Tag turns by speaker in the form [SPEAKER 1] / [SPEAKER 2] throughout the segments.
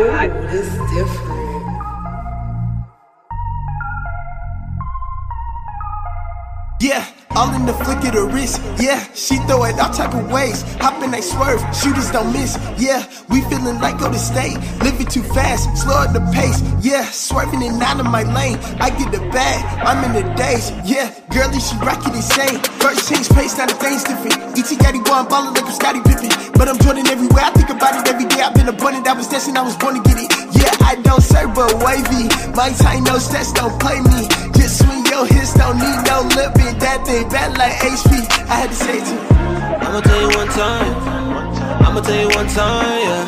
[SPEAKER 1] Ooh, this different.
[SPEAKER 2] Yeah, all in the flick of the wrist. Yeah, she throw it all type of ways. Hop in, they swerve, shooters don't miss. Yeah, we feeling like go to state. Living too fast, slow at the pace. Yeah, swerving and out of my lane. I get the bag, I'm in the days. Yeah, girlie, she rockin' insane. First change pace, now the thing's different. ET got it, one ballin' like I'm Scotty Pippen. But I'm Jordan everywhere, I think about it every day. I've been abundant, I was destined, I was born to get it. Yeah, I don't serve but wavy. My tight no stats don't play me. Just swing your hips, don't need no lippin'. That thing bad like HP. I had to say it to you.
[SPEAKER 3] I'ma tell you one time. I'ma tell you one time, yeah.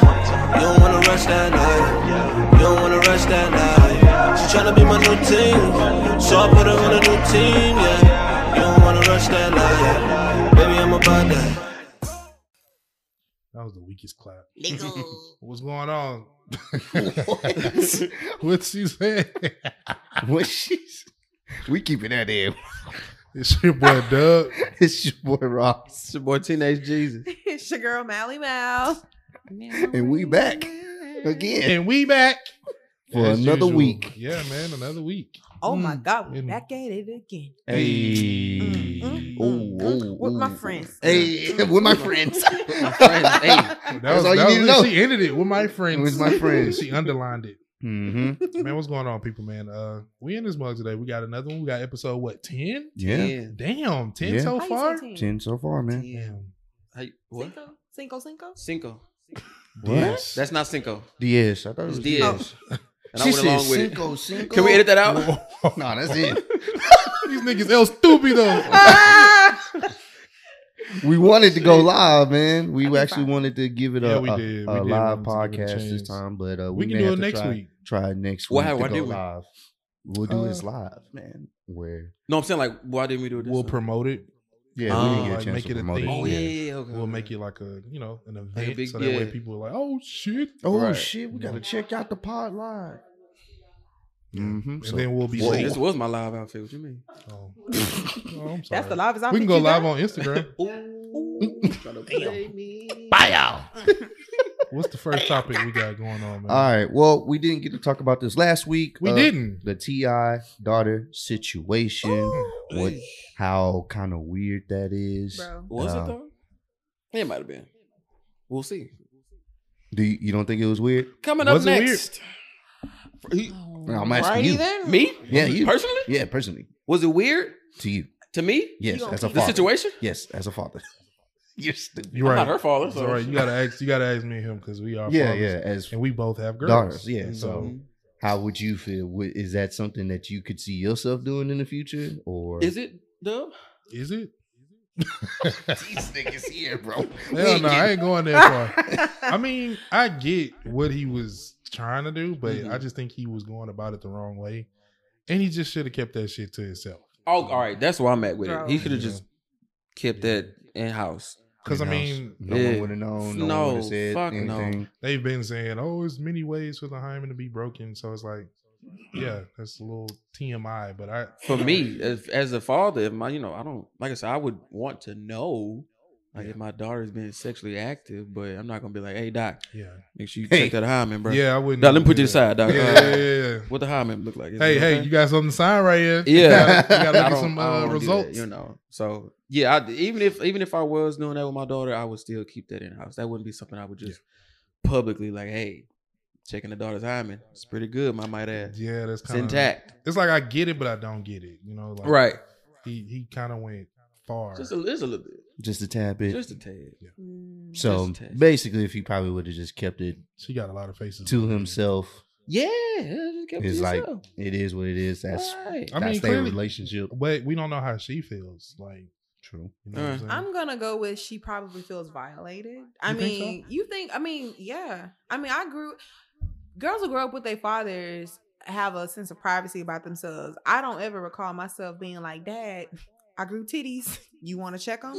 [SPEAKER 3] You don't wanna rush that night. You don't wanna rush that night. She tryna be my new team, so I put her on a new team, yeah. You don't wanna rush that night, baby. I'm about that.
[SPEAKER 4] That was the weakest clap.
[SPEAKER 5] Nigga.
[SPEAKER 4] What's going on? What's she saying?
[SPEAKER 6] What she's we keeping that in.
[SPEAKER 4] It's your boy Doug.
[SPEAKER 6] It's your boy Ross.
[SPEAKER 7] It's your boy Teenage Jesus.
[SPEAKER 5] it's your girl Mally Mal.
[SPEAKER 6] And we back again.
[SPEAKER 4] And we back
[SPEAKER 6] For
[SPEAKER 4] As
[SPEAKER 6] another week.
[SPEAKER 4] Yeah, man, another week.
[SPEAKER 5] Oh my God, we're
[SPEAKER 4] Mm.
[SPEAKER 5] back at it again.
[SPEAKER 6] Hey.
[SPEAKER 5] Mm, mm,
[SPEAKER 6] Ooh,
[SPEAKER 5] mm,
[SPEAKER 6] ooh,
[SPEAKER 5] with my
[SPEAKER 6] ooh.
[SPEAKER 5] friends.
[SPEAKER 6] Hey, with my friends.
[SPEAKER 5] My
[SPEAKER 6] friends, hey.
[SPEAKER 4] That was,
[SPEAKER 6] That's all you
[SPEAKER 4] that
[SPEAKER 6] need to
[SPEAKER 4] was-
[SPEAKER 6] know.
[SPEAKER 4] She ended it with my friends.
[SPEAKER 6] With my friends.
[SPEAKER 4] she underlined it.
[SPEAKER 6] hmm
[SPEAKER 4] Man, what's going on, people, man? Uh we in this mug today. We got another one. We got episode what, 10?
[SPEAKER 6] Yeah.
[SPEAKER 4] Damn, 10
[SPEAKER 6] Yeah.
[SPEAKER 4] so
[SPEAKER 5] How you say
[SPEAKER 4] far?
[SPEAKER 5] 10?
[SPEAKER 6] 10 so far, man.
[SPEAKER 4] Damn.
[SPEAKER 7] How you- what?
[SPEAKER 5] Cinco? Cinco, Cinco?
[SPEAKER 7] Cinco.
[SPEAKER 6] What?
[SPEAKER 4] Yes.
[SPEAKER 7] That's not Cinco.
[SPEAKER 6] Diaz. I thought it
[SPEAKER 7] It's
[SPEAKER 6] was
[SPEAKER 7] Diaz. And I
[SPEAKER 6] She
[SPEAKER 7] went
[SPEAKER 6] said
[SPEAKER 7] along with it.
[SPEAKER 6] Cinco, Cinco.
[SPEAKER 7] Can we edit that out?
[SPEAKER 4] Whoa.
[SPEAKER 6] No, that's it.
[SPEAKER 4] These niggas El Stupido.
[SPEAKER 5] Ah!
[SPEAKER 6] We wanted to go live, man. We
[SPEAKER 5] I did
[SPEAKER 6] actually
[SPEAKER 5] fine.
[SPEAKER 6] wanted to give it a,
[SPEAKER 4] Yeah, we
[SPEAKER 6] a-
[SPEAKER 4] did.
[SPEAKER 6] a
[SPEAKER 4] We did
[SPEAKER 6] live
[SPEAKER 4] want to give it a
[SPEAKER 6] podcast this
[SPEAKER 4] chance.
[SPEAKER 6] time, but uh,
[SPEAKER 4] We
[SPEAKER 6] we,
[SPEAKER 4] can
[SPEAKER 6] may
[SPEAKER 4] do
[SPEAKER 6] have
[SPEAKER 4] it
[SPEAKER 6] to
[SPEAKER 4] next
[SPEAKER 6] try,
[SPEAKER 4] week.
[SPEAKER 6] Try next week
[SPEAKER 7] Why-
[SPEAKER 6] to
[SPEAKER 7] why
[SPEAKER 6] go
[SPEAKER 7] do we?
[SPEAKER 6] live. We'll
[SPEAKER 4] Uh,
[SPEAKER 6] do this live, man. Where
[SPEAKER 7] No, I'm saying like, why didn't we do it this?
[SPEAKER 4] We'll
[SPEAKER 7] time?
[SPEAKER 4] promote it.
[SPEAKER 6] yeah,
[SPEAKER 7] Oh,
[SPEAKER 6] we didn't get
[SPEAKER 4] like,
[SPEAKER 6] a chance
[SPEAKER 4] make
[SPEAKER 6] to
[SPEAKER 4] it a
[SPEAKER 6] promote
[SPEAKER 4] thing.
[SPEAKER 7] Oh
[SPEAKER 6] it.
[SPEAKER 7] yeah,
[SPEAKER 6] yeah.
[SPEAKER 7] yeah, yeah, okay.
[SPEAKER 4] We'll
[SPEAKER 7] okay.
[SPEAKER 4] make it like a you know an event,
[SPEAKER 7] big-
[SPEAKER 4] so that way
[SPEAKER 7] yeah.
[SPEAKER 4] people are like, oh shit,
[SPEAKER 6] Oh
[SPEAKER 7] Right.
[SPEAKER 6] shit, we gotta check out the pod live. Mm-hmm,
[SPEAKER 4] and then we'll be
[SPEAKER 6] Whoa.
[SPEAKER 4] late.
[SPEAKER 7] This was my live outfit. What you mean?
[SPEAKER 4] Oh. Oh, I'm
[SPEAKER 5] That's
[SPEAKER 4] sorry.
[SPEAKER 5] the live as I
[SPEAKER 4] We can go live on Instagram. What's the first topic we got going on, man?
[SPEAKER 6] All right. Well, we didn't get to talk about this last week.
[SPEAKER 4] we
[SPEAKER 6] Uh,
[SPEAKER 4] didn't.
[SPEAKER 6] the Ti daughter situation. What? How kind of weird that is.
[SPEAKER 5] Bro.
[SPEAKER 7] Was
[SPEAKER 6] Uh,
[SPEAKER 7] it though? It might have been. We'll see.
[SPEAKER 6] Do you, you don't think it was weird?
[SPEAKER 7] Coming
[SPEAKER 4] Was
[SPEAKER 7] up
[SPEAKER 4] it weird?
[SPEAKER 7] next. He-
[SPEAKER 6] I'm asking
[SPEAKER 5] Alrighty
[SPEAKER 6] you.
[SPEAKER 5] then.
[SPEAKER 7] me?
[SPEAKER 6] Yeah, you.
[SPEAKER 7] Personally?
[SPEAKER 6] Yeah, personally.
[SPEAKER 7] Was it weird
[SPEAKER 6] To you.
[SPEAKER 7] to me?
[SPEAKER 6] Yes,
[SPEAKER 5] gonna
[SPEAKER 6] as a
[SPEAKER 5] keep
[SPEAKER 6] father.
[SPEAKER 7] The situation?
[SPEAKER 6] Yes, as a father. You're stupid.
[SPEAKER 4] You're
[SPEAKER 7] I'm
[SPEAKER 4] right.
[SPEAKER 7] Not her father.
[SPEAKER 4] It's
[SPEAKER 7] So.
[SPEAKER 4] all right. You gotta ask. You gotta ask me and him because we are.
[SPEAKER 6] yeah,
[SPEAKER 4] fathers,
[SPEAKER 6] yeah. As
[SPEAKER 4] And we both have girls. Mm-hmm.
[SPEAKER 6] daughters. Yeah.
[SPEAKER 4] And um,
[SPEAKER 6] so, how would you feel? Would- Is that something that you could see yourself doing in the future, or
[SPEAKER 7] Is it Dub?
[SPEAKER 4] is it?
[SPEAKER 6] these niggas here, bro?
[SPEAKER 4] Hell no, I ain't going that far. I mean, I get what he was trying to do, but
[SPEAKER 7] Mhm.
[SPEAKER 4] I just think he was going about it the wrong way, and he just should have kept that shit to himself.
[SPEAKER 7] Oh, all right. That's where I'm at with
[SPEAKER 5] Bro.
[SPEAKER 7] it. He could have
[SPEAKER 4] Yeah.
[SPEAKER 7] just kept that in house.
[SPEAKER 4] Because I
[SPEAKER 6] In-house.
[SPEAKER 4] mean,
[SPEAKER 6] no
[SPEAKER 7] Yeah.
[SPEAKER 6] one would have known. No, one would
[SPEAKER 7] No,
[SPEAKER 6] have said
[SPEAKER 7] fuck no.
[SPEAKER 6] anything.
[SPEAKER 4] they've been saying, "Oh, there's many ways for the hymen to be broken." So it's like, yeah, that's a little TMI. But I,
[SPEAKER 7] For me, as, as a father, if my you know, I don't like I said, I would want to know like if my daughter's being sexually active, but I'm not gonna be like, hey doc,
[SPEAKER 4] yeah,
[SPEAKER 7] make sure you
[SPEAKER 6] Hey.
[SPEAKER 7] check that hymen, bro.
[SPEAKER 4] yeah, I wouldn't.
[SPEAKER 7] Doc, let me
[SPEAKER 4] do
[SPEAKER 7] put you to the
[SPEAKER 4] that.
[SPEAKER 7] side, doc.
[SPEAKER 4] Yeah,
[SPEAKER 7] Uh,
[SPEAKER 4] yeah, yeah, yeah.
[SPEAKER 7] What the hymen look like? Is
[SPEAKER 4] Hey,
[SPEAKER 7] it
[SPEAKER 4] hey,
[SPEAKER 7] okay?
[SPEAKER 4] you got something to sign right here?
[SPEAKER 7] Yeah.
[SPEAKER 4] you gotta, you gotta
[SPEAKER 7] I
[SPEAKER 4] look at
[SPEAKER 7] don't-
[SPEAKER 4] some
[SPEAKER 7] I
[SPEAKER 4] uh,
[SPEAKER 7] don't do that,
[SPEAKER 4] results.
[SPEAKER 7] you know. So yeah, I, even if even if I was doing that with my daughter, I would still keep that in house. That wouldn't be something I would just publicly like, hey, checking the daughter's hymen. It's pretty good, my might add.
[SPEAKER 4] Yeah, that's
[SPEAKER 7] It's
[SPEAKER 4] kind of
[SPEAKER 7] intact.
[SPEAKER 4] It's like I get it, but I don't get it. You know, like
[SPEAKER 7] Right.
[SPEAKER 4] He he kind of went far.
[SPEAKER 7] Just a, just a little bit.
[SPEAKER 6] Just a tad bit.
[SPEAKER 7] Just a tad.
[SPEAKER 5] Mm,
[SPEAKER 6] so
[SPEAKER 7] just a tad.
[SPEAKER 6] basically, if he probably would have just kept it
[SPEAKER 4] she got a lot of faces
[SPEAKER 6] to himself,
[SPEAKER 7] Yeah. Just kept it
[SPEAKER 6] it's
[SPEAKER 7] to
[SPEAKER 6] like
[SPEAKER 7] yourself.
[SPEAKER 6] it is what it is. That's
[SPEAKER 7] Right.
[SPEAKER 4] I mean,
[SPEAKER 6] that's their
[SPEAKER 4] clearly-
[SPEAKER 6] relationship.
[SPEAKER 4] But we don't know how she feels. Like,
[SPEAKER 6] True.
[SPEAKER 4] you know, what I'm saying?
[SPEAKER 5] I'm gonna go with she probably feels violated. I
[SPEAKER 4] You think so?
[SPEAKER 5] mean, you think? I mean, yeah. I mean, I grew. Girls who grow up with their fathers have a sense of privacy about themselves. I don't ever recall myself being like, "Dad, I grew titties. You want to check them?"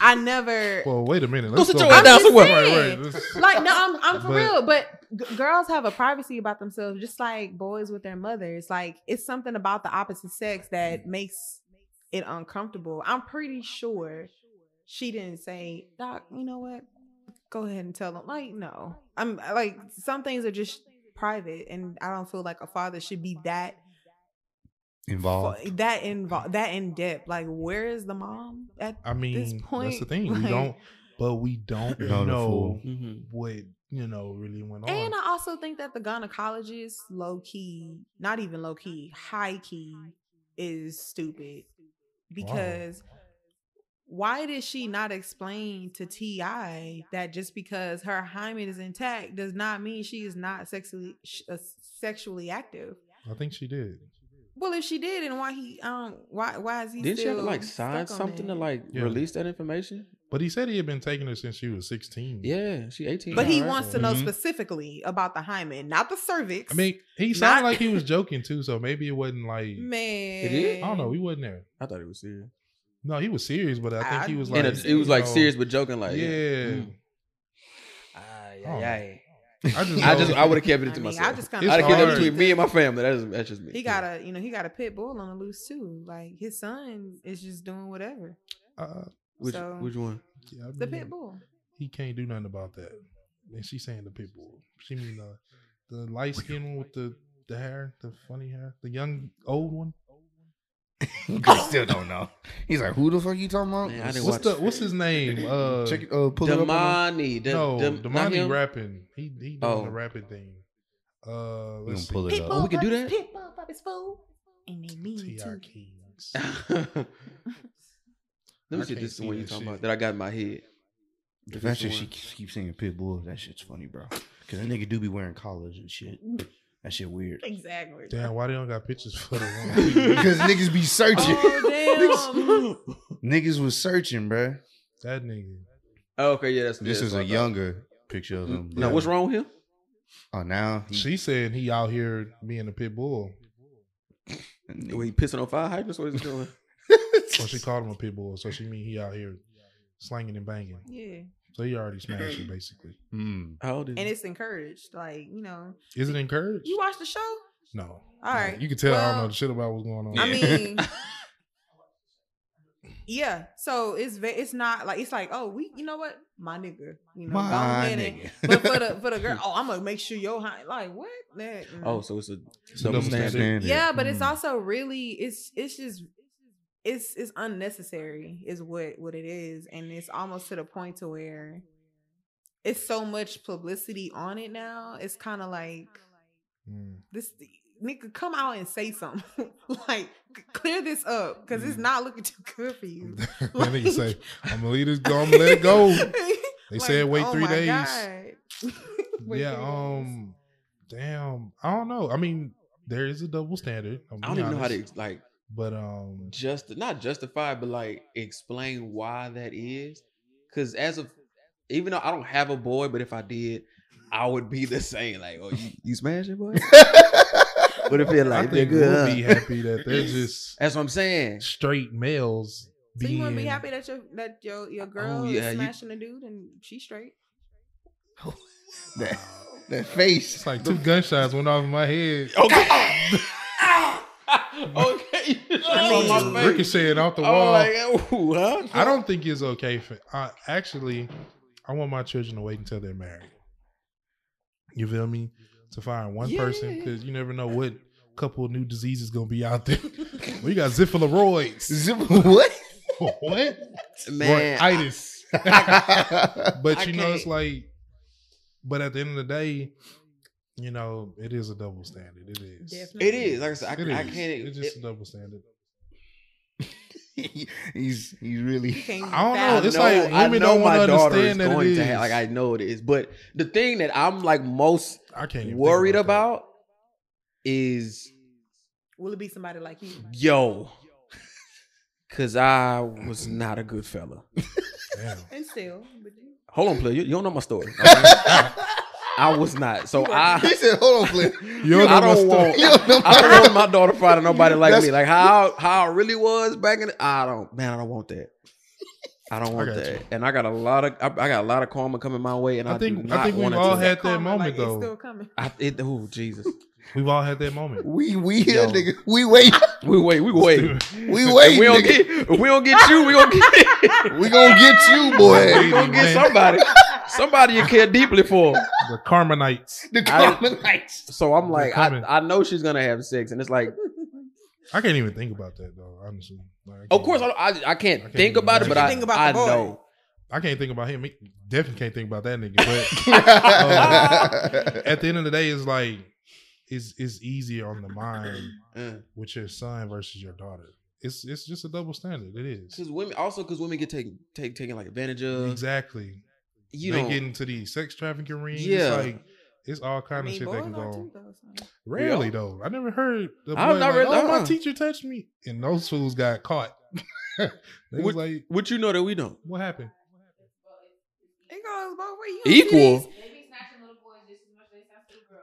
[SPEAKER 5] I never.
[SPEAKER 4] well, wait a minute.
[SPEAKER 7] Go
[SPEAKER 4] Let's
[SPEAKER 7] sit
[SPEAKER 4] go
[SPEAKER 7] your
[SPEAKER 4] back.
[SPEAKER 7] ass down
[SPEAKER 5] I'm just
[SPEAKER 7] somewhere.
[SPEAKER 5] saying.
[SPEAKER 4] Wait, wait, let's-
[SPEAKER 5] Like no, I'm I'm for
[SPEAKER 4] But-
[SPEAKER 5] real. But g- girls have a privacy about themselves, just like boys with their mothers. Like it's something about the opposite sex that makes it uncomfortable. I'm pretty sure she didn't say, "Doc, you know what? Go ahead and tell them." Like no, I'm like some things are just private, and I don't feel like a father should be that
[SPEAKER 6] involved.
[SPEAKER 5] fu- that involved that in depth. Like, where is the mom at?
[SPEAKER 4] I mean, that's the
[SPEAKER 5] point,
[SPEAKER 4] thing. we
[SPEAKER 5] like-
[SPEAKER 4] don't, but we don't
[SPEAKER 6] Know the
[SPEAKER 4] know,
[SPEAKER 6] full.
[SPEAKER 7] Mm-hmm.
[SPEAKER 4] what you know really went on.
[SPEAKER 5] And I also think that the gynecologist, low key, not even low key, high key, is stupid because why did she not explain to Ti that just because her hymen is intact does not mean she is not sexually sh- uh, sexually active?
[SPEAKER 4] I think she did.
[SPEAKER 5] Well, if she did, and why he um why why is he?
[SPEAKER 7] Didn't she have to
[SPEAKER 5] still
[SPEAKER 7] like sign
[SPEAKER 5] stuck on
[SPEAKER 7] something
[SPEAKER 5] that?
[SPEAKER 7] to like
[SPEAKER 4] Yeah.
[SPEAKER 7] release that information?
[SPEAKER 4] But he said he had been taking her since she was sixteen.
[SPEAKER 7] Yeah, she eighteen.
[SPEAKER 5] But
[SPEAKER 7] now,
[SPEAKER 5] he
[SPEAKER 7] right?
[SPEAKER 5] wants to know
[SPEAKER 7] Mm-hmm.
[SPEAKER 6] Mhm.
[SPEAKER 5] specifically about the hymen, not the cervix.
[SPEAKER 4] I mean, he sounded
[SPEAKER 5] Not-
[SPEAKER 4] like he was joking too, so maybe it wasn't like
[SPEAKER 5] man,
[SPEAKER 7] is?
[SPEAKER 4] I don't know. He wasn't there.
[SPEAKER 7] I thought it was serious.
[SPEAKER 4] No, he was serious, but I think
[SPEAKER 5] I-
[SPEAKER 4] he was
[SPEAKER 5] In
[SPEAKER 4] like
[SPEAKER 7] and it, it was like
[SPEAKER 4] you know,
[SPEAKER 7] serious but joking, like
[SPEAKER 4] yeah, Oh.
[SPEAKER 7] Mm. Ay, ay, ay.
[SPEAKER 4] I just,
[SPEAKER 7] I just
[SPEAKER 4] know-
[SPEAKER 7] I would have kept it
[SPEAKER 5] I
[SPEAKER 7] to
[SPEAKER 5] mean, I
[SPEAKER 7] myself. I
[SPEAKER 5] just
[SPEAKER 7] just
[SPEAKER 5] kinda
[SPEAKER 7] I'd have kept
[SPEAKER 4] hard.
[SPEAKER 7] it between me and my family. That's that's just me.
[SPEAKER 5] He got a, you know, he got a pit bull on the loose too. Like his son is just doing whatever.
[SPEAKER 4] uh,
[SPEAKER 7] which
[SPEAKER 5] so-
[SPEAKER 7] which one?
[SPEAKER 4] yeah, I
[SPEAKER 5] The
[SPEAKER 4] mean,
[SPEAKER 5] pit bull.
[SPEAKER 4] He can't do nothing about that. And she's saying the pit bull. She mean the the light skin one with the the hair, the funny hair, the young old one.
[SPEAKER 6] I still don't know. He's like, who the fuck you talking about?
[SPEAKER 7] Man, I didn't
[SPEAKER 4] What's
[SPEAKER 7] watch-
[SPEAKER 4] the what's his name? Uh,
[SPEAKER 6] Check it. Uh, pull it up. on
[SPEAKER 7] Damani. The,
[SPEAKER 4] no,
[SPEAKER 7] the, not
[SPEAKER 4] Damani
[SPEAKER 7] him?
[SPEAKER 4] rapping. He he doing
[SPEAKER 7] Oh.
[SPEAKER 4] the rapping thing. Uh,
[SPEAKER 6] the-
[SPEAKER 4] let's
[SPEAKER 6] We gonna
[SPEAKER 4] see.
[SPEAKER 6] pull it
[SPEAKER 7] Oh,
[SPEAKER 6] up.
[SPEAKER 7] we could do that?
[SPEAKER 5] Pit bull, puppets fool, and they mean
[SPEAKER 4] T.R.
[SPEAKER 5] to.
[SPEAKER 4] Kings.
[SPEAKER 7] Let
[SPEAKER 4] I
[SPEAKER 7] me see if
[SPEAKER 4] can't
[SPEAKER 7] this is the
[SPEAKER 4] see
[SPEAKER 7] one you
[SPEAKER 4] that
[SPEAKER 7] talking
[SPEAKER 4] shit.
[SPEAKER 7] about that I got in my head.
[SPEAKER 6] The
[SPEAKER 7] If
[SPEAKER 6] fact
[SPEAKER 7] it's the
[SPEAKER 6] that she
[SPEAKER 7] one.
[SPEAKER 6] keeps keeps singing Pitbull, that shit's funny, bro. Because that nigga do be wearing collars and shit. That shit weird.
[SPEAKER 5] Exactly.
[SPEAKER 4] Damn, why they don't got pictures for the one?
[SPEAKER 6] Because niggas be searching.
[SPEAKER 5] Oh damn.
[SPEAKER 6] niggas was searching, bruh.
[SPEAKER 4] that nigga.
[SPEAKER 7] Oh, okay, yeah, that's
[SPEAKER 6] This
[SPEAKER 7] yeah,
[SPEAKER 6] is
[SPEAKER 7] that's
[SPEAKER 6] a
[SPEAKER 7] what I
[SPEAKER 6] younger picture of
[SPEAKER 7] thought.
[SPEAKER 6] him.
[SPEAKER 7] Mm-hmm. Now,
[SPEAKER 6] but-
[SPEAKER 7] what's wrong with him?
[SPEAKER 6] Oh, now he,
[SPEAKER 4] She said he out here being a pit bull.
[SPEAKER 7] Were he pissing on fire hydrants? What is he doing?
[SPEAKER 4] Well, she called him a pit bull, so she mean he out here slanging and banging.
[SPEAKER 5] Yeah,
[SPEAKER 4] So he already smashed it, basically.
[SPEAKER 6] Mm.
[SPEAKER 7] How old is
[SPEAKER 5] and
[SPEAKER 7] he?
[SPEAKER 5] it's encouraged. Like you know,
[SPEAKER 4] Is it encouraged?
[SPEAKER 5] you watch the show. All
[SPEAKER 4] no.
[SPEAKER 5] right.
[SPEAKER 4] You can tell I don't know
[SPEAKER 5] well,
[SPEAKER 4] the shit about what's going on.
[SPEAKER 5] I mean, yeah. So it's ve- it's not like it's like oh we you know what my nigga you know go
[SPEAKER 6] My
[SPEAKER 5] ahead and-
[SPEAKER 6] nigga.
[SPEAKER 5] But for the for the girl, oh I'm gonna make sure your high like what that mm.
[SPEAKER 7] Oh, so it's a
[SPEAKER 4] It's a
[SPEAKER 7] double
[SPEAKER 4] double
[SPEAKER 7] standard.
[SPEAKER 4] standard.
[SPEAKER 5] yeah but it's
[SPEAKER 4] mm-hmm.
[SPEAKER 6] Mm.
[SPEAKER 5] also really it's it's just it's it's unnecessary is what what it is and it's almost to the point to where it's so much publicity on it now it's kind of like
[SPEAKER 4] Mm.
[SPEAKER 5] this nigga come out and say something like c- clear this up because
[SPEAKER 4] Mm-hmm.
[SPEAKER 5] it's not looking too good for you
[SPEAKER 4] that
[SPEAKER 5] Like-
[SPEAKER 4] nigga say, I'm gonna leave this go, I'm gonna let it go. They
[SPEAKER 5] Like,
[SPEAKER 4] said wait
[SPEAKER 5] oh
[SPEAKER 4] three
[SPEAKER 5] my
[SPEAKER 4] days.
[SPEAKER 5] God. Wait
[SPEAKER 4] yeah,
[SPEAKER 5] three days.
[SPEAKER 4] um damn. I don't know. I mean, there is a double standard. I'll
[SPEAKER 7] I don't
[SPEAKER 4] be
[SPEAKER 7] even know how to
[SPEAKER 4] honest.
[SPEAKER 7] ex- like
[SPEAKER 4] but um
[SPEAKER 7] just not justify, but like explain why that is. Because as of even though I don't have a boy, but if I did, I would be the same. Like, oh, you, you smash it, boy. but if they're
[SPEAKER 4] I
[SPEAKER 7] like, they're
[SPEAKER 4] think
[SPEAKER 7] good.
[SPEAKER 4] we'll
[SPEAKER 7] huh?
[SPEAKER 4] be happy that they're just
[SPEAKER 7] That's what I'm saying.
[SPEAKER 4] straight males
[SPEAKER 5] So you
[SPEAKER 4] being Oh,
[SPEAKER 5] want to be happy that your that your your girl
[SPEAKER 7] yeah,
[SPEAKER 5] is
[SPEAKER 7] you-
[SPEAKER 5] smashing a dude and she's straight?
[SPEAKER 6] that, that face.
[SPEAKER 4] it's like two gunshots went off in my head.
[SPEAKER 7] Okay. okay.
[SPEAKER 5] I
[SPEAKER 7] On my face.
[SPEAKER 4] ricocheted off the
[SPEAKER 7] I
[SPEAKER 4] wall.
[SPEAKER 7] was Oh, like, ooh, huh?
[SPEAKER 4] I don't think it's okay for. I actually, I want my children to wait until they're married. You feel me? To find one
[SPEAKER 5] Yeah.
[SPEAKER 4] person because you never know what couple of new diseases gonna be out there. we got Ziphilaroids.
[SPEAKER 6] Zip- what?
[SPEAKER 4] what?
[SPEAKER 7] Man,
[SPEAKER 4] or itis. but
[SPEAKER 7] I
[SPEAKER 4] you know, it's
[SPEAKER 7] can't-
[SPEAKER 4] like. But at the end of the day, you know, it is a double standard. It is.
[SPEAKER 5] Definitely.
[SPEAKER 7] it is. Like I said, I,
[SPEAKER 4] It
[SPEAKER 7] I
[SPEAKER 4] is.
[SPEAKER 7] can't.
[SPEAKER 4] It's just a double standard.
[SPEAKER 6] he's he's really.
[SPEAKER 5] You can't
[SPEAKER 4] I don't know,
[SPEAKER 5] fathom
[SPEAKER 4] it's
[SPEAKER 5] it.
[SPEAKER 4] like women don't wanna understand that it
[SPEAKER 7] to
[SPEAKER 4] is.
[SPEAKER 7] have, like I know it is, but the thing that I'm like most
[SPEAKER 4] I can't. Even
[SPEAKER 7] worried
[SPEAKER 4] think about,
[SPEAKER 7] about is
[SPEAKER 5] will it be somebody like you?
[SPEAKER 7] yo, cause I was not a good fella.
[SPEAKER 4] that.
[SPEAKER 5] And still, but you,
[SPEAKER 7] Hold on, play. You, you don't know my story. okay? I was not. So I,
[SPEAKER 6] He said, "Hold on, Flip.
[SPEAKER 4] Damn. You don't know my
[SPEAKER 7] I don't
[SPEAKER 4] story.
[SPEAKER 7] want.
[SPEAKER 6] You don't know
[SPEAKER 7] I don't want my daughter to find nobody like
[SPEAKER 6] That's-
[SPEAKER 7] me. Like how how I really was back in. The, I don't man. I don't want that. I don't want
[SPEAKER 4] got
[SPEAKER 7] that.
[SPEAKER 4] you.
[SPEAKER 7] And I got a lot of I, I got a lot of karma coming my way, and I,
[SPEAKER 4] I
[SPEAKER 7] do
[SPEAKER 4] think.
[SPEAKER 7] not
[SPEAKER 4] I think we've
[SPEAKER 7] want it
[SPEAKER 4] all
[SPEAKER 7] to.
[SPEAKER 4] had that
[SPEAKER 5] karma,
[SPEAKER 4] moment
[SPEAKER 5] like, it's still
[SPEAKER 4] though.
[SPEAKER 5] coming.
[SPEAKER 7] I, it, oh Jesus!
[SPEAKER 4] We've all had that moment.
[SPEAKER 6] We we here,
[SPEAKER 7] Yo.
[SPEAKER 6] nigga. We wait.
[SPEAKER 7] We wait. We wait.
[SPEAKER 6] We wait.
[SPEAKER 7] If we don't
[SPEAKER 6] nigga.
[SPEAKER 7] get. If we don't get you. We gonna get.
[SPEAKER 6] we gonna get you, boy.
[SPEAKER 7] we gonna get
[SPEAKER 4] Man.
[SPEAKER 7] somebody. Somebody you care deeply for.
[SPEAKER 4] The Carmenites.
[SPEAKER 6] The
[SPEAKER 7] I-
[SPEAKER 6] Carmelites.
[SPEAKER 7] So I'm like, I,
[SPEAKER 4] coming.
[SPEAKER 7] I know she's gonna have sex, and it's like,
[SPEAKER 4] I can't even think about that though. Honestly, Like, I
[SPEAKER 7] of
[SPEAKER 4] can't-
[SPEAKER 7] course, I, I, I can't
[SPEAKER 4] can't
[SPEAKER 7] think
[SPEAKER 4] even
[SPEAKER 7] about it,
[SPEAKER 4] imagine.
[SPEAKER 7] but
[SPEAKER 4] You
[SPEAKER 7] I,
[SPEAKER 5] think about
[SPEAKER 7] I
[SPEAKER 5] the boy.
[SPEAKER 7] know.
[SPEAKER 4] I can't think about him. He- Definitely can't think about that nigga. But at the end of the day, it's like it's it's easier on the mind
[SPEAKER 7] Mm.
[SPEAKER 4] with your son versus your daughter. It's it's just a double standard. It is
[SPEAKER 7] Cause women also because women get taken take taken like advantage of.
[SPEAKER 4] exactly.
[SPEAKER 7] You
[SPEAKER 4] they
[SPEAKER 7] know,
[SPEAKER 4] get into these sex trafficking rings.
[SPEAKER 7] Yeah.
[SPEAKER 4] It's like it's all
[SPEAKER 5] I
[SPEAKER 4] kind of
[SPEAKER 5] mean,
[SPEAKER 4] shit that
[SPEAKER 5] boys
[SPEAKER 4] can go.
[SPEAKER 5] are
[SPEAKER 4] on.
[SPEAKER 5] too, though. so.
[SPEAKER 4] Rarely though, I never heard. The boy
[SPEAKER 7] I've
[SPEAKER 4] like,
[SPEAKER 7] not read-
[SPEAKER 4] oh,
[SPEAKER 7] uh-uh.
[SPEAKER 4] my teacher touched me, and those fools got caught. they was
[SPEAKER 7] What-
[SPEAKER 4] like,
[SPEAKER 7] what you know that we don't.
[SPEAKER 4] what happened?
[SPEAKER 5] It goes both ways. You don't see
[SPEAKER 7] Equal.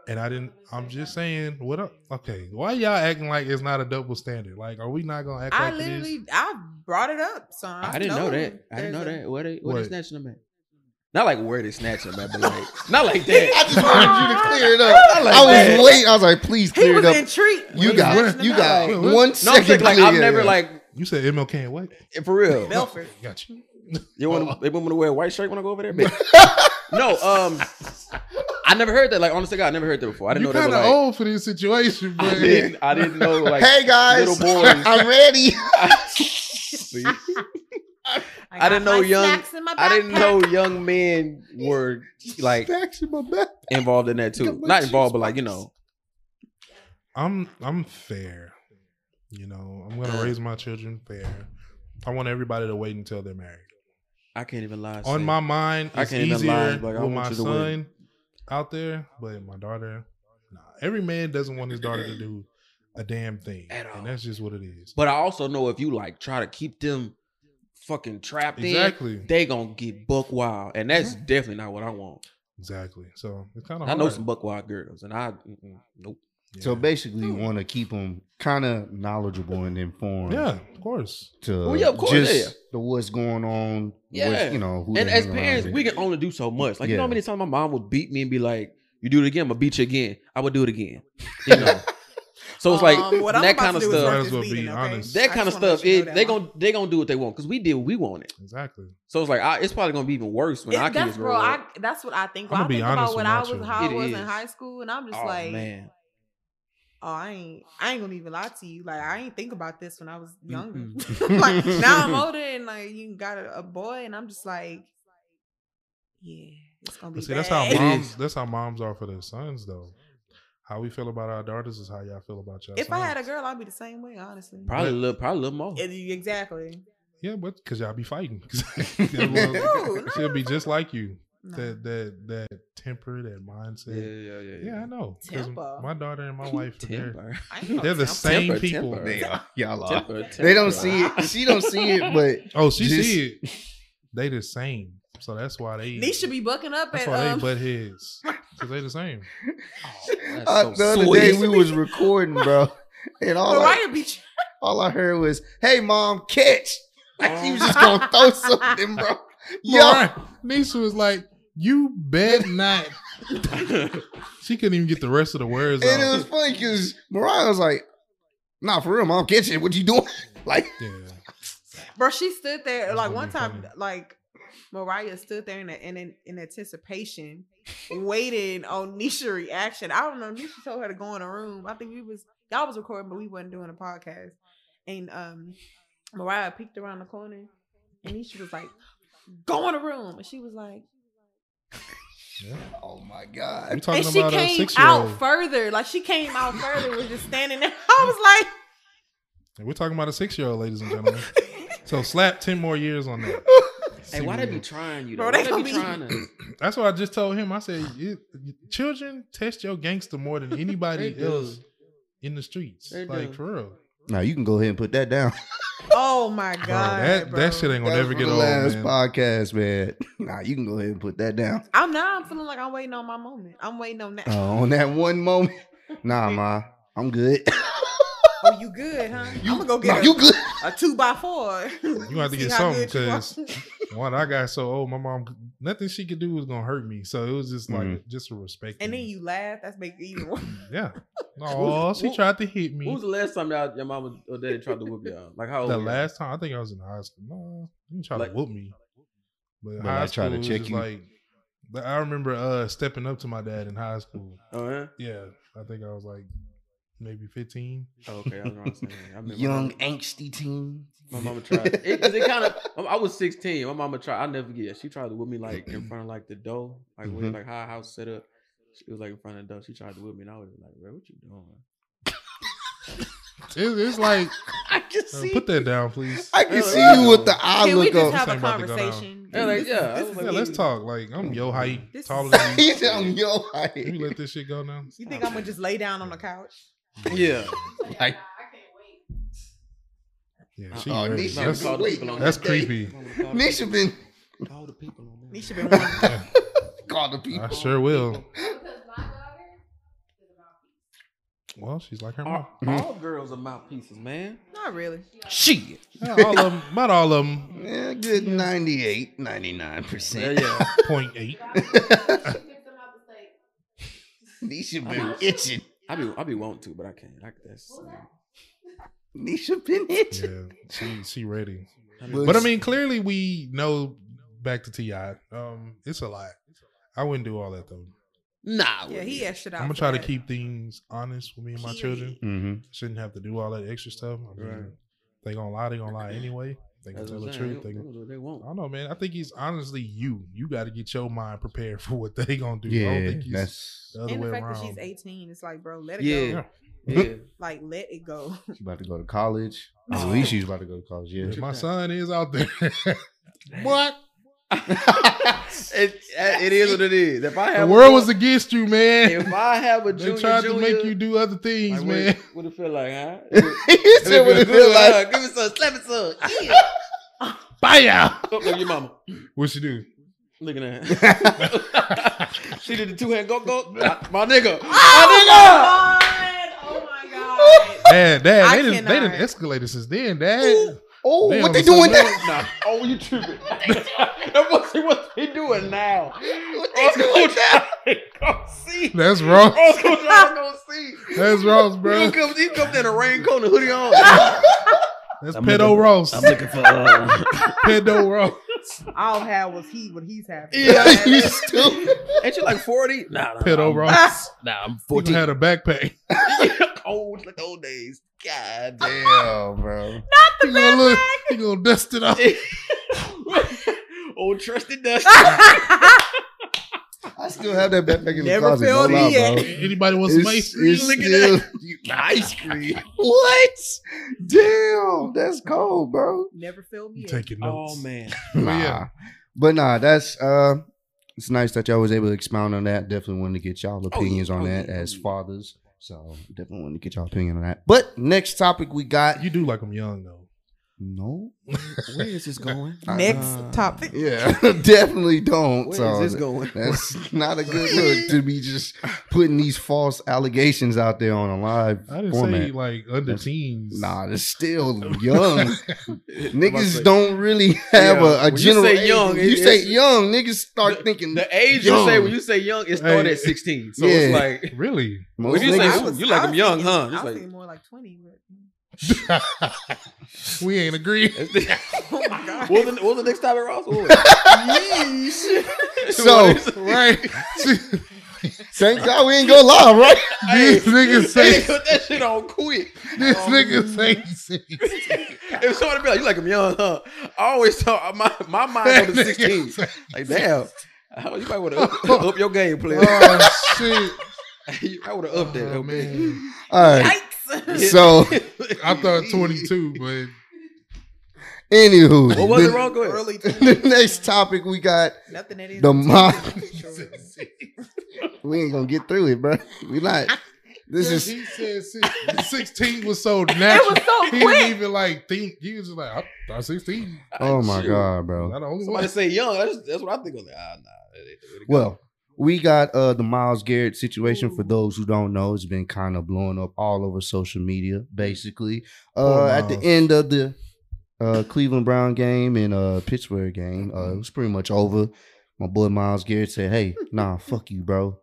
[SPEAKER 4] And I didn't. I'm just saying, what up? Okay, why y'all acting like it's not a double standard? Like, are we not gonna act
[SPEAKER 5] I
[SPEAKER 4] like it is?
[SPEAKER 5] literally, I brought it up, son.
[SPEAKER 7] I didn't know that. I didn't know
[SPEAKER 5] there's a-
[SPEAKER 7] that. Where they where
[SPEAKER 4] What?
[SPEAKER 7] they snatching them at? Not like where they snatching them at, but like not like that.
[SPEAKER 6] I just wanted you to clear it up. I
[SPEAKER 7] that.
[SPEAKER 6] was waiting. I was like, please
[SPEAKER 5] He
[SPEAKER 6] clear
[SPEAKER 5] was
[SPEAKER 6] it up.
[SPEAKER 5] intrigued.
[SPEAKER 6] You
[SPEAKER 4] Wait,
[SPEAKER 6] got
[SPEAKER 4] what?
[SPEAKER 6] you got
[SPEAKER 4] Wait, what?
[SPEAKER 6] one
[SPEAKER 7] No, I'm
[SPEAKER 6] second.
[SPEAKER 7] saying, like
[SPEAKER 6] clear
[SPEAKER 7] I've
[SPEAKER 6] it
[SPEAKER 7] never
[SPEAKER 6] up.
[SPEAKER 7] like
[SPEAKER 4] You said MLK and what?
[SPEAKER 7] for real.
[SPEAKER 5] Belford.
[SPEAKER 4] Got you.
[SPEAKER 7] You want they want me to wear a white shirt when I go over there? Bitch. no, um, I never heard that. Like honestly, God, I never heard that before. I didn't
[SPEAKER 4] You're
[SPEAKER 7] know that.
[SPEAKER 4] kind
[SPEAKER 7] was,
[SPEAKER 4] of
[SPEAKER 7] Like,
[SPEAKER 4] old for this situation, but
[SPEAKER 7] I didn't. I didn't know. Like,
[SPEAKER 6] hey guys,
[SPEAKER 7] little boys.
[SPEAKER 6] I'm ready.
[SPEAKER 7] see,
[SPEAKER 5] I,
[SPEAKER 7] I didn't
[SPEAKER 5] got
[SPEAKER 7] know
[SPEAKER 5] my
[SPEAKER 7] young-
[SPEAKER 5] snacks in my
[SPEAKER 7] I didn't
[SPEAKER 5] backpack.
[SPEAKER 7] know young men were like
[SPEAKER 6] Facts in my back.
[SPEAKER 7] involved in that too.
[SPEAKER 6] Got my
[SPEAKER 7] Not involved,
[SPEAKER 6] juice
[SPEAKER 7] but like you know,
[SPEAKER 4] I'm I'm fair. You know, I'm gonna raise my children fair. I want everybody to wait until they're married.
[SPEAKER 7] I can't even lie.
[SPEAKER 4] On
[SPEAKER 7] see.
[SPEAKER 4] my mind,
[SPEAKER 7] I
[SPEAKER 4] it's
[SPEAKER 7] can't even
[SPEAKER 4] easier
[SPEAKER 7] lie, like, I
[SPEAKER 4] with
[SPEAKER 7] want
[SPEAKER 4] my
[SPEAKER 7] you to win.
[SPEAKER 4] son out there, but my daughter, nah. Every man doesn't want his daughter to do a damn thing,
[SPEAKER 7] At all.
[SPEAKER 4] and that's just what it is.
[SPEAKER 7] but I also know if you like try to keep them fucking trapped
[SPEAKER 4] Exactly,
[SPEAKER 7] in, they gonna get buck wild, and that's definitely not what I want.
[SPEAKER 4] exactly. So it's kind of
[SPEAKER 7] I know some buck wild girls, and I mm-mm, nope.
[SPEAKER 6] So basically, you want to keep them kind of knowledgeable and informed.
[SPEAKER 4] yeah, of course.
[SPEAKER 6] To
[SPEAKER 7] Well, yeah, of course,
[SPEAKER 6] just
[SPEAKER 7] yeah.
[SPEAKER 6] the what's going on.
[SPEAKER 7] Yeah.
[SPEAKER 6] What's, you know, who
[SPEAKER 7] And
[SPEAKER 6] they
[SPEAKER 7] as
[SPEAKER 6] hang around
[SPEAKER 7] parents,
[SPEAKER 6] with.
[SPEAKER 7] we can only do so much. Like you know how
[SPEAKER 6] Yeah.
[SPEAKER 7] many times my mom would beat me and be like, "You do it again, I'm gonna beat you again. I would do it again." You know. so it's like
[SPEAKER 5] Um, what I'm
[SPEAKER 7] that
[SPEAKER 5] about
[SPEAKER 7] kind
[SPEAKER 5] to
[SPEAKER 7] of
[SPEAKER 5] do
[SPEAKER 4] Might
[SPEAKER 5] is work
[SPEAKER 7] stuff.
[SPEAKER 4] as
[SPEAKER 5] this
[SPEAKER 4] well be
[SPEAKER 5] meeting, okay?
[SPEAKER 4] honest.
[SPEAKER 7] That
[SPEAKER 5] I
[SPEAKER 7] kind of
[SPEAKER 5] just wanna let
[SPEAKER 7] stuff.
[SPEAKER 5] you know
[SPEAKER 7] It,
[SPEAKER 5] that
[SPEAKER 7] they
[SPEAKER 5] one.
[SPEAKER 7] gon' they gonna do what they want because we did what we wanted.
[SPEAKER 4] Exactly.
[SPEAKER 7] So it's like I, it's probably gonna be even worse when
[SPEAKER 5] It-
[SPEAKER 7] our kids
[SPEAKER 5] that's
[SPEAKER 7] grow
[SPEAKER 5] bro.
[SPEAKER 7] up.
[SPEAKER 5] I, that's what I think.
[SPEAKER 4] I'ma
[SPEAKER 5] I
[SPEAKER 4] be
[SPEAKER 5] think
[SPEAKER 4] honest
[SPEAKER 5] about
[SPEAKER 4] with
[SPEAKER 5] when
[SPEAKER 4] my
[SPEAKER 5] I was
[SPEAKER 4] children.
[SPEAKER 5] how I
[SPEAKER 7] It
[SPEAKER 5] was in
[SPEAKER 7] is.
[SPEAKER 5] high school, and I'm just
[SPEAKER 7] oh
[SPEAKER 5] like,
[SPEAKER 7] man,
[SPEAKER 5] oh, I ain't, I ain't gonna even lie to you. Like, I ain't think about this when I was younger.
[SPEAKER 6] Mm-mm.
[SPEAKER 5] like now I'm older, and like you got a, a boy, and I'm just like, yeah, it's gonna be.
[SPEAKER 4] But see, that's how
[SPEAKER 5] bad.
[SPEAKER 4] moms. That's how moms are for their sons, though. How we feel about our daughters is how y'all feel about y'all.
[SPEAKER 5] If I had a
[SPEAKER 4] sons.
[SPEAKER 5] girl, I'd be the same way, honestly.
[SPEAKER 7] probably a little, probably a little more.
[SPEAKER 5] It- exactly.
[SPEAKER 4] yeah, but because y'all be fighting,
[SPEAKER 5] no,
[SPEAKER 4] she'll be just like you.
[SPEAKER 5] No.
[SPEAKER 4] That that that temper, that mindset.
[SPEAKER 7] yeah,
[SPEAKER 4] Yeah, I know. 'Cause
[SPEAKER 5] Temper.
[SPEAKER 4] My daughter and my wife, they're,
[SPEAKER 7] Temper,
[SPEAKER 5] I ain't no
[SPEAKER 4] they're the
[SPEAKER 5] temper.
[SPEAKER 4] same
[SPEAKER 7] temper,
[SPEAKER 4] people.
[SPEAKER 7] temper.
[SPEAKER 6] They are. Y'all are.
[SPEAKER 7] temper,
[SPEAKER 6] They don't
[SPEAKER 7] temper.
[SPEAKER 6] see it. She don't see it, but
[SPEAKER 4] Oh, she
[SPEAKER 6] Just-
[SPEAKER 4] see it. They the same, so that's why they.
[SPEAKER 5] Nisha be bucking up
[SPEAKER 4] That's
[SPEAKER 5] at
[SPEAKER 4] why
[SPEAKER 5] um,
[SPEAKER 4] they butt heads. Cause they the same.
[SPEAKER 7] That's
[SPEAKER 6] uh,
[SPEAKER 7] so
[SPEAKER 6] the other
[SPEAKER 7] sweet.
[SPEAKER 6] day we was recording, bro, and all I,
[SPEAKER 5] Mariah Beach.
[SPEAKER 6] all I heard was, "Hey, mom, catch!" Like he was just gonna throw something, bro. Yo,
[SPEAKER 4] Mariah- Nisha was like, "You bet not." she couldn't even get the rest of the words
[SPEAKER 6] and it
[SPEAKER 4] out.
[SPEAKER 6] was funny because Mariah was like, "Nah, for real, mom, catch it. What you doing?" Like,
[SPEAKER 4] yeah.
[SPEAKER 5] Bro, she stood there
[SPEAKER 4] That's
[SPEAKER 5] like
[SPEAKER 4] gonna
[SPEAKER 5] one
[SPEAKER 4] be
[SPEAKER 5] time,
[SPEAKER 4] funny.
[SPEAKER 5] like Mariah stood there in a, in, an- in anticipation, waiting on Nisha's reaction. I don't know. Nisha told her to go in a room. I think we was y'all was recording, but we wasn't doing a podcast. And um, Mariah peeked around the corner, and Nisha was like, "Go in a room," and she was like,
[SPEAKER 4] Yeah.
[SPEAKER 6] oh my
[SPEAKER 4] We
[SPEAKER 6] god,
[SPEAKER 4] talking
[SPEAKER 5] and she
[SPEAKER 4] about a
[SPEAKER 5] came
[SPEAKER 4] six year
[SPEAKER 5] out
[SPEAKER 4] old.
[SPEAKER 5] further. Like she came out further, was just standing there. I
[SPEAKER 4] We're talking about a six year old, ladies and
[SPEAKER 5] was
[SPEAKER 4] gentlemen.
[SPEAKER 5] like,
[SPEAKER 4] so slap ten more years on that.
[SPEAKER 7] Hey, why they be trying you? Though?
[SPEAKER 5] Bro,
[SPEAKER 7] Why
[SPEAKER 5] they
[SPEAKER 7] they be
[SPEAKER 5] be-
[SPEAKER 7] trying to?
[SPEAKER 4] That's what I just told him. I said, "You- children test your gangster more than anybody
[SPEAKER 7] They do.
[SPEAKER 4] else in the streets.
[SPEAKER 7] They
[SPEAKER 4] like
[SPEAKER 7] do.
[SPEAKER 4] for real.
[SPEAKER 6] now you can go ahead and put that down.
[SPEAKER 5] "Oh my god,
[SPEAKER 4] Bro, that
[SPEAKER 5] bro.
[SPEAKER 4] that shit ain't gonna
[SPEAKER 6] That's
[SPEAKER 4] never
[SPEAKER 6] for
[SPEAKER 4] get
[SPEAKER 6] the
[SPEAKER 4] old,
[SPEAKER 6] last
[SPEAKER 4] man.
[SPEAKER 6] podcast, man. Nah, you can go ahead and put that down.
[SPEAKER 5] I'm now. I'm feeling like I'm waiting on my moment. I'm waiting on that.
[SPEAKER 6] Uh,
[SPEAKER 4] Oh.
[SPEAKER 6] on that one moment, nah, ma, I'm good.
[SPEAKER 5] oh, you good, huh? I'm gonna go get
[SPEAKER 6] nah,
[SPEAKER 5] a,
[SPEAKER 6] you good.
[SPEAKER 5] a two by four. You
[SPEAKER 4] have to get something, 'cause- When I got so old, my mom nothing she could do was gonna hurt me. So it was just like
[SPEAKER 6] Mhm.
[SPEAKER 4] just a respect.
[SPEAKER 5] And then
[SPEAKER 4] thing.
[SPEAKER 5] you laugh. That's make it even worse.
[SPEAKER 4] yeah. Oh, she
[SPEAKER 7] who-
[SPEAKER 4] tried to hit
[SPEAKER 7] When was
[SPEAKER 4] me.
[SPEAKER 7] the last time y'all, your mama or daddy tried to whoop y'all? Like how old?
[SPEAKER 4] The
[SPEAKER 7] were
[SPEAKER 4] last time I think I was in high school. No, you tried
[SPEAKER 7] Like-
[SPEAKER 4] to whoop me, but,
[SPEAKER 6] But
[SPEAKER 4] high
[SPEAKER 6] I tried to
[SPEAKER 4] school it was
[SPEAKER 6] check
[SPEAKER 4] just
[SPEAKER 6] you.
[SPEAKER 4] Like But I remember uh stepping up to my dad in high school.
[SPEAKER 7] Oh
[SPEAKER 5] Uh-huh.
[SPEAKER 7] yeah.
[SPEAKER 4] Yeah, I think I was like maybe 15.
[SPEAKER 7] Oh, okay, I was wrong. saying. I remember
[SPEAKER 6] Young angsty teen.
[SPEAKER 7] My mama tried. It, 'cause it kind of. I was sixteen. My mama tried. I never forget. She tried to whip me like in front of like the door, like where
[SPEAKER 4] Mm-hmm.
[SPEAKER 6] Mhm.
[SPEAKER 7] like how our house set up. She was like in front of the door. She tried to whip me, and I was like, "Bro, what you doing?"
[SPEAKER 4] It, it's like
[SPEAKER 6] I can
[SPEAKER 4] uh, put that down, please.
[SPEAKER 6] I can
[SPEAKER 7] Yeah,
[SPEAKER 6] see
[SPEAKER 7] yeah.
[SPEAKER 6] you with the eye
[SPEAKER 5] Can we
[SPEAKER 6] look
[SPEAKER 5] just
[SPEAKER 6] on.
[SPEAKER 4] up.
[SPEAKER 5] have
[SPEAKER 4] This
[SPEAKER 5] a
[SPEAKER 4] ain't about to go down.
[SPEAKER 5] conversation?
[SPEAKER 7] Yeah, like yeah. I was
[SPEAKER 4] Yeah,
[SPEAKER 7] like,
[SPEAKER 4] let's
[SPEAKER 7] "What-
[SPEAKER 4] talk. Like I'm yo height,
[SPEAKER 5] This is-
[SPEAKER 4] taller than you.
[SPEAKER 6] He's on your
[SPEAKER 4] Can you
[SPEAKER 6] height.
[SPEAKER 4] let this shit go now?
[SPEAKER 7] Oh.
[SPEAKER 5] You think I'm gonna just lay down on the couch?
[SPEAKER 7] Yeah.
[SPEAKER 6] Like,
[SPEAKER 4] Yeah, she
[SPEAKER 6] Uh-uh,
[SPEAKER 4] ready.
[SPEAKER 6] Nisha,
[SPEAKER 7] Mama
[SPEAKER 4] That's,
[SPEAKER 7] called the
[SPEAKER 6] wait.
[SPEAKER 7] people on
[SPEAKER 4] that's
[SPEAKER 7] me.
[SPEAKER 4] creepy.
[SPEAKER 7] Mama called the-
[SPEAKER 6] Nisha been
[SPEAKER 7] called the people on me.
[SPEAKER 5] Nisha been wanting
[SPEAKER 6] called the
[SPEAKER 4] I
[SPEAKER 6] people.
[SPEAKER 4] sure will. Well, she's like her mom.
[SPEAKER 7] All, all girls are mouthpieces, man.
[SPEAKER 5] Not really.
[SPEAKER 6] Shit.
[SPEAKER 4] Yeah, all of them, about all of them,
[SPEAKER 6] Yeah, good 98, 99 percent.
[SPEAKER 7] yeah.
[SPEAKER 4] point eight.
[SPEAKER 6] Nisha been itching.
[SPEAKER 7] I be I be want to, but I can't. I, that's uh,
[SPEAKER 6] Nisha been itching.
[SPEAKER 4] Yeah, she she ready.
[SPEAKER 7] I mean,
[SPEAKER 6] Well,
[SPEAKER 4] But I mean, clearly we know. Back to Ti, um, it's a lot. I wouldn't do all that though.
[SPEAKER 6] Nah.
[SPEAKER 5] Yeah, he asked it out.
[SPEAKER 4] I'm gonna
[SPEAKER 5] for
[SPEAKER 4] try to
[SPEAKER 5] that.
[SPEAKER 4] keep things honest with me and my children.
[SPEAKER 6] Mm-hmm.
[SPEAKER 4] Shouldn't have to do all that extra stuff. I mean,
[SPEAKER 7] Right.
[SPEAKER 4] They gonna lie. They gonna lie anyway. They gonna
[SPEAKER 7] that's
[SPEAKER 4] tell
[SPEAKER 7] what
[SPEAKER 4] the
[SPEAKER 7] I'm saying.
[SPEAKER 4] truth. They
[SPEAKER 7] They,
[SPEAKER 4] gonna
[SPEAKER 7] they, they won't.
[SPEAKER 4] I don't know, man. I think he's honestly you. You got to get your mind prepared for what they gonna do. I don't
[SPEAKER 6] Yeah,
[SPEAKER 4] think he's
[SPEAKER 6] that's.
[SPEAKER 4] the other
[SPEAKER 5] And
[SPEAKER 4] way
[SPEAKER 5] the fact
[SPEAKER 4] around.
[SPEAKER 5] that she's 18, it's like, bro, let it go.
[SPEAKER 7] Yeah. Yeah.
[SPEAKER 4] Yeah.
[SPEAKER 5] Like, let it go.
[SPEAKER 6] She about to go to college. At least she's about to go to college. Yeah.
[SPEAKER 4] If my son is out there.
[SPEAKER 6] What?
[SPEAKER 7] it, it is what it is. If I
[SPEAKER 4] the
[SPEAKER 7] have
[SPEAKER 4] world
[SPEAKER 7] a,
[SPEAKER 4] was against you, man.
[SPEAKER 7] if I have a
[SPEAKER 4] They
[SPEAKER 7] junior,
[SPEAKER 4] tried to
[SPEAKER 7] junior,
[SPEAKER 4] make you do other things,
[SPEAKER 7] like,
[SPEAKER 4] man.
[SPEAKER 7] What, what it feel like, huh?
[SPEAKER 6] he said what it feel like.
[SPEAKER 7] Give me some, slap it some.
[SPEAKER 6] Fire.
[SPEAKER 7] Look at your mama.
[SPEAKER 4] What she do?
[SPEAKER 7] Looking at her. she did the two hand go go. Ah! My nigga.
[SPEAKER 5] Oh my god.
[SPEAKER 4] Dad, dad,
[SPEAKER 5] I
[SPEAKER 4] they didn't, they didn't
[SPEAKER 5] cannot.
[SPEAKER 4] escalate it since then, dad.
[SPEAKER 6] Oh,
[SPEAKER 4] Damn,
[SPEAKER 6] what they
[SPEAKER 4] so
[SPEAKER 6] doing
[SPEAKER 4] now-
[SPEAKER 6] now?
[SPEAKER 7] Nah. Oh, you tripping? That was what he doing now.
[SPEAKER 6] What they doing now?
[SPEAKER 7] Go see.
[SPEAKER 4] That's wrong.
[SPEAKER 7] Oh, y'all gonna see.
[SPEAKER 4] That's Ross,
[SPEAKER 7] You
[SPEAKER 4] bro.
[SPEAKER 7] come, you come in a raincoat and hoodie on.
[SPEAKER 4] That's
[SPEAKER 3] I'm
[SPEAKER 4] pedo
[SPEAKER 3] looking-
[SPEAKER 4] Ross.
[SPEAKER 3] I'm looking for uh,
[SPEAKER 4] Pedo Ross.
[SPEAKER 5] All have was he what he's having.
[SPEAKER 7] yeah.
[SPEAKER 6] you stupid.
[SPEAKER 7] Ain't you like 40? Nah, nah,
[SPEAKER 4] Pedo
[SPEAKER 7] I'm-
[SPEAKER 4] Ross.
[SPEAKER 7] Nah, I'm
[SPEAKER 4] He had a back pain.
[SPEAKER 7] old, like the old days. God damn.
[SPEAKER 6] Damn, bro.
[SPEAKER 4] He gonna look. He gonna dust it off.
[SPEAKER 7] old trusty dust.
[SPEAKER 6] I still have that backpack in
[SPEAKER 5] Never
[SPEAKER 6] the closet.
[SPEAKER 5] filled
[SPEAKER 6] no
[SPEAKER 5] it
[SPEAKER 6] lie,
[SPEAKER 5] yet.
[SPEAKER 6] bro.
[SPEAKER 4] Anybody want some ice cream?
[SPEAKER 6] it's
[SPEAKER 4] Look at
[SPEAKER 6] still-
[SPEAKER 4] that.
[SPEAKER 6] You- ice cream. What? Damn, that's cold, bro.
[SPEAKER 5] Never failed me.
[SPEAKER 4] You
[SPEAKER 5] yet.
[SPEAKER 4] taking notes?
[SPEAKER 7] Oh man.
[SPEAKER 4] Well, yeah.
[SPEAKER 6] Nah. But nah, that's uh it's nice that y'all was able to expound on that. Definitely wanted to get y'all
[SPEAKER 7] yeah.
[SPEAKER 6] opinions on
[SPEAKER 7] Oh,
[SPEAKER 6] that
[SPEAKER 7] yeah.
[SPEAKER 6] as
[SPEAKER 7] Oh, yeah.
[SPEAKER 6] fathers. So definitely wanted to get y'all opinion on that. But next topic we got
[SPEAKER 4] You do like I'm young though.
[SPEAKER 6] No.
[SPEAKER 7] Where is this going?
[SPEAKER 5] Next
[SPEAKER 7] Uh,
[SPEAKER 5] topic.
[SPEAKER 6] Yeah, definitely don't.
[SPEAKER 7] Where
[SPEAKER 6] so
[SPEAKER 7] is this going?
[SPEAKER 6] that's not a good look to be just putting these false allegations out there on a live
[SPEAKER 4] I didn't
[SPEAKER 6] format.
[SPEAKER 4] say like under
[SPEAKER 6] That's-
[SPEAKER 4] teens.
[SPEAKER 6] Nah, they're still young.
[SPEAKER 7] About
[SPEAKER 6] niggas
[SPEAKER 7] to-
[SPEAKER 6] don't really have
[SPEAKER 7] Yeah,
[SPEAKER 6] a, a
[SPEAKER 7] when you say
[SPEAKER 6] general.
[SPEAKER 7] young,
[SPEAKER 6] you
[SPEAKER 7] it-
[SPEAKER 6] say
[SPEAKER 7] it's-
[SPEAKER 6] young, niggas start thinking
[SPEAKER 7] The age you
[SPEAKER 6] Young.
[SPEAKER 7] say when you say young is starting at 16. So
[SPEAKER 6] Yeah.
[SPEAKER 7] it's like
[SPEAKER 4] really?
[SPEAKER 6] most
[SPEAKER 7] when you say
[SPEAKER 6] niggas.
[SPEAKER 5] I
[SPEAKER 7] "Ooh,
[SPEAKER 5] was-
[SPEAKER 7] you like
[SPEAKER 5] I
[SPEAKER 7] him
[SPEAKER 5] was
[SPEAKER 7] young,
[SPEAKER 5] thinking-
[SPEAKER 7] huh?
[SPEAKER 5] I was
[SPEAKER 7] It's
[SPEAKER 5] thinking more like 20. But...
[SPEAKER 4] we ain't agree.
[SPEAKER 7] like
[SPEAKER 5] Oh my god.
[SPEAKER 7] What was the, what was the next topic, Ross? What was it?
[SPEAKER 6] so
[SPEAKER 7] What is it?
[SPEAKER 4] right?
[SPEAKER 6] thank God we ain't go live, right?
[SPEAKER 4] These niggas
[SPEAKER 7] Hey,
[SPEAKER 4] say
[SPEAKER 7] put that shit on quick.
[SPEAKER 4] this nigga say six.
[SPEAKER 7] If somebody be like, you like him young, huh? I always thought my my mind goes to 16. Like, damn. Oh, you might want to up, up your game, player.
[SPEAKER 4] Oh shit!
[SPEAKER 7] you might want to up that.
[SPEAKER 4] Oh,
[SPEAKER 7] okay?
[SPEAKER 4] man.
[SPEAKER 6] All right.
[SPEAKER 5] Yikes.
[SPEAKER 6] So,
[SPEAKER 4] I thought twenty two, but
[SPEAKER 6] anywho,
[SPEAKER 7] What was
[SPEAKER 6] the,
[SPEAKER 7] it, Ross? Go ahead.
[SPEAKER 5] Early
[SPEAKER 6] the
[SPEAKER 5] 20s.
[SPEAKER 6] next topic we got.
[SPEAKER 5] Nothing that is
[SPEAKER 6] The mom-
[SPEAKER 5] Sure.
[SPEAKER 6] We ain't gonna get through it, bro. We not. This
[SPEAKER 4] Yeah,
[SPEAKER 6] is
[SPEAKER 4] he said six, sixteen was so natural.
[SPEAKER 5] was so
[SPEAKER 4] he
[SPEAKER 5] quick.
[SPEAKER 4] didn't even like think. He was just like, I thought sixteen.
[SPEAKER 6] oh my
[SPEAKER 7] Shoot.
[SPEAKER 6] god, bro.
[SPEAKER 4] Not the only
[SPEAKER 7] Somebody
[SPEAKER 4] one.
[SPEAKER 7] say young. That's, that's what I think. I'm like, ah, nah. that ain't the way to go.
[SPEAKER 6] Well, we got uh the Miles Garrett situation. For
[SPEAKER 5] Ooh.
[SPEAKER 6] those who don't know, it's been kind of blowing up all over social media, basically. Uh
[SPEAKER 4] Poor
[SPEAKER 6] at the
[SPEAKER 4] Miles.
[SPEAKER 6] end of the uh Cleveland Brown game and uh Pittsburgh game, uh
[SPEAKER 7] Mm-hmm.
[SPEAKER 6] it was pretty much over. My boy Miles Garrett said, Hey, nah, fuck you, bro.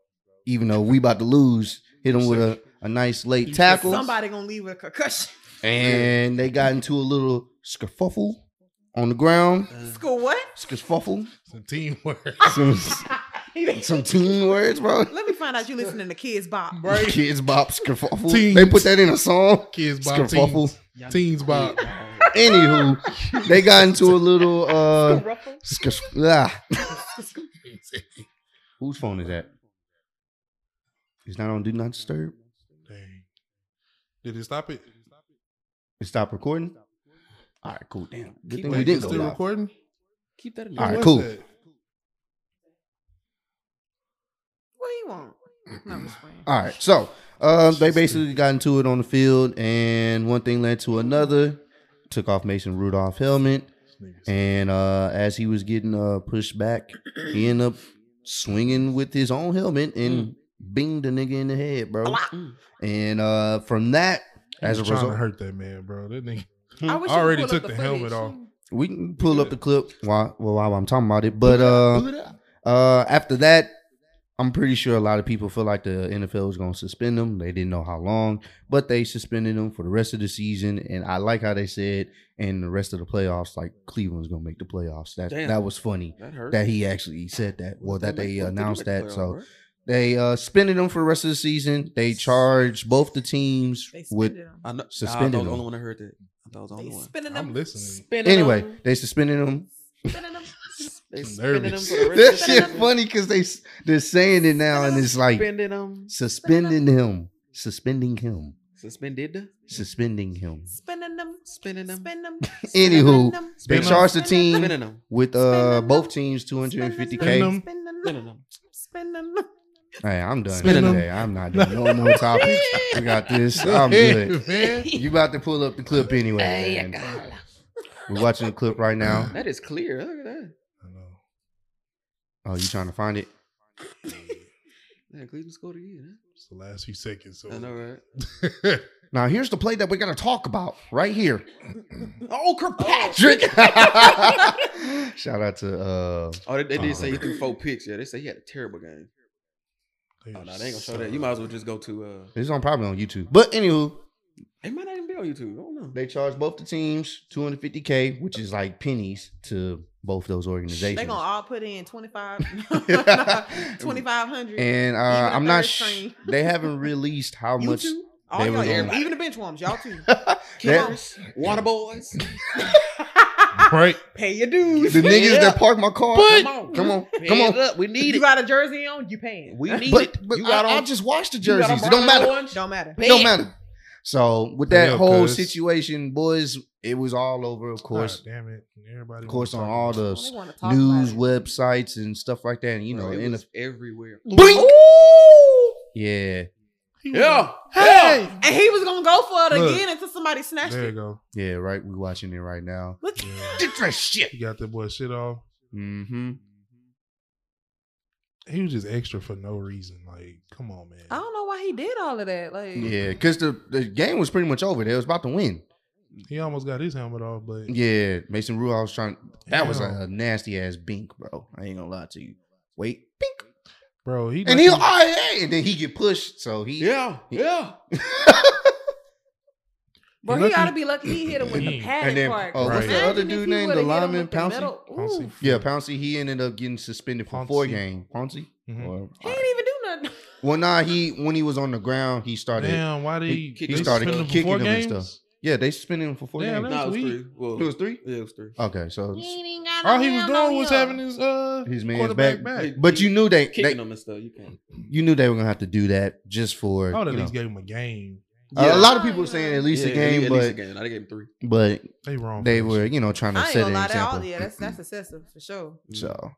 [SPEAKER 6] Even though we about to lose, hit him with a, a nice late tackle.
[SPEAKER 5] Somebody gonna leave with a concussion.
[SPEAKER 6] And they got into a little scuffle on the ground.
[SPEAKER 7] Uh,
[SPEAKER 5] School what?
[SPEAKER 6] Scuffle.
[SPEAKER 4] Some teamwork.
[SPEAKER 6] Some Some teen words, bro.
[SPEAKER 5] Let me find out you listening to Kids Bop.
[SPEAKER 4] Right.
[SPEAKER 6] Kids bop skerfuffle.
[SPEAKER 4] Teens.
[SPEAKER 6] They put that in a song.
[SPEAKER 4] Kids Bob
[SPEAKER 6] Skerfuffle.
[SPEAKER 4] Teens. Teens Bob.
[SPEAKER 6] Anywho, they got into a little uh skers- ah. Whose phone is that? It's not on Do Not Disturb.
[SPEAKER 4] Dang. Did it stop it?
[SPEAKER 6] It stopped recording. All right, cool. Damn. Good thing
[SPEAKER 4] Wait,
[SPEAKER 6] we didn't
[SPEAKER 4] it's
[SPEAKER 6] go
[SPEAKER 4] still
[SPEAKER 6] live.
[SPEAKER 4] recording?
[SPEAKER 7] Keep that in
[SPEAKER 6] All
[SPEAKER 7] mind.
[SPEAKER 4] What's
[SPEAKER 6] right, cool.
[SPEAKER 4] that?
[SPEAKER 5] What do you want? No, I'm just playing.
[SPEAKER 6] All right, so um, they basically got into it on the field, and one thing led to another. Took off Mason Rudolph helmet, and uh, as he was getting uh, pushed back, he ended up swinging with his own helmet
[SPEAKER 4] Mm.
[SPEAKER 6] and binged a nigga in the head, bro. And uh, from that, as a
[SPEAKER 4] He's trying to
[SPEAKER 6] result,
[SPEAKER 4] hurt that man, bro. That nigga.
[SPEAKER 5] Hmm. I wish
[SPEAKER 4] I
[SPEAKER 5] you could
[SPEAKER 4] already
[SPEAKER 5] pull up
[SPEAKER 4] took the helmet
[SPEAKER 5] footage.
[SPEAKER 4] off.
[SPEAKER 6] we can pull up the clip while well while I'm talking about it. But uh, uh, after that, I'm pretty sure a lot of people feel like the NFL was going to suspend him. They didn't know how long, but they suspended him for the rest of the season. And I like how they said, and the rest of the playoffs, like Cleveland's going to make the playoffs. That
[SPEAKER 7] Damn.
[SPEAKER 6] that was funny
[SPEAKER 7] That hurt.
[SPEAKER 6] that he actually said that. Well, that
[SPEAKER 7] make-
[SPEAKER 6] they uh,
[SPEAKER 7] what did
[SPEAKER 6] announced
[SPEAKER 7] make the
[SPEAKER 6] that.
[SPEAKER 7] playoff,
[SPEAKER 6] So
[SPEAKER 7] bro?
[SPEAKER 6] they uh suspended him for the rest of the season. They charged both the teams
[SPEAKER 5] They
[SPEAKER 6] with.
[SPEAKER 5] spinning them.
[SPEAKER 7] I know.
[SPEAKER 6] suspended
[SPEAKER 7] Suspended. I
[SPEAKER 6] him.
[SPEAKER 7] was the only one that heard that. I thought I was the only
[SPEAKER 5] They
[SPEAKER 7] one.
[SPEAKER 5] spinning
[SPEAKER 4] I'm
[SPEAKER 5] them.
[SPEAKER 4] listening.
[SPEAKER 7] Spinning
[SPEAKER 6] Anyway,
[SPEAKER 7] them.
[SPEAKER 6] they suspended him
[SPEAKER 5] Spinning them.
[SPEAKER 7] they
[SPEAKER 4] I'm
[SPEAKER 7] spinning them
[SPEAKER 4] nervous.
[SPEAKER 6] that
[SPEAKER 7] for the rest of the
[SPEAKER 6] shit
[SPEAKER 7] season.
[SPEAKER 6] funny because they s- they're saying it now and it's like
[SPEAKER 7] Spinning them.
[SPEAKER 6] suspending him, suspending him, Mm.
[SPEAKER 7] Suspended.
[SPEAKER 6] suspending him.
[SPEAKER 5] Spinning them.
[SPEAKER 7] Spinning them.
[SPEAKER 5] Spin them.
[SPEAKER 6] Anywho, they
[SPEAKER 4] Spin him.
[SPEAKER 6] charged the team
[SPEAKER 7] Spinning them.
[SPEAKER 6] with uh both teams 250k.
[SPEAKER 4] him.
[SPEAKER 5] Spin them.
[SPEAKER 7] Spinning them.
[SPEAKER 5] Spin them.
[SPEAKER 6] Hey, I'm done
[SPEAKER 4] Spin him.
[SPEAKER 6] today. I'm not doing no more topics. We got this. I'm good.
[SPEAKER 4] man.
[SPEAKER 6] You about to pull up the clip anyway. man. We're watching the clip right now.
[SPEAKER 7] That is clear. Look at that.
[SPEAKER 4] I know.
[SPEAKER 6] Oh, you trying to find it?
[SPEAKER 7] Yeah, Cleveland scored again.
[SPEAKER 4] It's the last few seconds. So.
[SPEAKER 7] Huh? I know, right?
[SPEAKER 6] Now here's the play that we're gonna talk about right here.
[SPEAKER 7] Oh, Kirkpatrick.
[SPEAKER 6] Drink. Shout out to uh
[SPEAKER 7] Oh, they, they did
[SPEAKER 6] Oh.
[SPEAKER 7] say he threw four picks. Yeah, they say he had a terrible game. Oh, no, they ain't gonna show that. You might as well just go to. uh
[SPEAKER 6] It's on probably on YouTube. But anywho,
[SPEAKER 7] It might not even be on YouTube. I don't know.
[SPEAKER 6] they charge both the teams 250k, which is like pennies to both those
[SPEAKER 5] They
[SPEAKER 6] organizations.
[SPEAKER 5] gonna all put in 25 2500
[SPEAKER 6] and uh,
[SPEAKER 5] Even a
[SPEAKER 6] I'm not.
[SPEAKER 5] third
[SPEAKER 6] Sh-
[SPEAKER 5] string.
[SPEAKER 6] they haven't released how
[SPEAKER 5] You
[SPEAKER 6] much.
[SPEAKER 5] too? All
[SPEAKER 6] they
[SPEAKER 5] y'all,
[SPEAKER 6] was on-
[SPEAKER 5] even the bench warmers, y'all too.
[SPEAKER 6] That-
[SPEAKER 7] Water boys.
[SPEAKER 4] Right.
[SPEAKER 5] Pay your dues.
[SPEAKER 6] the niggas that parked my car.
[SPEAKER 7] But-
[SPEAKER 6] come on, come on, come
[SPEAKER 7] Hands
[SPEAKER 6] on.
[SPEAKER 7] up. We need
[SPEAKER 5] You
[SPEAKER 7] it.
[SPEAKER 5] got a jersey on, you paying.
[SPEAKER 7] We need it.
[SPEAKER 6] But, but
[SPEAKER 7] you
[SPEAKER 6] I,
[SPEAKER 7] got
[SPEAKER 6] I
[SPEAKER 7] on.
[SPEAKER 6] just watched the
[SPEAKER 7] you got on
[SPEAKER 6] jerseys. It don't
[SPEAKER 7] brown
[SPEAKER 6] matter.
[SPEAKER 7] orange?
[SPEAKER 5] Don't matter.
[SPEAKER 6] It don't matter. So with
[SPEAKER 4] Hurry
[SPEAKER 6] that
[SPEAKER 4] up,
[SPEAKER 6] whole
[SPEAKER 4] cuz.
[SPEAKER 6] situation, boys, it was all over. Of course,
[SPEAKER 4] God damn it. Everybody.
[SPEAKER 6] of course, on
[SPEAKER 4] wanna
[SPEAKER 6] all
[SPEAKER 4] talk about
[SPEAKER 6] the
[SPEAKER 5] They wanna talk
[SPEAKER 6] news
[SPEAKER 5] about it.
[SPEAKER 6] websites and stuff like that. And you know,
[SPEAKER 7] Bro, it
[SPEAKER 6] in
[SPEAKER 7] was
[SPEAKER 6] the
[SPEAKER 7] everywhere.
[SPEAKER 6] yeah,
[SPEAKER 7] Yeah.
[SPEAKER 5] Hey, and he was gonna go for it
[SPEAKER 4] Look.
[SPEAKER 5] again until somebody snatched
[SPEAKER 4] There you
[SPEAKER 5] it.
[SPEAKER 4] go.
[SPEAKER 6] yeah, right. We watching it right now.
[SPEAKER 5] Look,
[SPEAKER 4] Yeah.
[SPEAKER 6] Different shit.
[SPEAKER 4] He got that boy shit off.
[SPEAKER 6] Mm-hmm.
[SPEAKER 4] He was just extra for no reason. Like, come on, man.
[SPEAKER 5] I don't know why he did all of that. Like,
[SPEAKER 6] Yeah, because the, the game was pretty much over. They was about to win.
[SPEAKER 4] He almost got his helmet off, but
[SPEAKER 6] Yeah, Mason Rudolph was trying. That was a, uh,
[SPEAKER 4] Damn.
[SPEAKER 6] a nasty ass bink, bro. I ain't gonna lie to you. Wait, bink,
[SPEAKER 4] bro, he like-
[SPEAKER 6] and he, oh, yeah, and then he get pushed. So he,
[SPEAKER 7] Yeah. Yeah.
[SPEAKER 5] bro, he
[SPEAKER 4] lucky-
[SPEAKER 5] ought to be lucky he hit him with the
[SPEAKER 4] Mm.
[SPEAKER 5] padded
[SPEAKER 6] And then-
[SPEAKER 5] part.
[SPEAKER 6] oh,
[SPEAKER 4] what's the
[SPEAKER 5] Imagine
[SPEAKER 6] other
[SPEAKER 5] if he
[SPEAKER 6] dude named?
[SPEAKER 5] would've
[SPEAKER 6] The
[SPEAKER 5] hit him
[SPEAKER 6] lineman,
[SPEAKER 5] with the
[SPEAKER 6] Pouncey?
[SPEAKER 5] metal- Ooh.
[SPEAKER 4] Pouncey.
[SPEAKER 6] yeah, Pouncey. He ended up getting suspended for four
[SPEAKER 4] Pouncey.
[SPEAKER 6] game. Pouncey.
[SPEAKER 7] Mm-hmm.
[SPEAKER 4] Mhm.
[SPEAKER 6] Or-
[SPEAKER 5] He didn't even do nothing.
[SPEAKER 6] Well, nah, he when he was on the ground, he started.
[SPEAKER 4] Damn, why did
[SPEAKER 7] He-
[SPEAKER 4] he?
[SPEAKER 7] he
[SPEAKER 4] they
[SPEAKER 7] started
[SPEAKER 4] suspended for
[SPEAKER 6] kicking
[SPEAKER 4] four
[SPEAKER 6] him and
[SPEAKER 4] games?
[SPEAKER 6] Yeah, they suspended him for four
[SPEAKER 4] Damn,
[SPEAKER 6] games.
[SPEAKER 4] that
[SPEAKER 7] No, it was
[SPEAKER 4] was weak.
[SPEAKER 7] three. Well,
[SPEAKER 6] It was three.
[SPEAKER 7] Yeah, it was three.
[SPEAKER 6] Okay, so
[SPEAKER 4] All he was doing was having his uh
[SPEAKER 6] His man's
[SPEAKER 4] quarterback
[SPEAKER 6] back.
[SPEAKER 4] back.
[SPEAKER 7] Hey,
[SPEAKER 6] but you knew they,
[SPEAKER 7] Kicking
[SPEAKER 6] they
[SPEAKER 7] them and stuff. You can't.
[SPEAKER 6] you knew they were gonna have to do that just for
[SPEAKER 4] I would at
[SPEAKER 6] you know.
[SPEAKER 4] least gave him a game.
[SPEAKER 6] A
[SPEAKER 7] Yeah.
[SPEAKER 6] lot of people were saying at least
[SPEAKER 7] Yeah,
[SPEAKER 6] a game,
[SPEAKER 7] At
[SPEAKER 6] but
[SPEAKER 7] least a game. I gave him three.
[SPEAKER 6] but
[SPEAKER 4] They wrong.
[SPEAKER 6] they
[SPEAKER 4] for
[SPEAKER 6] were
[SPEAKER 4] that
[SPEAKER 6] you know trying to
[SPEAKER 5] I ain't
[SPEAKER 6] set
[SPEAKER 5] gonna
[SPEAKER 6] an
[SPEAKER 5] lie, that all
[SPEAKER 6] example.
[SPEAKER 5] yeah, that's that's excessive for sure.
[SPEAKER 7] Mm.
[SPEAKER 6] so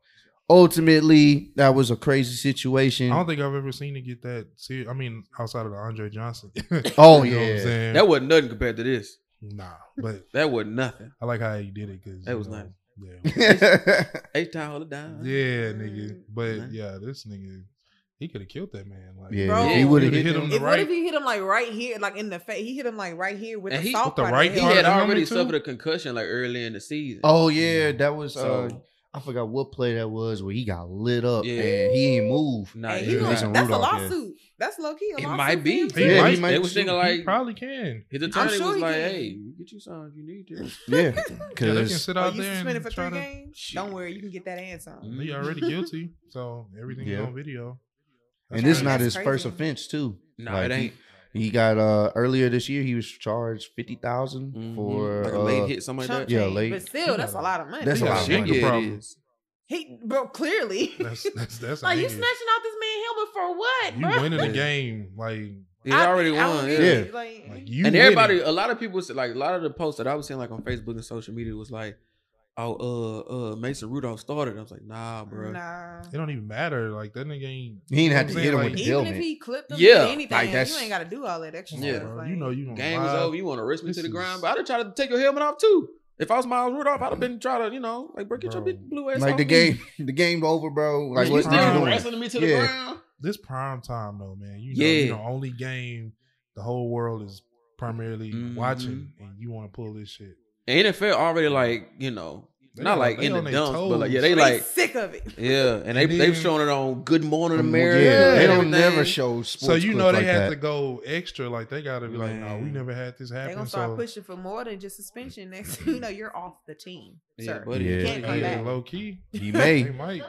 [SPEAKER 6] ultimately, that was a crazy situation.
[SPEAKER 4] shit. I don't think I've ever seen it get that. serious. I mean, outside of the Andre Johnson.
[SPEAKER 6] oh
[SPEAKER 4] You know what I'm
[SPEAKER 6] yeah,
[SPEAKER 4] saying?
[SPEAKER 7] That wasn't nothing compared to this.
[SPEAKER 4] nah, but
[SPEAKER 7] That wasn't nothing.
[SPEAKER 4] I like how he did it because
[SPEAKER 7] That was nice.
[SPEAKER 4] Yeah,
[SPEAKER 7] Eight time hold it down.
[SPEAKER 4] yeah, nigga.
[SPEAKER 7] Nice.
[SPEAKER 4] But yeah, this nigga, he could have killed that man. Like,
[SPEAKER 6] yeah.
[SPEAKER 5] Bro,
[SPEAKER 6] if he would have
[SPEAKER 4] would've
[SPEAKER 6] hit,
[SPEAKER 4] hit
[SPEAKER 6] him.
[SPEAKER 4] him.
[SPEAKER 5] If,
[SPEAKER 4] the
[SPEAKER 5] What if
[SPEAKER 4] right-
[SPEAKER 5] he hit him like right here, like in the face? He hit him like right here with
[SPEAKER 7] And
[SPEAKER 5] the
[SPEAKER 7] he-
[SPEAKER 5] soft
[SPEAKER 4] with the
[SPEAKER 5] part
[SPEAKER 4] right
[SPEAKER 5] of
[SPEAKER 7] He
[SPEAKER 5] the
[SPEAKER 4] part.
[SPEAKER 5] head.
[SPEAKER 7] had
[SPEAKER 4] Hard to help
[SPEAKER 7] already
[SPEAKER 4] me, too.
[SPEAKER 7] suffered a concussion like early in the season.
[SPEAKER 6] Oh yeah, that was uh,
[SPEAKER 7] So-
[SPEAKER 6] I forgot what play that was where he got lit up
[SPEAKER 7] Yeah.
[SPEAKER 6] and he ain't move.
[SPEAKER 7] nah,
[SPEAKER 5] And
[SPEAKER 7] yeah,
[SPEAKER 5] he
[SPEAKER 4] yeah.
[SPEAKER 5] gonna-
[SPEAKER 6] Mason
[SPEAKER 5] that's a
[SPEAKER 6] Rudolph, yeah.
[SPEAKER 5] lawsuit. That's low key. a
[SPEAKER 7] It
[SPEAKER 5] lawsuit
[SPEAKER 7] might be.
[SPEAKER 5] for him,
[SPEAKER 6] Yeah,
[SPEAKER 5] too.
[SPEAKER 6] he
[SPEAKER 7] they
[SPEAKER 6] might-
[SPEAKER 7] was thinking
[SPEAKER 4] You
[SPEAKER 7] like
[SPEAKER 4] probably can.
[SPEAKER 7] his attorney
[SPEAKER 5] sure
[SPEAKER 7] was
[SPEAKER 5] he
[SPEAKER 7] like,
[SPEAKER 5] can.
[SPEAKER 7] "Hey, we get you some. You need this."
[SPEAKER 6] Yeah,
[SPEAKER 4] Yeah, they can
[SPEAKER 6] because
[SPEAKER 4] sit
[SPEAKER 5] Oh,
[SPEAKER 4] out
[SPEAKER 5] you
[SPEAKER 4] there
[SPEAKER 5] suspended
[SPEAKER 4] and
[SPEAKER 5] for
[SPEAKER 4] try
[SPEAKER 5] three
[SPEAKER 4] to.
[SPEAKER 5] games. Don't worry, you can get that and some.
[SPEAKER 4] He already guilty, so everything's
[SPEAKER 6] Yeah.
[SPEAKER 4] on video.
[SPEAKER 6] and
[SPEAKER 4] why
[SPEAKER 6] this is
[SPEAKER 4] they-
[SPEAKER 6] not
[SPEAKER 5] That's
[SPEAKER 6] his first
[SPEAKER 5] crazy.
[SPEAKER 6] offense too.
[SPEAKER 7] No,
[SPEAKER 6] Like,
[SPEAKER 7] it ain't.
[SPEAKER 6] He got uh earlier this year. He was charged fifty
[SPEAKER 5] Mm-hmm.
[SPEAKER 7] Mhm.
[SPEAKER 6] for
[SPEAKER 7] like a
[SPEAKER 6] uh,
[SPEAKER 7] late hit, something like
[SPEAKER 5] Chump
[SPEAKER 7] that.
[SPEAKER 6] Yeah,
[SPEAKER 5] change.
[SPEAKER 6] late-
[SPEAKER 5] But still, that's a lot of money.
[SPEAKER 6] That's a
[SPEAKER 4] Yeah,
[SPEAKER 6] lot of
[SPEAKER 4] shit,
[SPEAKER 6] money.
[SPEAKER 4] yeah, it
[SPEAKER 7] problem.
[SPEAKER 4] is.
[SPEAKER 5] He, bro, clearly.
[SPEAKER 4] That's that's that's
[SPEAKER 5] like you
[SPEAKER 4] heinous.
[SPEAKER 5] snatching out this man helmet for what,
[SPEAKER 4] You
[SPEAKER 5] bro?
[SPEAKER 4] winning
[SPEAKER 7] Yeah.
[SPEAKER 4] the game, like
[SPEAKER 7] He
[SPEAKER 5] I-
[SPEAKER 7] already
[SPEAKER 5] I
[SPEAKER 7] won.
[SPEAKER 5] don't
[SPEAKER 7] Yeah.
[SPEAKER 5] get
[SPEAKER 6] yeah.
[SPEAKER 5] it, like-
[SPEAKER 4] like you
[SPEAKER 7] and
[SPEAKER 4] winning.
[SPEAKER 7] everybody, a lot of people said, like a lot of the posts that I was seeing like on Facebook and social media was like, "Oh, uh, uh, Mason Rudolph started." I was like, "Nah, bro."
[SPEAKER 5] Nah.
[SPEAKER 4] It don't even matter. Like that nigga ain't.
[SPEAKER 6] He ain't
[SPEAKER 4] you know
[SPEAKER 6] had
[SPEAKER 4] what
[SPEAKER 6] to
[SPEAKER 4] I'm
[SPEAKER 6] hit
[SPEAKER 4] saying?
[SPEAKER 6] him with
[SPEAKER 4] Like,
[SPEAKER 6] the
[SPEAKER 5] Even if
[SPEAKER 6] helmet.
[SPEAKER 5] he clipped him,
[SPEAKER 7] Yeah,
[SPEAKER 5] yeah, anything,
[SPEAKER 6] like, that's-
[SPEAKER 5] you ain't got to do all that extra
[SPEAKER 4] come on,
[SPEAKER 7] Yeah.
[SPEAKER 5] stuff.
[SPEAKER 4] bro,
[SPEAKER 5] Like,
[SPEAKER 4] you know you gonna
[SPEAKER 7] Game was
[SPEAKER 4] lie.
[SPEAKER 7] over. You want to arrest me
[SPEAKER 4] This
[SPEAKER 7] to the
[SPEAKER 4] is-
[SPEAKER 7] ground? But I'd have tried to take your helmet off too. If I was Miles Rudolph, I'd have been trying to, you know, like break your
[SPEAKER 4] Bro.
[SPEAKER 7] big blue ass.
[SPEAKER 6] Like
[SPEAKER 7] off
[SPEAKER 6] the
[SPEAKER 7] me.
[SPEAKER 6] game, the game over, bro. Like
[SPEAKER 7] you
[SPEAKER 6] what
[SPEAKER 4] still
[SPEAKER 6] you
[SPEAKER 7] still
[SPEAKER 4] doing?
[SPEAKER 7] wrestling me to the
[SPEAKER 6] Yeah.
[SPEAKER 7] ground.
[SPEAKER 4] This prime time though, man. You know,
[SPEAKER 7] Yeah.
[SPEAKER 4] you the only game the whole world is primarily
[SPEAKER 7] Mhm.
[SPEAKER 4] watching,
[SPEAKER 6] Mm-hmm.
[SPEAKER 4] and you want to pull this shit.
[SPEAKER 7] And NFL already like you know,
[SPEAKER 4] They
[SPEAKER 7] not
[SPEAKER 4] on-
[SPEAKER 7] like
[SPEAKER 4] they
[SPEAKER 7] in the
[SPEAKER 4] on they
[SPEAKER 7] dumps, but like yeah,
[SPEAKER 4] toes.
[SPEAKER 7] they
[SPEAKER 5] they
[SPEAKER 7] like
[SPEAKER 5] sick of it.
[SPEAKER 7] yeah, and they
[SPEAKER 4] And
[SPEAKER 7] they've
[SPEAKER 4] then-
[SPEAKER 7] shown it on Good Morning
[SPEAKER 6] doing?
[SPEAKER 7] America.
[SPEAKER 6] Yeah, they
[SPEAKER 7] and
[SPEAKER 6] don't never
[SPEAKER 7] everything.
[SPEAKER 6] show sports.
[SPEAKER 4] So you know they
[SPEAKER 6] like
[SPEAKER 4] had
[SPEAKER 6] that.
[SPEAKER 4] to go extra. Like they gotta be like, no, we
[SPEAKER 7] Man.
[SPEAKER 4] never had this
[SPEAKER 5] They're
[SPEAKER 4] happen.
[SPEAKER 5] gonna start
[SPEAKER 4] so
[SPEAKER 5] pushing for more than just suspension. Next, thing you know, you're off the team,
[SPEAKER 7] Yeah,
[SPEAKER 5] sir.
[SPEAKER 7] buddy.
[SPEAKER 6] Yeah.
[SPEAKER 7] You
[SPEAKER 5] Can't
[SPEAKER 7] can't
[SPEAKER 5] come
[SPEAKER 7] yeah.
[SPEAKER 4] yeah,
[SPEAKER 5] back.
[SPEAKER 4] low key,
[SPEAKER 6] He
[SPEAKER 4] they
[SPEAKER 6] may,
[SPEAKER 4] might.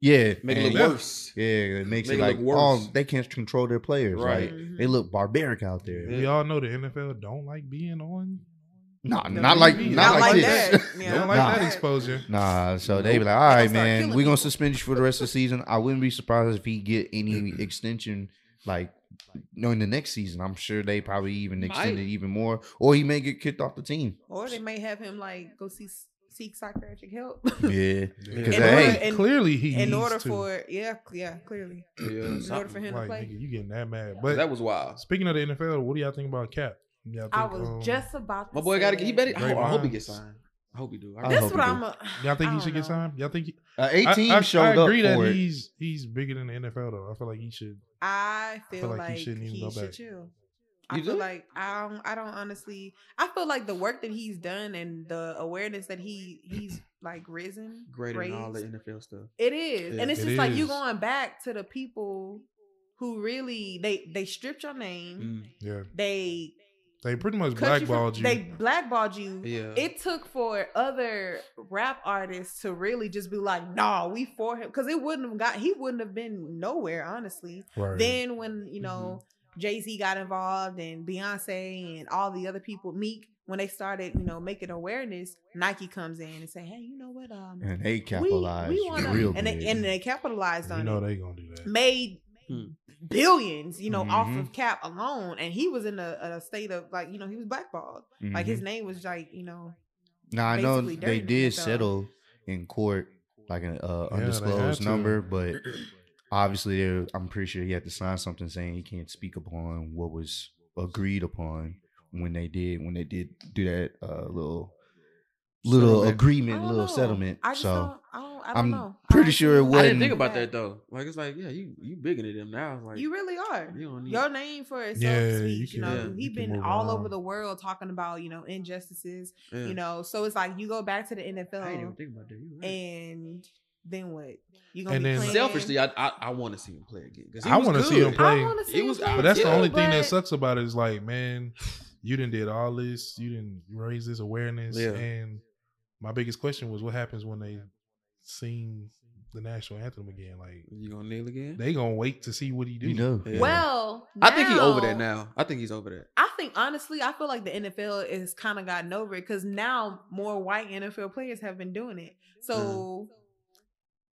[SPEAKER 6] yeah,
[SPEAKER 7] Make
[SPEAKER 6] and-
[SPEAKER 7] it look worse.
[SPEAKER 6] Yeah, it makes
[SPEAKER 7] Make
[SPEAKER 6] it
[SPEAKER 7] it look
[SPEAKER 6] like
[SPEAKER 7] worse.
[SPEAKER 6] oh, they can't control their players.
[SPEAKER 7] Right.
[SPEAKER 6] Right, they look barbaric out there.
[SPEAKER 4] We all know the NFL don't like being on.
[SPEAKER 6] Nah,
[SPEAKER 4] No,
[SPEAKER 6] not like
[SPEAKER 4] maybe.
[SPEAKER 6] not, like,
[SPEAKER 4] that.
[SPEAKER 6] this.
[SPEAKER 5] Yeah.
[SPEAKER 4] They don't like
[SPEAKER 6] Nah.
[SPEAKER 4] that exposure.
[SPEAKER 6] Nah, so they be like, all
[SPEAKER 5] gonna
[SPEAKER 6] right,
[SPEAKER 5] start
[SPEAKER 6] man,
[SPEAKER 5] killing
[SPEAKER 6] we're gonna
[SPEAKER 5] people."
[SPEAKER 6] suspend you for the rest of the season. I wouldn't be surprised if he get any extension, like you know, in the next season. I'm sure they probably even extend
[SPEAKER 7] Might.
[SPEAKER 6] it even more, or he may get kicked off the team.
[SPEAKER 5] Or they may have him like go see seek psychiatric help.
[SPEAKER 6] Yeah,
[SPEAKER 4] In
[SPEAKER 6] because
[SPEAKER 5] order-
[SPEAKER 6] hey,
[SPEAKER 5] in-
[SPEAKER 4] Clearly, he
[SPEAKER 5] in
[SPEAKER 4] needs
[SPEAKER 5] order
[SPEAKER 4] to.
[SPEAKER 5] for yeah, yeah, clearly.
[SPEAKER 7] Yeah,
[SPEAKER 5] In order for him to
[SPEAKER 4] like,
[SPEAKER 5] play.
[SPEAKER 4] nigga, you getting that mad? But
[SPEAKER 7] But that was wild.
[SPEAKER 4] speaking of the NFL, what do y'all think about Cap? Y'all think,
[SPEAKER 5] I was
[SPEAKER 4] um,
[SPEAKER 5] just about to
[SPEAKER 7] My boy
[SPEAKER 5] say
[SPEAKER 7] got to get.
[SPEAKER 5] that.
[SPEAKER 7] He better. I hope, I hope he
[SPEAKER 4] Draymond.
[SPEAKER 7] gets signed. I hope he do. I
[SPEAKER 6] I
[SPEAKER 7] really
[SPEAKER 5] That's
[SPEAKER 6] hope
[SPEAKER 7] do.
[SPEAKER 5] what
[SPEAKER 6] he
[SPEAKER 5] I'm a,
[SPEAKER 4] Y'all think he
[SPEAKER 5] I
[SPEAKER 4] should
[SPEAKER 5] don't
[SPEAKER 4] get
[SPEAKER 5] know.
[SPEAKER 4] signed? Y'all think? He,
[SPEAKER 6] uh, eight
[SPEAKER 4] I-
[SPEAKER 6] teams
[SPEAKER 4] I,
[SPEAKER 6] showed
[SPEAKER 4] I agree
[SPEAKER 6] up
[SPEAKER 4] that
[SPEAKER 6] for it.
[SPEAKER 4] he's he's bigger than the NFL though. I feel like he should.
[SPEAKER 5] I feel,
[SPEAKER 4] feel
[SPEAKER 5] like,
[SPEAKER 4] like he shouldn't even
[SPEAKER 5] he
[SPEAKER 4] go
[SPEAKER 5] should
[SPEAKER 4] back.
[SPEAKER 5] chill. I
[SPEAKER 7] You
[SPEAKER 5] feel
[SPEAKER 7] do?
[SPEAKER 5] like I don't, I don't honestly. I feel like the work that he's done and the awareness that he he's like risen,
[SPEAKER 7] greater than all the
[SPEAKER 5] raised,
[SPEAKER 7] NFL stuff.
[SPEAKER 5] It is,
[SPEAKER 7] Yeah.
[SPEAKER 5] and it's
[SPEAKER 4] It
[SPEAKER 5] just like you
[SPEAKER 4] is.
[SPEAKER 5] going back to the people who really they they stripped your name,
[SPEAKER 7] Mm,
[SPEAKER 4] Yeah,
[SPEAKER 5] they
[SPEAKER 4] they pretty much
[SPEAKER 5] cut you from-
[SPEAKER 4] blackballed you.
[SPEAKER 5] they blackballed you.
[SPEAKER 7] yeah.
[SPEAKER 5] It took for other rap artists to really just be like, "Nah, we for him," because it wouldn't have got he wouldn't have been nowhere, honestly.
[SPEAKER 4] right.
[SPEAKER 5] Then when you know Jay Z got involved and Beyonce and all the other people, Meek, when they started you know making awareness, Nike comes in and say, "Hey, you know what? Um,
[SPEAKER 6] and they
[SPEAKER 5] we,
[SPEAKER 6] capitalized
[SPEAKER 5] we want
[SPEAKER 6] real
[SPEAKER 5] and
[SPEAKER 6] big.
[SPEAKER 5] they, and they capitalized on
[SPEAKER 4] you know
[SPEAKER 5] it.
[SPEAKER 4] they gonna do that.
[SPEAKER 5] made
[SPEAKER 7] Hmm.
[SPEAKER 5] billions, you know, off
[SPEAKER 6] Mhm.
[SPEAKER 5] of Cap alone, and he was in a, a state of like, you know, he was blackballed. Like
[SPEAKER 4] Mm-hmm.
[SPEAKER 6] Mhm.
[SPEAKER 5] his name was like, you know,
[SPEAKER 6] Now I know
[SPEAKER 5] basically
[SPEAKER 6] they
[SPEAKER 5] dirty
[SPEAKER 6] did
[SPEAKER 5] though.
[SPEAKER 6] settle in court like an uh,
[SPEAKER 4] Yeah, they had
[SPEAKER 6] undisclosed
[SPEAKER 4] to.
[SPEAKER 6] number, but obviously they- I'm pretty sure he had to sign something saying he can't speak upon what was agreed upon when they did when they did do that uh, little little
[SPEAKER 7] Settlement.
[SPEAKER 5] I
[SPEAKER 6] agreement,
[SPEAKER 5] don't
[SPEAKER 6] little
[SPEAKER 5] know.
[SPEAKER 6] settlement.
[SPEAKER 5] I just
[SPEAKER 6] so
[SPEAKER 5] don't, I don't, I don't
[SPEAKER 6] I'm
[SPEAKER 5] know. I
[SPEAKER 6] pretty
[SPEAKER 5] honestly-
[SPEAKER 6] sure it
[SPEAKER 7] I
[SPEAKER 6] wasn't-
[SPEAKER 7] didn't think about that though. Like it's like, yeah, you you bigger than them now. It's like
[SPEAKER 5] You really are.
[SPEAKER 7] you don't need.
[SPEAKER 5] Your name for itself
[SPEAKER 4] Yeah,
[SPEAKER 5] speaks.
[SPEAKER 4] you
[SPEAKER 5] You,
[SPEAKER 4] can-
[SPEAKER 5] know,
[SPEAKER 7] yeah,
[SPEAKER 5] he
[SPEAKER 4] you can
[SPEAKER 5] been
[SPEAKER 4] move
[SPEAKER 5] all
[SPEAKER 4] on.
[SPEAKER 5] over the world talking about you know injustices.
[SPEAKER 7] yeah.
[SPEAKER 5] You know, so it's like you go back to the
[SPEAKER 7] I didn't even
[SPEAKER 5] NFL
[SPEAKER 7] think about that. You right.
[SPEAKER 5] and then what? You gonna
[SPEAKER 4] And
[SPEAKER 5] be
[SPEAKER 4] then-
[SPEAKER 5] playing?
[SPEAKER 7] Selfishly, I I, I want to see him play again. 'cause he
[SPEAKER 4] I
[SPEAKER 7] was
[SPEAKER 4] wanna see
[SPEAKER 7] good.
[SPEAKER 4] him play.
[SPEAKER 5] I want to see.
[SPEAKER 7] It was-
[SPEAKER 5] him play
[SPEAKER 4] But that's
[SPEAKER 5] too,
[SPEAKER 4] the only thing
[SPEAKER 5] but-
[SPEAKER 4] that sucks about it is like, man, you didn't did all this, you didn't raise this awareness,
[SPEAKER 7] Yeah.
[SPEAKER 4] and my biggest question was, what happens when they sing the national anthem again? Like
[SPEAKER 7] You gonna kneel again?
[SPEAKER 4] they gonna wait to see what he do.
[SPEAKER 6] you know,
[SPEAKER 7] Yeah.
[SPEAKER 5] Well,
[SPEAKER 7] I think he over that
[SPEAKER 5] now.
[SPEAKER 7] now. I think he's over that.
[SPEAKER 5] I think honestly, I feel like the NFL is kind of gotten over it because now more white NFL players have been doing it.
[SPEAKER 4] Mm.
[SPEAKER 5] So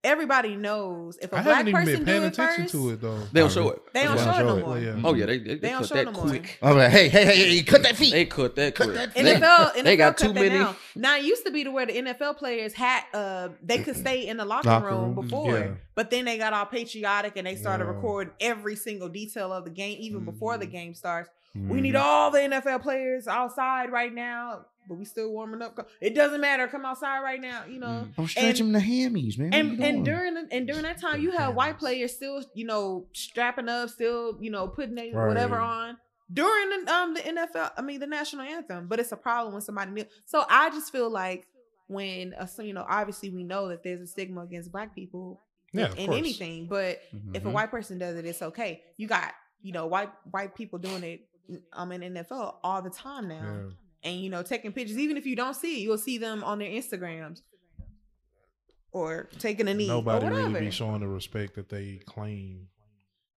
[SPEAKER 5] everybody knows if a
[SPEAKER 4] I
[SPEAKER 5] black
[SPEAKER 4] haven't even
[SPEAKER 5] person
[SPEAKER 4] been
[SPEAKER 5] do
[SPEAKER 4] paying
[SPEAKER 5] it
[SPEAKER 4] attention
[SPEAKER 5] first,
[SPEAKER 4] to it though.
[SPEAKER 7] They don't show it.
[SPEAKER 5] they don't
[SPEAKER 6] Yeah.
[SPEAKER 5] show it no
[SPEAKER 6] Yeah.
[SPEAKER 5] more.
[SPEAKER 4] Yeah.
[SPEAKER 7] Oh yeah, they they,
[SPEAKER 5] They don't
[SPEAKER 7] cut
[SPEAKER 5] show
[SPEAKER 7] that
[SPEAKER 5] no more.
[SPEAKER 7] quick.
[SPEAKER 6] I'm like, hey, hey, hey, hey, cut that feet.
[SPEAKER 7] They cut that
[SPEAKER 6] Cut
[SPEAKER 7] quick.
[SPEAKER 6] that
[SPEAKER 7] They-
[SPEAKER 5] NFL, NFL
[SPEAKER 7] they got
[SPEAKER 5] cut
[SPEAKER 7] too
[SPEAKER 5] that
[SPEAKER 7] many.
[SPEAKER 5] Now. now it used to be to where the NFL players had uh they could stay in the locker,
[SPEAKER 6] Locker
[SPEAKER 5] room,
[SPEAKER 6] room,
[SPEAKER 5] before,
[SPEAKER 4] yeah.
[SPEAKER 5] but then they got all patriotic and they started
[SPEAKER 4] Yeah. Mm-hmm.
[SPEAKER 5] recording every single detail of the game even before the
[SPEAKER 7] Mhm.
[SPEAKER 5] game starts. We need all the NFL players outside right now, but we still warming up. It doesn't matter. Come outside right now, you know.
[SPEAKER 7] Mm.
[SPEAKER 6] I'm stretching the hammies, man. What
[SPEAKER 5] And
[SPEAKER 6] you
[SPEAKER 5] and
[SPEAKER 6] doing?
[SPEAKER 5] during the- and during that time, you had white players still, you know, strapping up, still, you know, putting their
[SPEAKER 4] Right.
[SPEAKER 5] whatever on during the um the NFL. I mean, the national anthem. But it's a problem when somebody knew. So I just feel like when uh, so, you know, obviously we know that there's a stigma against black people.
[SPEAKER 4] Yeah, of
[SPEAKER 5] in
[SPEAKER 4] course.
[SPEAKER 5] anything. But
[SPEAKER 4] Mm-hmm.
[SPEAKER 5] if a white person does it, it's okay. You got you know white white people doing it um in NFL all the time now,
[SPEAKER 4] Yeah.
[SPEAKER 5] and you know taking pictures. Even if you don't see it, you'll see them on their Instagrams or taking a knee
[SPEAKER 4] Nobody
[SPEAKER 5] or
[SPEAKER 4] really
[SPEAKER 5] whatever.
[SPEAKER 4] be showing the respect that they claim.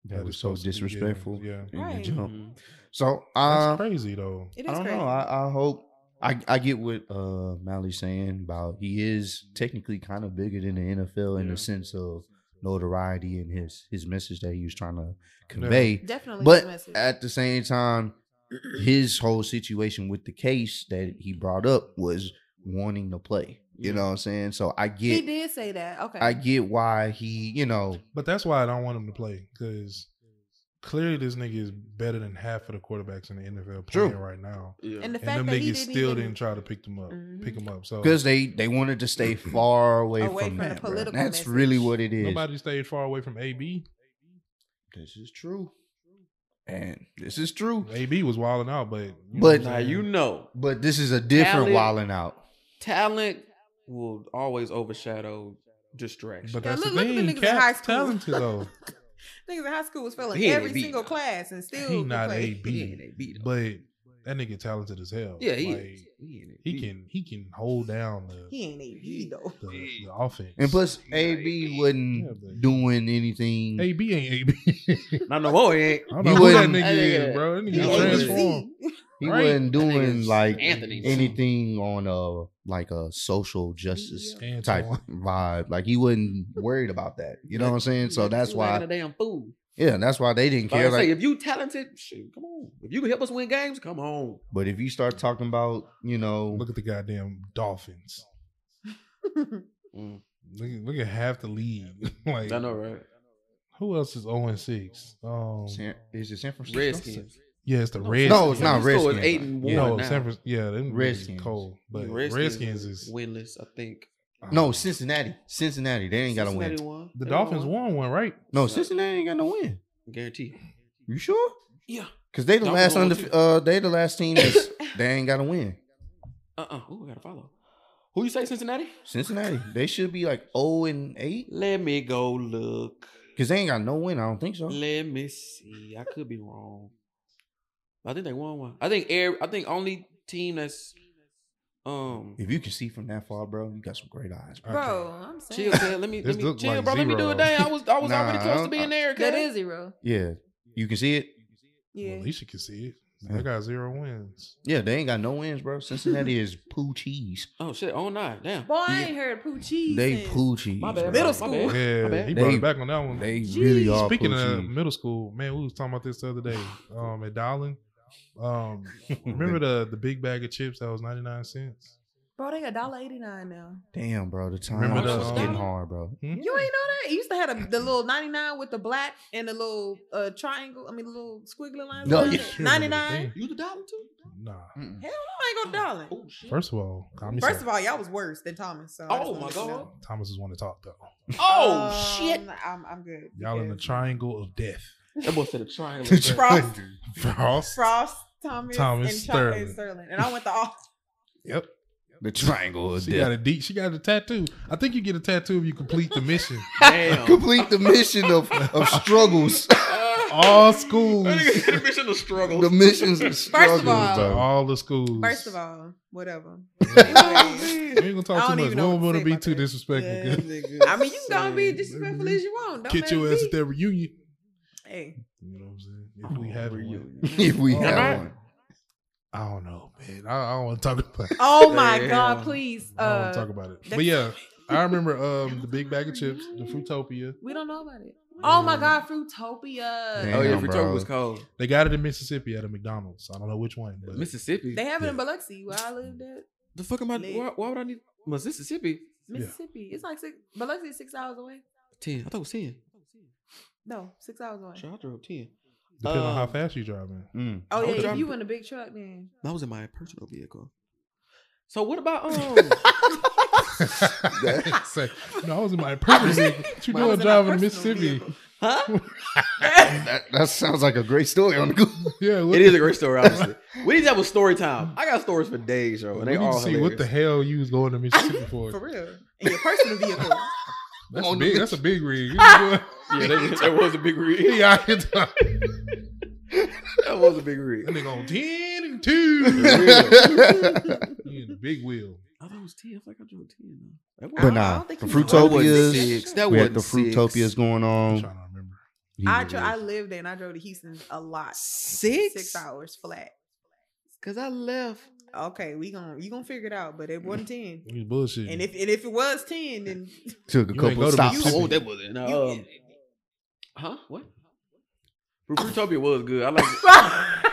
[SPEAKER 6] That
[SPEAKER 4] it's
[SPEAKER 6] was so
[SPEAKER 4] supposed to be given.
[SPEAKER 6] disrespectful.
[SPEAKER 4] Yeah,
[SPEAKER 6] in the
[SPEAKER 5] Right.
[SPEAKER 4] Mm-hmm. Oh.
[SPEAKER 6] jump.
[SPEAKER 7] Mhm.
[SPEAKER 6] So
[SPEAKER 4] that's
[SPEAKER 6] I,
[SPEAKER 4] crazy though.
[SPEAKER 5] it is
[SPEAKER 6] I don't
[SPEAKER 5] crazy.
[SPEAKER 6] know. I, I hope I, I get what uh Mally's saying about he is technically kind of bigger than the NFL in
[SPEAKER 7] Yeah.
[SPEAKER 6] the sense of notoriety and his his message that he was trying to convey.
[SPEAKER 5] Definitely,
[SPEAKER 6] But
[SPEAKER 5] the message.
[SPEAKER 6] at the same time, his whole situation with the case that he brought up was wanting to play. You know what I'm saying? So I
[SPEAKER 5] he
[SPEAKER 6] get
[SPEAKER 5] did say that. Okay,
[SPEAKER 6] I get why he, you know,
[SPEAKER 4] But that's why I don't want him to play because clearly this nigga is better than half of the quarterbacks in the NFL
[SPEAKER 6] True.
[SPEAKER 4] playing right now,
[SPEAKER 7] Yeah.
[SPEAKER 5] and the
[SPEAKER 4] and
[SPEAKER 5] fact
[SPEAKER 4] them
[SPEAKER 5] that he
[SPEAKER 4] niggas
[SPEAKER 5] didn't
[SPEAKER 4] still
[SPEAKER 5] even- Mm-hmm.
[SPEAKER 4] didn't try to pick them up, pick them up. So
[SPEAKER 6] because they they wanted to stay far away,
[SPEAKER 5] Away
[SPEAKER 6] from,
[SPEAKER 5] from the
[SPEAKER 6] that. bruh.
[SPEAKER 5] political
[SPEAKER 6] That's
[SPEAKER 5] message.
[SPEAKER 6] really what it is.
[SPEAKER 4] nobody stayed far away from AB.
[SPEAKER 6] This is true, and this is true.
[SPEAKER 4] AB was wilding out, but
[SPEAKER 6] But-
[SPEAKER 4] what
[SPEAKER 7] Now
[SPEAKER 4] I'm saying?
[SPEAKER 7] you know,
[SPEAKER 6] But this is a different
[SPEAKER 7] Valid.
[SPEAKER 6] wilding out.
[SPEAKER 7] talent will always overshadow distraction.
[SPEAKER 4] But
[SPEAKER 5] Yeah,
[SPEAKER 4] that's
[SPEAKER 5] look-
[SPEAKER 4] the
[SPEAKER 5] look at the
[SPEAKER 4] thing.
[SPEAKER 5] niggas in high
[SPEAKER 4] Cat's
[SPEAKER 5] school.
[SPEAKER 4] talented though.
[SPEAKER 5] niggas in high school was failing
[SPEAKER 7] He ain't
[SPEAKER 5] every
[SPEAKER 7] beat.
[SPEAKER 5] single class and still
[SPEAKER 4] he
[SPEAKER 5] could
[SPEAKER 4] not
[SPEAKER 5] play.
[SPEAKER 7] Yeah,
[SPEAKER 4] AB,
[SPEAKER 7] they beat him.
[SPEAKER 4] but that nigga talented as hell.
[SPEAKER 7] yeah, he,
[SPEAKER 4] Like,
[SPEAKER 7] is. he, in it.
[SPEAKER 4] he can he can hold down the,
[SPEAKER 5] He ain't AB though.
[SPEAKER 4] the, the offense.
[SPEAKER 6] And plus, AB wasn't
[SPEAKER 4] Yeah, but-
[SPEAKER 6] doing anything.
[SPEAKER 4] AB ain't AB.
[SPEAKER 7] Not no more. He ain't.
[SPEAKER 4] I don't
[SPEAKER 6] You
[SPEAKER 4] know who that
[SPEAKER 6] wouldn't-
[SPEAKER 4] nigga
[SPEAKER 7] I think
[SPEAKER 4] is,
[SPEAKER 7] that-
[SPEAKER 4] bro. That
[SPEAKER 7] he
[SPEAKER 4] nigga
[SPEAKER 7] ain't
[SPEAKER 4] transformed.
[SPEAKER 6] He
[SPEAKER 4] Right.
[SPEAKER 6] wasn't
[SPEAKER 7] That
[SPEAKER 6] doing
[SPEAKER 7] nigga's
[SPEAKER 6] like
[SPEAKER 7] Anthony.
[SPEAKER 6] anything on a like a social justice
[SPEAKER 4] Antoine.
[SPEAKER 6] type vibe. Like he wasn't worried about that. You know what I'm saying? So that's
[SPEAKER 7] He was like
[SPEAKER 6] why,
[SPEAKER 7] a damn fool.
[SPEAKER 6] yeah, that's why they didn't
[SPEAKER 7] Like
[SPEAKER 6] care.
[SPEAKER 7] I say,
[SPEAKER 6] Like,
[SPEAKER 7] if you talented, shit, come on. If you can help us win games, come on.
[SPEAKER 6] but if you start talking about, you know,
[SPEAKER 4] Look at the goddamn Dolphins. Look at, look at half the league. like
[SPEAKER 7] Mm. I know, right?
[SPEAKER 4] who else is 0 and 6? Um
[SPEAKER 6] San, is it San Francisco?
[SPEAKER 7] Redskins.
[SPEAKER 4] yeah, it's the
[SPEAKER 7] No,
[SPEAKER 4] Reds.
[SPEAKER 6] No, it's not
[SPEAKER 7] Francisco is
[SPEAKER 6] Redskins.
[SPEAKER 7] eight and
[SPEAKER 6] Yeah.
[SPEAKER 7] one
[SPEAKER 4] No,
[SPEAKER 7] now.
[SPEAKER 4] San Francisco. Yeah, them Redskins
[SPEAKER 6] Redskins.
[SPEAKER 4] cold. But Redskins,
[SPEAKER 7] Redskins,
[SPEAKER 4] is
[SPEAKER 7] winless, I think.
[SPEAKER 6] No, Cincinnati. Cincinnati. They ain't got to win.
[SPEAKER 7] Cincinnati won.
[SPEAKER 4] The
[SPEAKER 7] They
[SPEAKER 4] Dolphins won one, right?
[SPEAKER 6] No, Cincinnati ain't got no win.
[SPEAKER 7] Guarantee.
[SPEAKER 6] You sure?
[SPEAKER 7] Yeah.
[SPEAKER 6] Because they the
[SPEAKER 7] Don't
[SPEAKER 6] last
[SPEAKER 7] go on
[SPEAKER 6] undefe-
[SPEAKER 7] to-
[SPEAKER 6] uh they the last team that's, they ain't got to win.
[SPEAKER 7] Uh uh Ooh, I gotta follow. Who you say, Cincinnati?
[SPEAKER 6] Cincinnati. They should be like 0 and 8
[SPEAKER 7] Let me go look.
[SPEAKER 6] because they ain't got no win. I don't think so.
[SPEAKER 7] Let me see. I could be wrong. I think they won one. I think air. I think only team that's um.
[SPEAKER 6] If you can see from that far, bro, you got some great eyes. Bro.
[SPEAKER 5] Bro, I'm saying
[SPEAKER 7] Chill, Ted. Let me
[SPEAKER 4] This
[SPEAKER 7] let me
[SPEAKER 4] look
[SPEAKER 7] chill,
[SPEAKER 4] like
[SPEAKER 7] bro. Let me do
[SPEAKER 4] zero.
[SPEAKER 7] a day. I was I was
[SPEAKER 6] Nah,
[SPEAKER 7] already close
[SPEAKER 6] I-
[SPEAKER 7] to being there.
[SPEAKER 5] that
[SPEAKER 7] Ted.
[SPEAKER 5] is zero.
[SPEAKER 6] Yeah, you can see it.
[SPEAKER 5] Yeah,
[SPEAKER 4] Well, at least you can see it.
[SPEAKER 6] Yeah.
[SPEAKER 4] They got zero wins.
[SPEAKER 6] Yeah, they ain't got no wins, bro. Cincinnati is poo cheese.
[SPEAKER 7] Oh shit. Oh nine. Damn.
[SPEAKER 5] boy, I ain't heard poo cheese.
[SPEAKER 6] They
[SPEAKER 5] since-
[SPEAKER 6] poo cheese.
[SPEAKER 7] My bad.
[SPEAKER 6] bro.
[SPEAKER 5] Middle
[SPEAKER 7] bro.
[SPEAKER 5] school.
[SPEAKER 7] My bad. My
[SPEAKER 4] Yeah,
[SPEAKER 7] bad.
[SPEAKER 4] he brought
[SPEAKER 6] They-
[SPEAKER 4] it back on that one.
[SPEAKER 6] They really are
[SPEAKER 4] Speaking
[SPEAKER 6] poo
[SPEAKER 4] of
[SPEAKER 6] cheese.
[SPEAKER 4] middle school, man, we was talking about this the other day um, at Dowling. Um, remember the the big bag of chips that was ninety nine cents?
[SPEAKER 5] Bro, they a dollar eighty nine now.
[SPEAKER 6] Damn, bro, the time
[SPEAKER 4] Remember
[SPEAKER 7] the,
[SPEAKER 6] is getting
[SPEAKER 7] um,
[SPEAKER 6] hard, bro.
[SPEAKER 4] Hmm?
[SPEAKER 5] You ain't know that? You used to have a, the little 99 with the black and the little uh, triangle, I mean, the little squiggly lines.
[SPEAKER 6] No,
[SPEAKER 5] around
[SPEAKER 6] you-
[SPEAKER 5] it. 99?
[SPEAKER 7] You the dollar too?
[SPEAKER 4] Nah.
[SPEAKER 5] Hell no, I ain't go darling.
[SPEAKER 7] Oh shit.
[SPEAKER 4] First of all, Thomas,
[SPEAKER 5] First of all, y'all was worse than Thomas. So I just
[SPEAKER 7] Oh,
[SPEAKER 5] wanted
[SPEAKER 7] my
[SPEAKER 5] you to
[SPEAKER 7] God.
[SPEAKER 5] know.
[SPEAKER 4] Thomas is one to talk though.
[SPEAKER 7] Oh
[SPEAKER 5] Um,
[SPEAKER 7] shit.
[SPEAKER 5] I'm, I'm good.
[SPEAKER 4] Y'all in the
[SPEAKER 5] because
[SPEAKER 4] triangle of death.
[SPEAKER 7] That boy said a triangle.
[SPEAKER 5] Frost,
[SPEAKER 4] Frost.
[SPEAKER 5] Frost, Thomas,
[SPEAKER 4] Thomas
[SPEAKER 5] and Sterling.
[SPEAKER 4] Sterling.
[SPEAKER 5] and Sterling. And I went to all.
[SPEAKER 4] Yep.
[SPEAKER 6] The triangle of
[SPEAKER 4] She got
[SPEAKER 6] death.
[SPEAKER 4] a deep. She got a tattoo. I think you get a tattoo if you complete the mission.
[SPEAKER 7] Damn.
[SPEAKER 6] Complete the mission of, of struggles.
[SPEAKER 7] Uh,
[SPEAKER 4] All schools.
[SPEAKER 7] the mission of struggle.
[SPEAKER 6] the missions of struggles,
[SPEAKER 5] all-
[SPEAKER 6] bro.
[SPEAKER 4] All the schools.
[SPEAKER 5] First of all, whatever.
[SPEAKER 4] we
[SPEAKER 5] Anyways,
[SPEAKER 4] ain't gonna talk too
[SPEAKER 5] I don't
[SPEAKER 4] much. We
[SPEAKER 5] even know
[SPEAKER 4] don't
[SPEAKER 5] what
[SPEAKER 4] want
[SPEAKER 5] to
[SPEAKER 4] to be
[SPEAKER 5] say about
[SPEAKER 4] too
[SPEAKER 5] that.
[SPEAKER 4] disrespectful.
[SPEAKER 5] I mean, you can go and be disrespectful as you want. Don't
[SPEAKER 4] Get
[SPEAKER 5] let
[SPEAKER 4] your
[SPEAKER 5] it
[SPEAKER 4] ass
[SPEAKER 5] be.
[SPEAKER 4] at that reunion.
[SPEAKER 5] Hey,
[SPEAKER 4] You know what I'm saying? If we have you,
[SPEAKER 6] if we
[SPEAKER 4] Oh,
[SPEAKER 6] have
[SPEAKER 4] man.
[SPEAKER 6] one.
[SPEAKER 4] I don't know, man. I, I don't want to talk about. It.
[SPEAKER 5] Oh my
[SPEAKER 7] Damn.
[SPEAKER 5] God! Please,
[SPEAKER 4] I don't want to
[SPEAKER 5] uh,
[SPEAKER 4] talk about it. But
[SPEAKER 5] that's-
[SPEAKER 4] yeah, I remember um the big bag of chips, the Fruitopia.
[SPEAKER 5] we don't know about it. Oh my God, Fruitopia!
[SPEAKER 6] Damn.
[SPEAKER 7] Oh yeah,
[SPEAKER 6] Damn,
[SPEAKER 7] for
[SPEAKER 6] bro.
[SPEAKER 7] was cold.
[SPEAKER 4] They got it in Mississippi at a McDonald's. I don't know which one, but
[SPEAKER 7] Mississippi.
[SPEAKER 5] They have it in
[SPEAKER 4] Yeah.
[SPEAKER 5] Biloxi, where I lived at,
[SPEAKER 7] The fuck am I?
[SPEAKER 5] Lit.
[SPEAKER 7] Why, why would I need? Was Mississippi
[SPEAKER 5] Mississippi. It's like six. Biloxi is six hours away.
[SPEAKER 7] ten? I thought it was ten.
[SPEAKER 5] No, six hours away.
[SPEAKER 7] Sure, I drove ten.
[SPEAKER 4] depending on how
[SPEAKER 7] Um,
[SPEAKER 4] fast you driving.
[SPEAKER 6] Mm.
[SPEAKER 5] Oh yeah,
[SPEAKER 7] I was
[SPEAKER 5] if
[SPEAKER 7] driving-
[SPEAKER 5] you in a big truck, then
[SPEAKER 7] That was in my personal vehicle. So what about um?
[SPEAKER 4] Say, no, I was in my purpose. What you
[SPEAKER 5] I
[SPEAKER 4] doing
[SPEAKER 5] was in
[SPEAKER 4] driving to
[SPEAKER 5] my personal
[SPEAKER 4] Mississippi?
[SPEAKER 5] vehicle.
[SPEAKER 7] huh?
[SPEAKER 6] That, that sounds like a great story on the go.
[SPEAKER 4] Yeah, what,
[SPEAKER 7] It is a great story. Honestly, we need to have a story time. I got stories for days, yo,
[SPEAKER 4] we
[SPEAKER 7] and they
[SPEAKER 4] need to
[SPEAKER 7] all
[SPEAKER 4] see what the
[SPEAKER 7] hilarious.
[SPEAKER 4] hell you was going to Mississippi for.
[SPEAKER 5] for real, in your personal vehicle.
[SPEAKER 4] That's
[SPEAKER 6] on the
[SPEAKER 4] big.
[SPEAKER 6] bitch.
[SPEAKER 4] That's a big rig. You know
[SPEAKER 7] Yeah,
[SPEAKER 4] what?
[SPEAKER 7] that, that was a big rig.
[SPEAKER 4] He out here talking.
[SPEAKER 7] That was a big rig.
[SPEAKER 4] That nigga on ten and two. he in the big wheel.
[SPEAKER 7] I thought it was ten. I feel like I drew a ten. That
[SPEAKER 6] But
[SPEAKER 7] wasn't-
[SPEAKER 6] nah,
[SPEAKER 5] don't think
[SPEAKER 6] the
[SPEAKER 5] he-
[SPEAKER 7] that wasn't
[SPEAKER 6] Fruitopias.
[SPEAKER 7] six. That
[SPEAKER 6] We had
[SPEAKER 7] wasn't
[SPEAKER 6] the
[SPEAKER 7] six.
[SPEAKER 6] Fruitopias going
[SPEAKER 4] I'm
[SPEAKER 7] Oh.
[SPEAKER 6] on.
[SPEAKER 4] trying to remember.
[SPEAKER 5] I
[SPEAKER 6] Yeah.
[SPEAKER 5] dro- I lived there and I drove to Houston a lot.
[SPEAKER 7] Six.
[SPEAKER 5] Six hours flat.
[SPEAKER 7] Cause I left.
[SPEAKER 5] Okay, we gon' you gonna figure it out, but it wasn't ten.
[SPEAKER 4] He's bullshit.
[SPEAKER 5] And if and if it was ten, then
[SPEAKER 6] Took a
[SPEAKER 4] You ain't
[SPEAKER 6] couple
[SPEAKER 4] go
[SPEAKER 6] of
[SPEAKER 4] to
[SPEAKER 6] stops.
[SPEAKER 4] Mississippi.
[SPEAKER 7] Oh, that was it. Now, um, huh? What? Fruitopia was good. I like.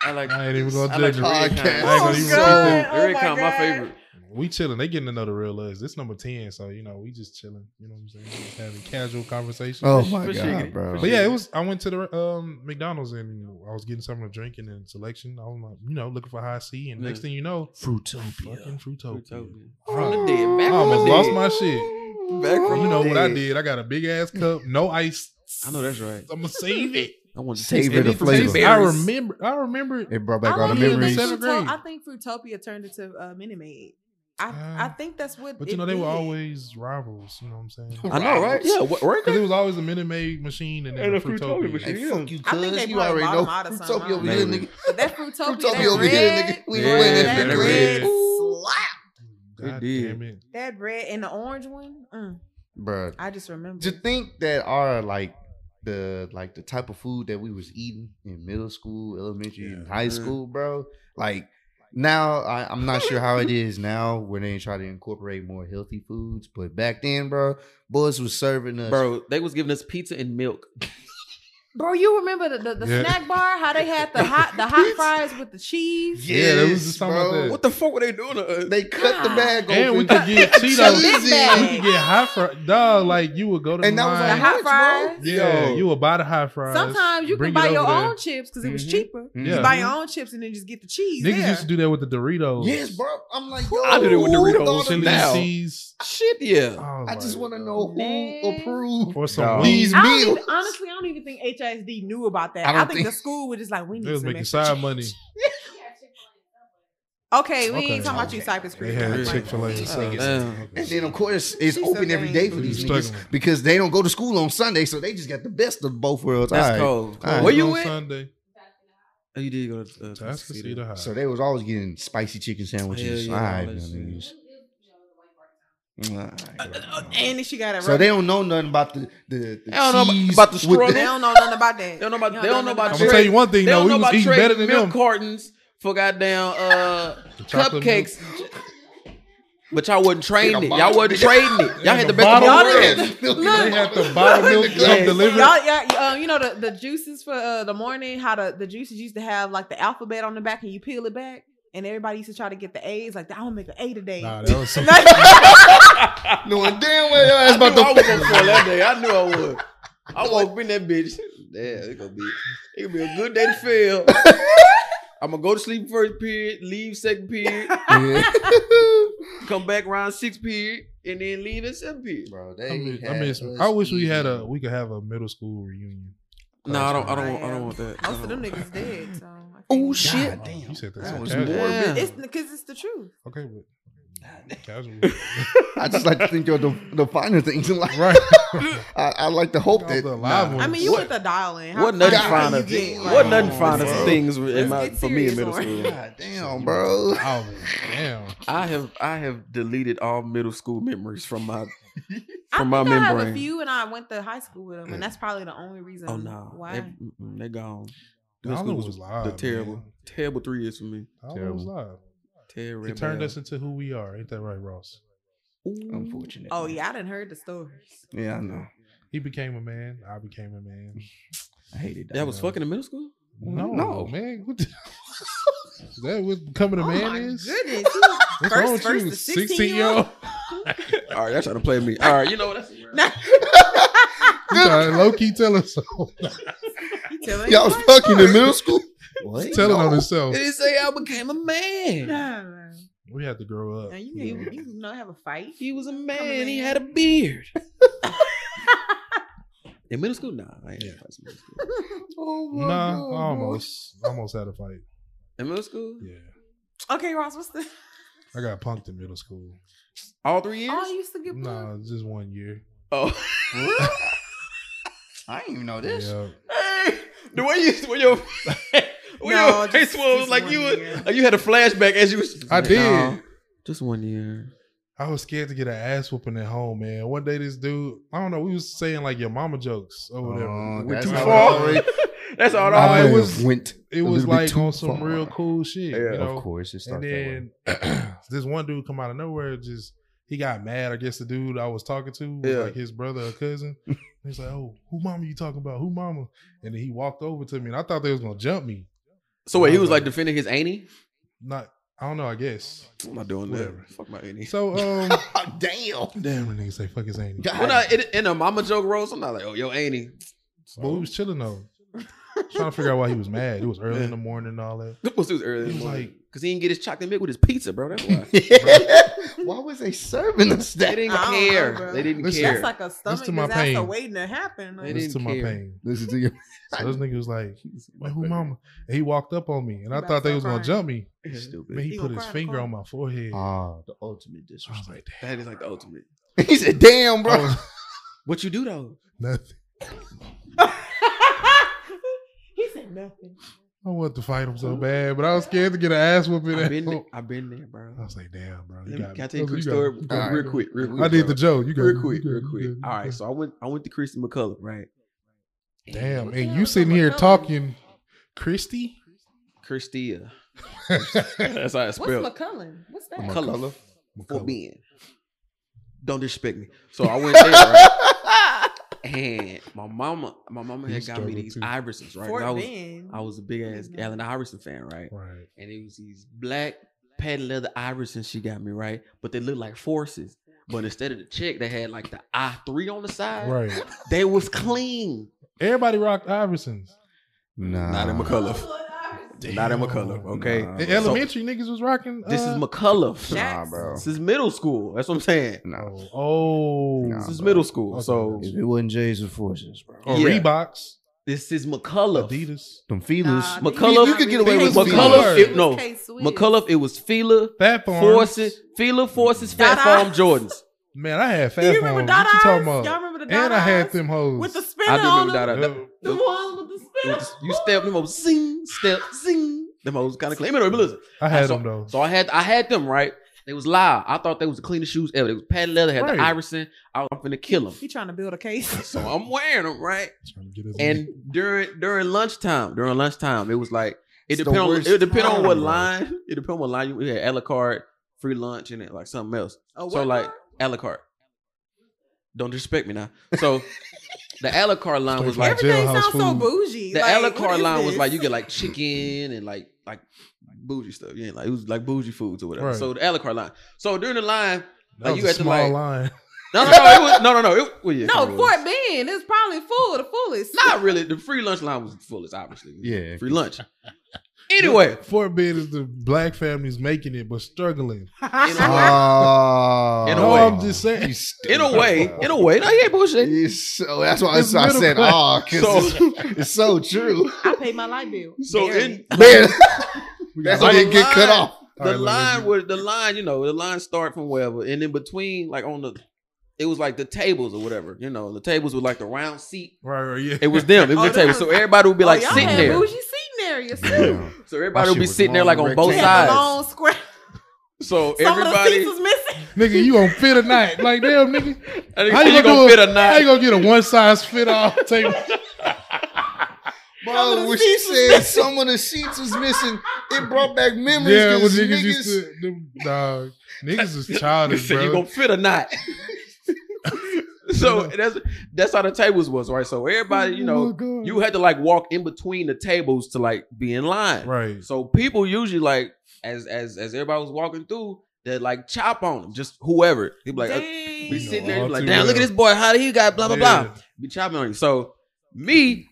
[SPEAKER 7] I like.
[SPEAKER 4] I ain't even gonna
[SPEAKER 7] I like
[SPEAKER 4] judge
[SPEAKER 7] the
[SPEAKER 4] it.
[SPEAKER 7] red kind.
[SPEAKER 6] podcast.
[SPEAKER 4] I ain't gonna
[SPEAKER 5] Oh,
[SPEAKER 4] even
[SPEAKER 5] God.
[SPEAKER 4] speak
[SPEAKER 7] The red
[SPEAKER 5] Oh, my
[SPEAKER 7] kind, my
[SPEAKER 5] God.
[SPEAKER 7] favorite.
[SPEAKER 4] We chilling. They getting another real us. This number ten, so you know we just chilling. You know what I'm saying? Just having casual conversation.
[SPEAKER 6] Oh my
[SPEAKER 7] For sure.
[SPEAKER 6] god, bro.
[SPEAKER 4] But yeah, it was. I went to the um, McDonald's and I was getting something to drink and then selection. I was like, you know, looking for high C, and next
[SPEAKER 7] Yeah.
[SPEAKER 4] thing you know,
[SPEAKER 6] Fruitopia.
[SPEAKER 4] fucking Fruitopia.
[SPEAKER 7] Fruitopia.
[SPEAKER 4] Fuck.
[SPEAKER 7] From the dead,
[SPEAKER 6] Oh,
[SPEAKER 7] back
[SPEAKER 4] I
[SPEAKER 7] from
[SPEAKER 4] almost
[SPEAKER 7] the
[SPEAKER 4] lost
[SPEAKER 7] dead.
[SPEAKER 4] my shit.
[SPEAKER 7] Back
[SPEAKER 4] Well,
[SPEAKER 7] from
[SPEAKER 4] you
[SPEAKER 7] the
[SPEAKER 4] know what I
[SPEAKER 7] dead.
[SPEAKER 4] did? I got a big ass cup, no ice.
[SPEAKER 7] I know that's right.
[SPEAKER 4] I'm gonna save it.
[SPEAKER 7] I want to
[SPEAKER 6] Savor
[SPEAKER 7] taste
[SPEAKER 6] the
[SPEAKER 7] every
[SPEAKER 6] flavor.
[SPEAKER 7] taste.
[SPEAKER 4] I remember. I remember. it.
[SPEAKER 6] It brought
[SPEAKER 5] I
[SPEAKER 6] back all the
[SPEAKER 5] don't even
[SPEAKER 6] memories.
[SPEAKER 5] think
[SPEAKER 4] Seventh
[SPEAKER 5] Fruito-
[SPEAKER 4] grade.
[SPEAKER 5] I think Fruitopia turned into uh, Minute Maid. I
[SPEAKER 4] Ah.
[SPEAKER 5] I think that's what.
[SPEAKER 4] But you
[SPEAKER 5] it
[SPEAKER 4] know they
[SPEAKER 5] did.
[SPEAKER 4] were always rivals. You know what I'm saying?
[SPEAKER 6] Oh,
[SPEAKER 7] I know, right? Yeah, what, right.
[SPEAKER 4] Because it was always a Minute Maid machine and then
[SPEAKER 7] And
[SPEAKER 4] a
[SPEAKER 7] a Fruitopia
[SPEAKER 4] Fruitopia.
[SPEAKER 7] machine.
[SPEAKER 6] Hey, fuck you,
[SPEAKER 5] I think
[SPEAKER 6] cuz.
[SPEAKER 5] they
[SPEAKER 6] You
[SPEAKER 5] brought
[SPEAKER 6] already
[SPEAKER 5] a
[SPEAKER 6] know.
[SPEAKER 5] bottom out of
[SPEAKER 6] Fruitopia
[SPEAKER 5] something,
[SPEAKER 6] over here,
[SPEAKER 7] maybe.
[SPEAKER 6] nigga.
[SPEAKER 5] But that Fruitopia,
[SPEAKER 6] Fruitopia
[SPEAKER 5] that
[SPEAKER 6] over
[SPEAKER 5] red,
[SPEAKER 6] here, nigga. We
[SPEAKER 7] Yeah,
[SPEAKER 6] winning
[SPEAKER 5] that,
[SPEAKER 7] that
[SPEAKER 5] red,
[SPEAKER 7] red.
[SPEAKER 5] slap,
[SPEAKER 4] God
[SPEAKER 7] It did.
[SPEAKER 4] damn it!
[SPEAKER 5] that red and the orange one. Mm,
[SPEAKER 6] bro.
[SPEAKER 5] I just remember.
[SPEAKER 6] To think that our like the like the type of food that we was eating in middle school, elementary, and
[SPEAKER 4] Yeah.
[SPEAKER 6] high school, bro. Like now, I, I'm not sure how it is now when they try to incorporate more healthy foods, but back then, bro, boys was serving us.
[SPEAKER 7] Bro, they was giving us pizza and milk.
[SPEAKER 5] Bro, you remember the, the, the
[SPEAKER 4] Yeah.
[SPEAKER 5] snack bar? How they had the hot the hot fries with the cheese?
[SPEAKER 4] Yeah, they was
[SPEAKER 6] Yes,
[SPEAKER 4] just talking
[SPEAKER 6] bro.
[SPEAKER 4] about that.
[SPEAKER 7] What the fuck were they doing to us?
[SPEAKER 6] They cut the
[SPEAKER 5] God.
[SPEAKER 6] bag open.
[SPEAKER 4] And we could get Cheetos.
[SPEAKER 5] Big
[SPEAKER 6] Cheesy.
[SPEAKER 5] bag.
[SPEAKER 4] We could get hot fries. Dog, like you would go to
[SPEAKER 6] And
[SPEAKER 4] the
[SPEAKER 6] that was
[SPEAKER 5] The
[SPEAKER 6] like
[SPEAKER 4] line.
[SPEAKER 5] hot
[SPEAKER 6] How much,
[SPEAKER 5] fries.
[SPEAKER 4] yeah,
[SPEAKER 7] Yo.
[SPEAKER 4] you would buy the hot fries.
[SPEAKER 5] Sometimes you
[SPEAKER 4] bring
[SPEAKER 5] can buy
[SPEAKER 4] it
[SPEAKER 5] your
[SPEAKER 4] over there.
[SPEAKER 5] own chips because it was
[SPEAKER 7] Mhm.
[SPEAKER 5] cheaper. You
[SPEAKER 4] Yeah.
[SPEAKER 5] buy your own chips and then just get the cheese.
[SPEAKER 4] Niggas
[SPEAKER 5] there.
[SPEAKER 4] used to do that with the Doritos.
[SPEAKER 6] Yes, bro. I'm like, yo,
[SPEAKER 7] I did it with
[SPEAKER 6] who
[SPEAKER 7] Doritos.
[SPEAKER 6] thought of
[SPEAKER 4] Chili
[SPEAKER 6] that?
[SPEAKER 7] Now.
[SPEAKER 4] cheese.
[SPEAKER 7] Shit, yeah.
[SPEAKER 4] Oh,
[SPEAKER 6] I just
[SPEAKER 4] my
[SPEAKER 6] want to know
[SPEAKER 5] Man.
[SPEAKER 6] who approved
[SPEAKER 4] Or some
[SPEAKER 6] No.
[SPEAKER 4] wings.
[SPEAKER 6] these
[SPEAKER 5] I don't
[SPEAKER 6] meals.
[SPEAKER 5] even, honestly, I don't even think HISD knew about that.
[SPEAKER 6] I
[SPEAKER 5] I,
[SPEAKER 6] don't
[SPEAKER 5] think,
[SPEAKER 6] think-
[SPEAKER 5] the school was just like, we need
[SPEAKER 4] They was
[SPEAKER 5] some
[SPEAKER 4] making
[SPEAKER 5] extra
[SPEAKER 4] side
[SPEAKER 5] cheese.
[SPEAKER 4] money.
[SPEAKER 5] Okay, we
[SPEAKER 4] Okay.
[SPEAKER 5] ain't talking about you, Cypress
[SPEAKER 4] They
[SPEAKER 5] Creek.
[SPEAKER 4] had Uh,
[SPEAKER 5] Like,
[SPEAKER 4] Chick Fil A.
[SPEAKER 7] Oh, damn.
[SPEAKER 6] And then of course it's
[SPEAKER 5] She's so
[SPEAKER 6] open every
[SPEAKER 5] dang
[SPEAKER 6] day for
[SPEAKER 4] good.
[SPEAKER 6] these
[SPEAKER 4] You
[SPEAKER 6] niggas
[SPEAKER 4] struggling.
[SPEAKER 6] because they don't go to school on Sunday, so they just got the best of both worlds.
[SPEAKER 7] That's
[SPEAKER 6] All right.
[SPEAKER 7] cold.
[SPEAKER 6] All right.
[SPEAKER 7] Where you at?
[SPEAKER 4] Sunday.
[SPEAKER 7] Oh, you did go to uh,
[SPEAKER 4] Tascadita High.
[SPEAKER 6] So they was always getting spicy chicken sandwiches.
[SPEAKER 7] Hell yeah,
[SPEAKER 6] All right,
[SPEAKER 7] all that Uh,
[SPEAKER 6] man, niggas. All right.
[SPEAKER 5] And then she got it right.
[SPEAKER 6] So they don't know nothing about the the, the
[SPEAKER 7] They don't know
[SPEAKER 6] cheese
[SPEAKER 7] about the
[SPEAKER 6] with
[SPEAKER 7] struggle.
[SPEAKER 5] They don't know nothing about that.
[SPEAKER 7] They don't know about- they don't know about
[SPEAKER 4] I'm
[SPEAKER 5] nothing
[SPEAKER 4] gonna tell you one thing
[SPEAKER 7] They
[SPEAKER 4] though,
[SPEAKER 7] don't
[SPEAKER 4] we
[SPEAKER 7] know
[SPEAKER 4] was
[SPEAKER 7] about
[SPEAKER 4] eating better than
[SPEAKER 7] trading
[SPEAKER 4] them.
[SPEAKER 7] milk cartons for goddamn uh,
[SPEAKER 4] chocolate
[SPEAKER 7] cupcakes. But y'all wasn't trading it.
[SPEAKER 6] Nigga,
[SPEAKER 7] Y'all wasn't trading it. Y'all
[SPEAKER 4] Nigga,
[SPEAKER 7] had the best
[SPEAKER 4] bottle
[SPEAKER 7] of
[SPEAKER 4] red.
[SPEAKER 7] the
[SPEAKER 6] Yeah,
[SPEAKER 7] world.
[SPEAKER 6] filthy
[SPEAKER 4] They
[SPEAKER 6] mother-
[SPEAKER 4] had the bottle milk
[SPEAKER 7] Yes.
[SPEAKER 4] come delivered.
[SPEAKER 5] Y'all, yeah, uh, you know the, the juices for uh, the morning. How the, the juices used to have like the alphabet on the back, and you peel it back, and everybody used to try to get the A's. Like, I'm gonna make an A today.
[SPEAKER 4] Nah, that was some
[SPEAKER 6] knowing damn well your ass
[SPEAKER 7] I
[SPEAKER 6] about
[SPEAKER 7] knew I was
[SPEAKER 6] to.
[SPEAKER 7] gonna fail that day. I knew I would. I woke up in that bitch. Yeah, it gonna be it gonna be a good day to fail. I'm gonna go to sleep first period, leave second period, come back around sixth period, and then leave at seventh period.
[SPEAKER 6] Bro,
[SPEAKER 4] I
[SPEAKER 6] they
[SPEAKER 4] miss, I,
[SPEAKER 6] had
[SPEAKER 4] miss-
[SPEAKER 6] us
[SPEAKER 4] I wish we had a
[SPEAKER 6] eating.
[SPEAKER 4] we could have a middle school reunion.
[SPEAKER 7] No, I don't. I
[SPEAKER 5] I
[SPEAKER 7] don't. I
[SPEAKER 5] am.
[SPEAKER 7] don't want that. I
[SPEAKER 5] Most of
[SPEAKER 7] don't
[SPEAKER 5] them
[SPEAKER 7] want
[SPEAKER 5] niggas
[SPEAKER 7] that.
[SPEAKER 5] dead. So I
[SPEAKER 7] Oh
[SPEAKER 5] can't-
[SPEAKER 7] shit!
[SPEAKER 6] God
[SPEAKER 4] You said that,
[SPEAKER 6] That
[SPEAKER 4] so
[SPEAKER 6] was
[SPEAKER 4] casual.
[SPEAKER 6] more-
[SPEAKER 7] Yeah.
[SPEAKER 5] It's because it's the truth.
[SPEAKER 4] Okay, but casual.
[SPEAKER 6] I just like to think of the, the finer things in life.
[SPEAKER 4] right.
[SPEAKER 6] I, I like to hope
[SPEAKER 4] Y'all
[SPEAKER 6] that
[SPEAKER 4] the live
[SPEAKER 5] I
[SPEAKER 4] ones.
[SPEAKER 5] mean, you
[SPEAKER 7] What-
[SPEAKER 5] with the dial in. How-
[SPEAKER 7] What nothing
[SPEAKER 5] how
[SPEAKER 6] God,
[SPEAKER 7] finer?
[SPEAKER 5] you get,
[SPEAKER 7] What
[SPEAKER 5] like-
[SPEAKER 7] nothing
[SPEAKER 6] Oh,
[SPEAKER 7] finer
[SPEAKER 6] bro.
[SPEAKER 7] things in my,
[SPEAKER 5] Let's get
[SPEAKER 7] for me in
[SPEAKER 5] serious,
[SPEAKER 7] middle
[SPEAKER 5] Lauren.
[SPEAKER 7] school.
[SPEAKER 6] God damn, bro.
[SPEAKER 4] Wow, damn.
[SPEAKER 7] I have I have deleted all middle school memories from my
[SPEAKER 5] I
[SPEAKER 7] from my
[SPEAKER 5] think I have a
[SPEAKER 7] membrane.
[SPEAKER 5] few, and I went to high school with them, and that's probably the only reason.
[SPEAKER 7] Oh no,
[SPEAKER 5] why?
[SPEAKER 7] They, mm-mm, they gone.
[SPEAKER 4] Dollar
[SPEAKER 7] Middle school
[SPEAKER 4] was live,
[SPEAKER 7] the
[SPEAKER 4] man.
[SPEAKER 7] terrible, terrible three years for me.
[SPEAKER 4] Dollar was live.
[SPEAKER 7] Terrible.
[SPEAKER 4] He turned us into who we are. Ain't that right, Ross?
[SPEAKER 6] Unfortunate.
[SPEAKER 5] Oh yeah, I didn't heard the stories.
[SPEAKER 6] Yeah, I know.
[SPEAKER 4] He became a man. I became a man.
[SPEAKER 6] I hated
[SPEAKER 7] That was fucking in middle school.
[SPEAKER 4] No,
[SPEAKER 6] No.
[SPEAKER 4] man. What the- is that what becoming a
[SPEAKER 5] oh
[SPEAKER 4] man
[SPEAKER 5] my
[SPEAKER 4] is?
[SPEAKER 5] goodness! he was
[SPEAKER 4] What's
[SPEAKER 5] first-
[SPEAKER 4] wrong with
[SPEAKER 5] first
[SPEAKER 4] you,
[SPEAKER 5] to
[SPEAKER 4] 16-year-old?
[SPEAKER 7] All right, y'all trying to play me. All right, you know what? That's,
[SPEAKER 4] You trying to low key telling so
[SPEAKER 6] Y'all
[SPEAKER 5] telling you
[SPEAKER 6] was
[SPEAKER 5] what?
[SPEAKER 6] fucking in middle school.
[SPEAKER 4] He's
[SPEAKER 6] What?
[SPEAKER 4] telling on
[SPEAKER 7] it
[SPEAKER 4] himself.
[SPEAKER 7] didn't say I became a man.
[SPEAKER 5] Nah, nah.
[SPEAKER 4] We had to grow up.
[SPEAKER 5] Now, you,
[SPEAKER 4] you
[SPEAKER 5] you,
[SPEAKER 4] know.
[SPEAKER 5] you know, have a fight.
[SPEAKER 7] He was a man.
[SPEAKER 5] in.
[SPEAKER 7] He had a beard. in middle school, nah, I ain't had a fight in middle school.
[SPEAKER 6] Oh my
[SPEAKER 4] Nah,
[SPEAKER 6] God,
[SPEAKER 4] almost, almost had a fight.
[SPEAKER 7] In middle school,
[SPEAKER 4] Yeah,
[SPEAKER 5] Okay, Ross, what's the?
[SPEAKER 4] I got punked in middle school.
[SPEAKER 7] All three years?
[SPEAKER 5] Oh, I used to get
[SPEAKER 4] Nah,
[SPEAKER 5] plugged.
[SPEAKER 4] it's just one year.
[SPEAKER 7] Oh,
[SPEAKER 6] I didn't even know this.
[SPEAKER 4] Yeah.
[SPEAKER 7] hey, the way you when your when
[SPEAKER 5] No,
[SPEAKER 7] your
[SPEAKER 5] just-
[SPEAKER 7] face was
[SPEAKER 5] just
[SPEAKER 7] like
[SPEAKER 5] one
[SPEAKER 7] you was,
[SPEAKER 5] year.
[SPEAKER 7] like you had a flashback as you was.
[SPEAKER 4] I did.
[SPEAKER 7] Just one year.
[SPEAKER 4] I was scared to get an ass whooping at home, man. One day this dude, I don't know, we was saying like your mama jokes or whatever.
[SPEAKER 6] Oh,
[SPEAKER 4] We
[SPEAKER 6] that's
[SPEAKER 4] too
[SPEAKER 6] how
[SPEAKER 4] far.
[SPEAKER 6] it always-
[SPEAKER 7] That's all.
[SPEAKER 4] Nah,
[SPEAKER 6] I
[SPEAKER 4] it
[SPEAKER 6] may
[SPEAKER 4] was-
[SPEAKER 6] have went.
[SPEAKER 4] It
[SPEAKER 6] a
[SPEAKER 4] was
[SPEAKER 6] little bit
[SPEAKER 4] like
[SPEAKER 6] too
[SPEAKER 4] on some
[SPEAKER 6] far.
[SPEAKER 4] real cool shit.
[SPEAKER 7] Yeah.
[SPEAKER 4] you know?
[SPEAKER 6] Of course, it
[SPEAKER 4] And
[SPEAKER 6] starts that way.
[SPEAKER 4] then this one dude come out of nowhere, just he got mad. I guess the dude I was talking to was
[SPEAKER 7] Yeah.
[SPEAKER 4] like his brother or cousin. He's like, "Oh, who mama you talking about? Who mama?" And then he walked over to me, and I thought they was gonna jump me.
[SPEAKER 7] So wait, he was like defending his auntie.
[SPEAKER 4] Not, I don't know. I guess.
[SPEAKER 7] I'm not doing
[SPEAKER 4] Whatever.
[SPEAKER 7] that. Fuck my auntie.
[SPEAKER 4] So, um,
[SPEAKER 6] Damn.
[SPEAKER 4] damn, the nigga say fuck his auntie.
[SPEAKER 6] God.
[SPEAKER 7] When I it, in a mama joke roast, I'm not like, oh, yo, auntie.
[SPEAKER 4] But we was chilling though, trying to figure out why he was mad. It was early in the morning and all that.
[SPEAKER 7] That was too early.
[SPEAKER 4] He was
[SPEAKER 7] like,
[SPEAKER 4] like,
[SPEAKER 7] cause he didn't get his chocolate milk with his pizza, bro. That's why.
[SPEAKER 6] Why was they serving us
[SPEAKER 7] they
[SPEAKER 6] that?
[SPEAKER 7] didn't
[SPEAKER 5] I don't know,
[SPEAKER 7] care.
[SPEAKER 5] bro.
[SPEAKER 7] they didn't
[SPEAKER 4] Listen,
[SPEAKER 7] care.
[SPEAKER 5] That's like a stomach
[SPEAKER 4] to my
[SPEAKER 5] disaster
[SPEAKER 4] pain.
[SPEAKER 5] waiting to happen.
[SPEAKER 7] They
[SPEAKER 5] Like,
[SPEAKER 7] didn't
[SPEAKER 4] "Listen to my
[SPEAKER 7] care.
[SPEAKER 4] pain."
[SPEAKER 6] Listen to you.
[SPEAKER 4] So this nigga was like, "Wait, who mama?" And he walked up on me, and I
[SPEAKER 5] About
[SPEAKER 4] thought they
[SPEAKER 5] to
[SPEAKER 4] was gonna
[SPEAKER 5] cry.
[SPEAKER 4] jump me. Man,
[SPEAKER 7] Stupid.
[SPEAKER 4] he
[SPEAKER 5] You
[SPEAKER 4] put
[SPEAKER 5] gonna
[SPEAKER 4] his
[SPEAKER 5] cry in the
[SPEAKER 4] finger
[SPEAKER 5] car?
[SPEAKER 4] on my forehead.
[SPEAKER 6] Ah, the ultimate
[SPEAKER 4] I was like,
[SPEAKER 6] disrespect.
[SPEAKER 4] "Damn,
[SPEAKER 7] That is like the ultimate.
[SPEAKER 6] he said, "Damn,
[SPEAKER 4] I
[SPEAKER 6] bro."
[SPEAKER 4] was-
[SPEAKER 7] What you do though?
[SPEAKER 4] nothing.
[SPEAKER 5] he said nothing.
[SPEAKER 4] I wanted to fight him so bad, but I was scared to get an ass whooping."
[SPEAKER 7] I've
[SPEAKER 4] at
[SPEAKER 7] been,
[SPEAKER 4] home.
[SPEAKER 7] there- I've been there, bro.
[SPEAKER 4] I was like, "Damn, bro, Oh, you
[SPEAKER 7] Let me,
[SPEAKER 4] got
[SPEAKER 7] can I
[SPEAKER 4] me."
[SPEAKER 7] tell you
[SPEAKER 4] I
[SPEAKER 7] a quick
[SPEAKER 4] was like,
[SPEAKER 7] story?
[SPEAKER 4] you
[SPEAKER 7] Go-
[SPEAKER 4] got me.
[SPEAKER 7] Real quick, real quick.
[SPEAKER 4] I did the
[SPEAKER 7] bro.
[SPEAKER 4] Joe. You got
[SPEAKER 7] real
[SPEAKER 4] me,
[SPEAKER 7] quick,
[SPEAKER 4] you
[SPEAKER 7] real
[SPEAKER 4] got me,
[SPEAKER 7] quick.
[SPEAKER 4] you got me,
[SPEAKER 7] All
[SPEAKER 4] you
[SPEAKER 7] right,
[SPEAKER 4] got
[SPEAKER 7] so I went, I went to Christy McCullough, right?
[SPEAKER 4] me. Damn,
[SPEAKER 5] What the
[SPEAKER 4] and
[SPEAKER 5] hell
[SPEAKER 4] you
[SPEAKER 5] is
[SPEAKER 4] sitting
[SPEAKER 5] up with
[SPEAKER 4] here
[SPEAKER 5] Joe?
[SPEAKER 4] talking, Christy?
[SPEAKER 7] Christia. That's how I
[SPEAKER 5] What's
[SPEAKER 7] spelled.
[SPEAKER 5] McCullen? What's that?
[SPEAKER 6] McCullen.
[SPEAKER 7] McCullough for
[SPEAKER 4] McCullough.
[SPEAKER 7] being. Don't disrespect me. So I went there, right? and my mama, my mama had
[SPEAKER 4] He's
[SPEAKER 7] got me
[SPEAKER 4] struggling
[SPEAKER 7] these
[SPEAKER 4] too.
[SPEAKER 7] Iversons, right?
[SPEAKER 5] Fort
[SPEAKER 7] And I was,
[SPEAKER 5] Bend.
[SPEAKER 7] I was a big ass
[SPEAKER 5] Mhm.
[SPEAKER 7] Allen Iverson fan, right?
[SPEAKER 4] Right.
[SPEAKER 7] And it was these black patent leather Iverson she got me, right? But they looked like forces. But instead of the check, they had like the I three on the side.
[SPEAKER 4] Right.
[SPEAKER 7] They was clean.
[SPEAKER 4] Everybody rocked Iversons.
[SPEAKER 6] Nah,
[SPEAKER 7] Not in McCullough. Not in
[SPEAKER 4] Damn.
[SPEAKER 7] McCullough. Okay.
[SPEAKER 6] Nah,
[SPEAKER 4] In
[SPEAKER 7] Uh, So,
[SPEAKER 4] elementary, niggas was rocking.
[SPEAKER 7] this is
[SPEAKER 4] uh,
[SPEAKER 7] McCullough.
[SPEAKER 6] Nah,
[SPEAKER 5] Jackson.
[SPEAKER 6] bro.
[SPEAKER 7] This is middle school. That's what I'm saying.
[SPEAKER 6] Nah.
[SPEAKER 4] Oh, oh.
[SPEAKER 6] Nah.
[SPEAKER 7] This
[SPEAKER 6] Nah.
[SPEAKER 7] is
[SPEAKER 6] bro.
[SPEAKER 7] middle school.
[SPEAKER 4] Okay.
[SPEAKER 7] So
[SPEAKER 6] If it wasn't Jay's with forces, bro.
[SPEAKER 4] or
[SPEAKER 7] Yeah.
[SPEAKER 4] Reeboks,
[SPEAKER 7] this is McCullough.
[SPEAKER 4] Adidas,
[SPEAKER 6] Them feelers.
[SPEAKER 5] Nah,
[SPEAKER 7] McCullough-
[SPEAKER 6] You could get away
[SPEAKER 4] with
[SPEAKER 7] McCullough.
[SPEAKER 4] Swiss.
[SPEAKER 7] It, no,
[SPEAKER 5] K-Swiss.
[SPEAKER 7] McCullough. It was Fila
[SPEAKER 4] Fat Farms.
[SPEAKER 7] Forces. Fila Forces. Fat
[SPEAKER 5] Dada.
[SPEAKER 7] Farm Jordans.
[SPEAKER 4] Man, I had Fat
[SPEAKER 5] Do you remember
[SPEAKER 4] Farms. What you talking
[SPEAKER 5] Dada?
[SPEAKER 4] about?
[SPEAKER 5] Y'all remember the Dada?
[SPEAKER 4] and I had them hoes.
[SPEAKER 5] with the spinner
[SPEAKER 7] I do
[SPEAKER 5] on
[SPEAKER 7] remember
[SPEAKER 5] them.
[SPEAKER 7] that. that-
[SPEAKER 4] Yep.
[SPEAKER 5] The ones with the
[SPEAKER 7] it
[SPEAKER 5] spinner.
[SPEAKER 7] was- You step them over. Zing. Step. Zing. Them hoes kind of clean. But listen,
[SPEAKER 4] I had
[SPEAKER 7] so,
[SPEAKER 4] them though.
[SPEAKER 7] So I had I had them right. They was live. I thought they was the cleanest shoes ever. They was padded leather. Had
[SPEAKER 4] Right.
[SPEAKER 7] the Iverson. I was finna kill them.
[SPEAKER 5] He trying to build a case.
[SPEAKER 7] So I'm wearing them right.
[SPEAKER 4] Trying to get his-
[SPEAKER 7] And
[SPEAKER 6] Mm-hmm.
[SPEAKER 7] during during lunchtime, during lunchtime, it was like it
[SPEAKER 6] It's the
[SPEAKER 7] depend on
[SPEAKER 6] worst
[SPEAKER 7] it depend on
[SPEAKER 6] time,
[SPEAKER 7] what
[SPEAKER 6] bro.
[SPEAKER 7] line it depend on what line you we had a la carte, free lunch, and then like something else.
[SPEAKER 5] Oh,
[SPEAKER 7] so like a la carte. Don't disrespect me now. So the a la carte line was like
[SPEAKER 5] everything
[SPEAKER 4] jailhouse
[SPEAKER 5] sounds so
[SPEAKER 4] food.
[SPEAKER 5] bougie.
[SPEAKER 7] the
[SPEAKER 5] like,
[SPEAKER 7] a la
[SPEAKER 5] what
[SPEAKER 7] carte
[SPEAKER 5] is
[SPEAKER 7] line was
[SPEAKER 5] this?
[SPEAKER 7] like you get like chicken and like like bougie stuff. Yeah, like it was like bougie foods or whatever.
[SPEAKER 4] Right.
[SPEAKER 7] So the a la carte line. So during the line,
[SPEAKER 4] That
[SPEAKER 7] like,
[SPEAKER 4] was a
[SPEAKER 7] you had to,
[SPEAKER 4] small
[SPEAKER 7] like-
[SPEAKER 4] line.
[SPEAKER 7] no no no it was no no no it, well, yeah,
[SPEAKER 5] no
[SPEAKER 7] kinda was.
[SPEAKER 5] Fort Bend. It's probably full, the fullest.
[SPEAKER 7] Not really. The free lunch line was the fullest, obviously.
[SPEAKER 6] Yeah.
[SPEAKER 7] free lunch. Anyway,
[SPEAKER 4] Fort Bend is the black families making it but struggling.
[SPEAKER 6] Ah.
[SPEAKER 7] In a
[SPEAKER 4] no,
[SPEAKER 7] way.
[SPEAKER 4] I'm just saying.
[SPEAKER 7] in a way, in a way, no, yeah, bullshit.
[SPEAKER 6] It's so that's why
[SPEAKER 4] It's
[SPEAKER 6] I,
[SPEAKER 4] middle
[SPEAKER 6] said
[SPEAKER 4] class.
[SPEAKER 6] ah because
[SPEAKER 7] So-
[SPEAKER 6] it's, it's so true.
[SPEAKER 5] I paid my light bill.
[SPEAKER 7] So
[SPEAKER 5] Barely.
[SPEAKER 7] in
[SPEAKER 6] Man,
[SPEAKER 4] We got
[SPEAKER 6] that's
[SPEAKER 7] So
[SPEAKER 6] why
[SPEAKER 7] the
[SPEAKER 6] they get cut
[SPEAKER 7] line-
[SPEAKER 6] off.
[SPEAKER 4] All
[SPEAKER 7] the
[SPEAKER 4] right, look,
[SPEAKER 7] line
[SPEAKER 4] look.
[SPEAKER 7] was the line, you know, the line start from wherever, and in between, like on the, it was like the tables or whatever, you know, the tables were like the round seat.
[SPEAKER 4] right, right, yeah.
[SPEAKER 7] It was them. It was
[SPEAKER 5] Oh,
[SPEAKER 7] the table.
[SPEAKER 5] that
[SPEAKER 7] So
[SPEAKER 5] was-
[SPEAKER 7] everybody would be like
[SPEAKER 5] oh, y'all
[SPEAKER 7] sitting
[SPEAKER 5] had
[SPEAKER 7] there.
[SPEAKER 5] Bougie seating areas. too.
[SPEAKER 6] Damn.
[SPEAKER 7] So everybody would
[SPEAKER 6] shit
[SPEAKER 7] be
[SPEAKER 6] was
[SPEAKER 7] sitting there
[SPEAKER 6] long
[SPEAKER 7] like on both
[SPEAKER 5] They had the
[SPEAKER 7] sides.
[SPEAKER 5] long square.
[SPEAKER 7] So
[SPEAKER 5] Some of the seats
[SPEAKER 7] everybody,
[SPEAKER 5] was missing.
[SPEAKER 4] nigga, you gonna fit a night. Like, damn, nigga.
[SPEAKER 7] I think
[SPEAKER 4] How you gonna,
[SPEAKER 7] you
[SPEAKER 4] do
[SPEAKER 7] gonna fit
[SPEAKER 4] a-
[SPEAKER 7] a
[SPEAKER 4] How you
[SPEAKER 7] nine?
[SPEAKER 4] gonna get a one size fit all table?
[SPEAKER 6] Bro, when she said some of the seats was missing, it brought back memories.
[SPEAKER 4] yeah, when
[SPEAKER 6] 'cause
[SPEAKER 4] niggas,
[SPEAKER 6] niggas,
[SPEAKER 4] used to, them, dog, niggas is childish,
[SPEAKER 7] So
[SPEAKER 4] bro.
[SPEAKER 7] you gonna fit or not? so that's that's how the tables was, right? So everybody, you know,
[SPEAKER 4] Oh my God.
[SPEAKER 7] you had to like walk in between the tables to like be in line.
[SPEAKER 4] right.
[SPEAKER 7] So people usually like as as as everybody was walking through, they like chop on them, just whoever. He be like, uh,
[SPEAKER 5] Dang.
[SPEAKER 7] be
[SPEAKER 4] know
[SPEAKER 7] sitting there,
[SPEAKER 4] all
[SPEAKER 7] be like,
[SPEAKER 4] too
[SPEAKER 7] damn, look at
[SPEAKER 4] well.
[SPEAKER 7] this boy, how he got blah blah blah.
[SPEAKER 4] Yeah.
[SPEAKER 7] Be chopping on you. So me,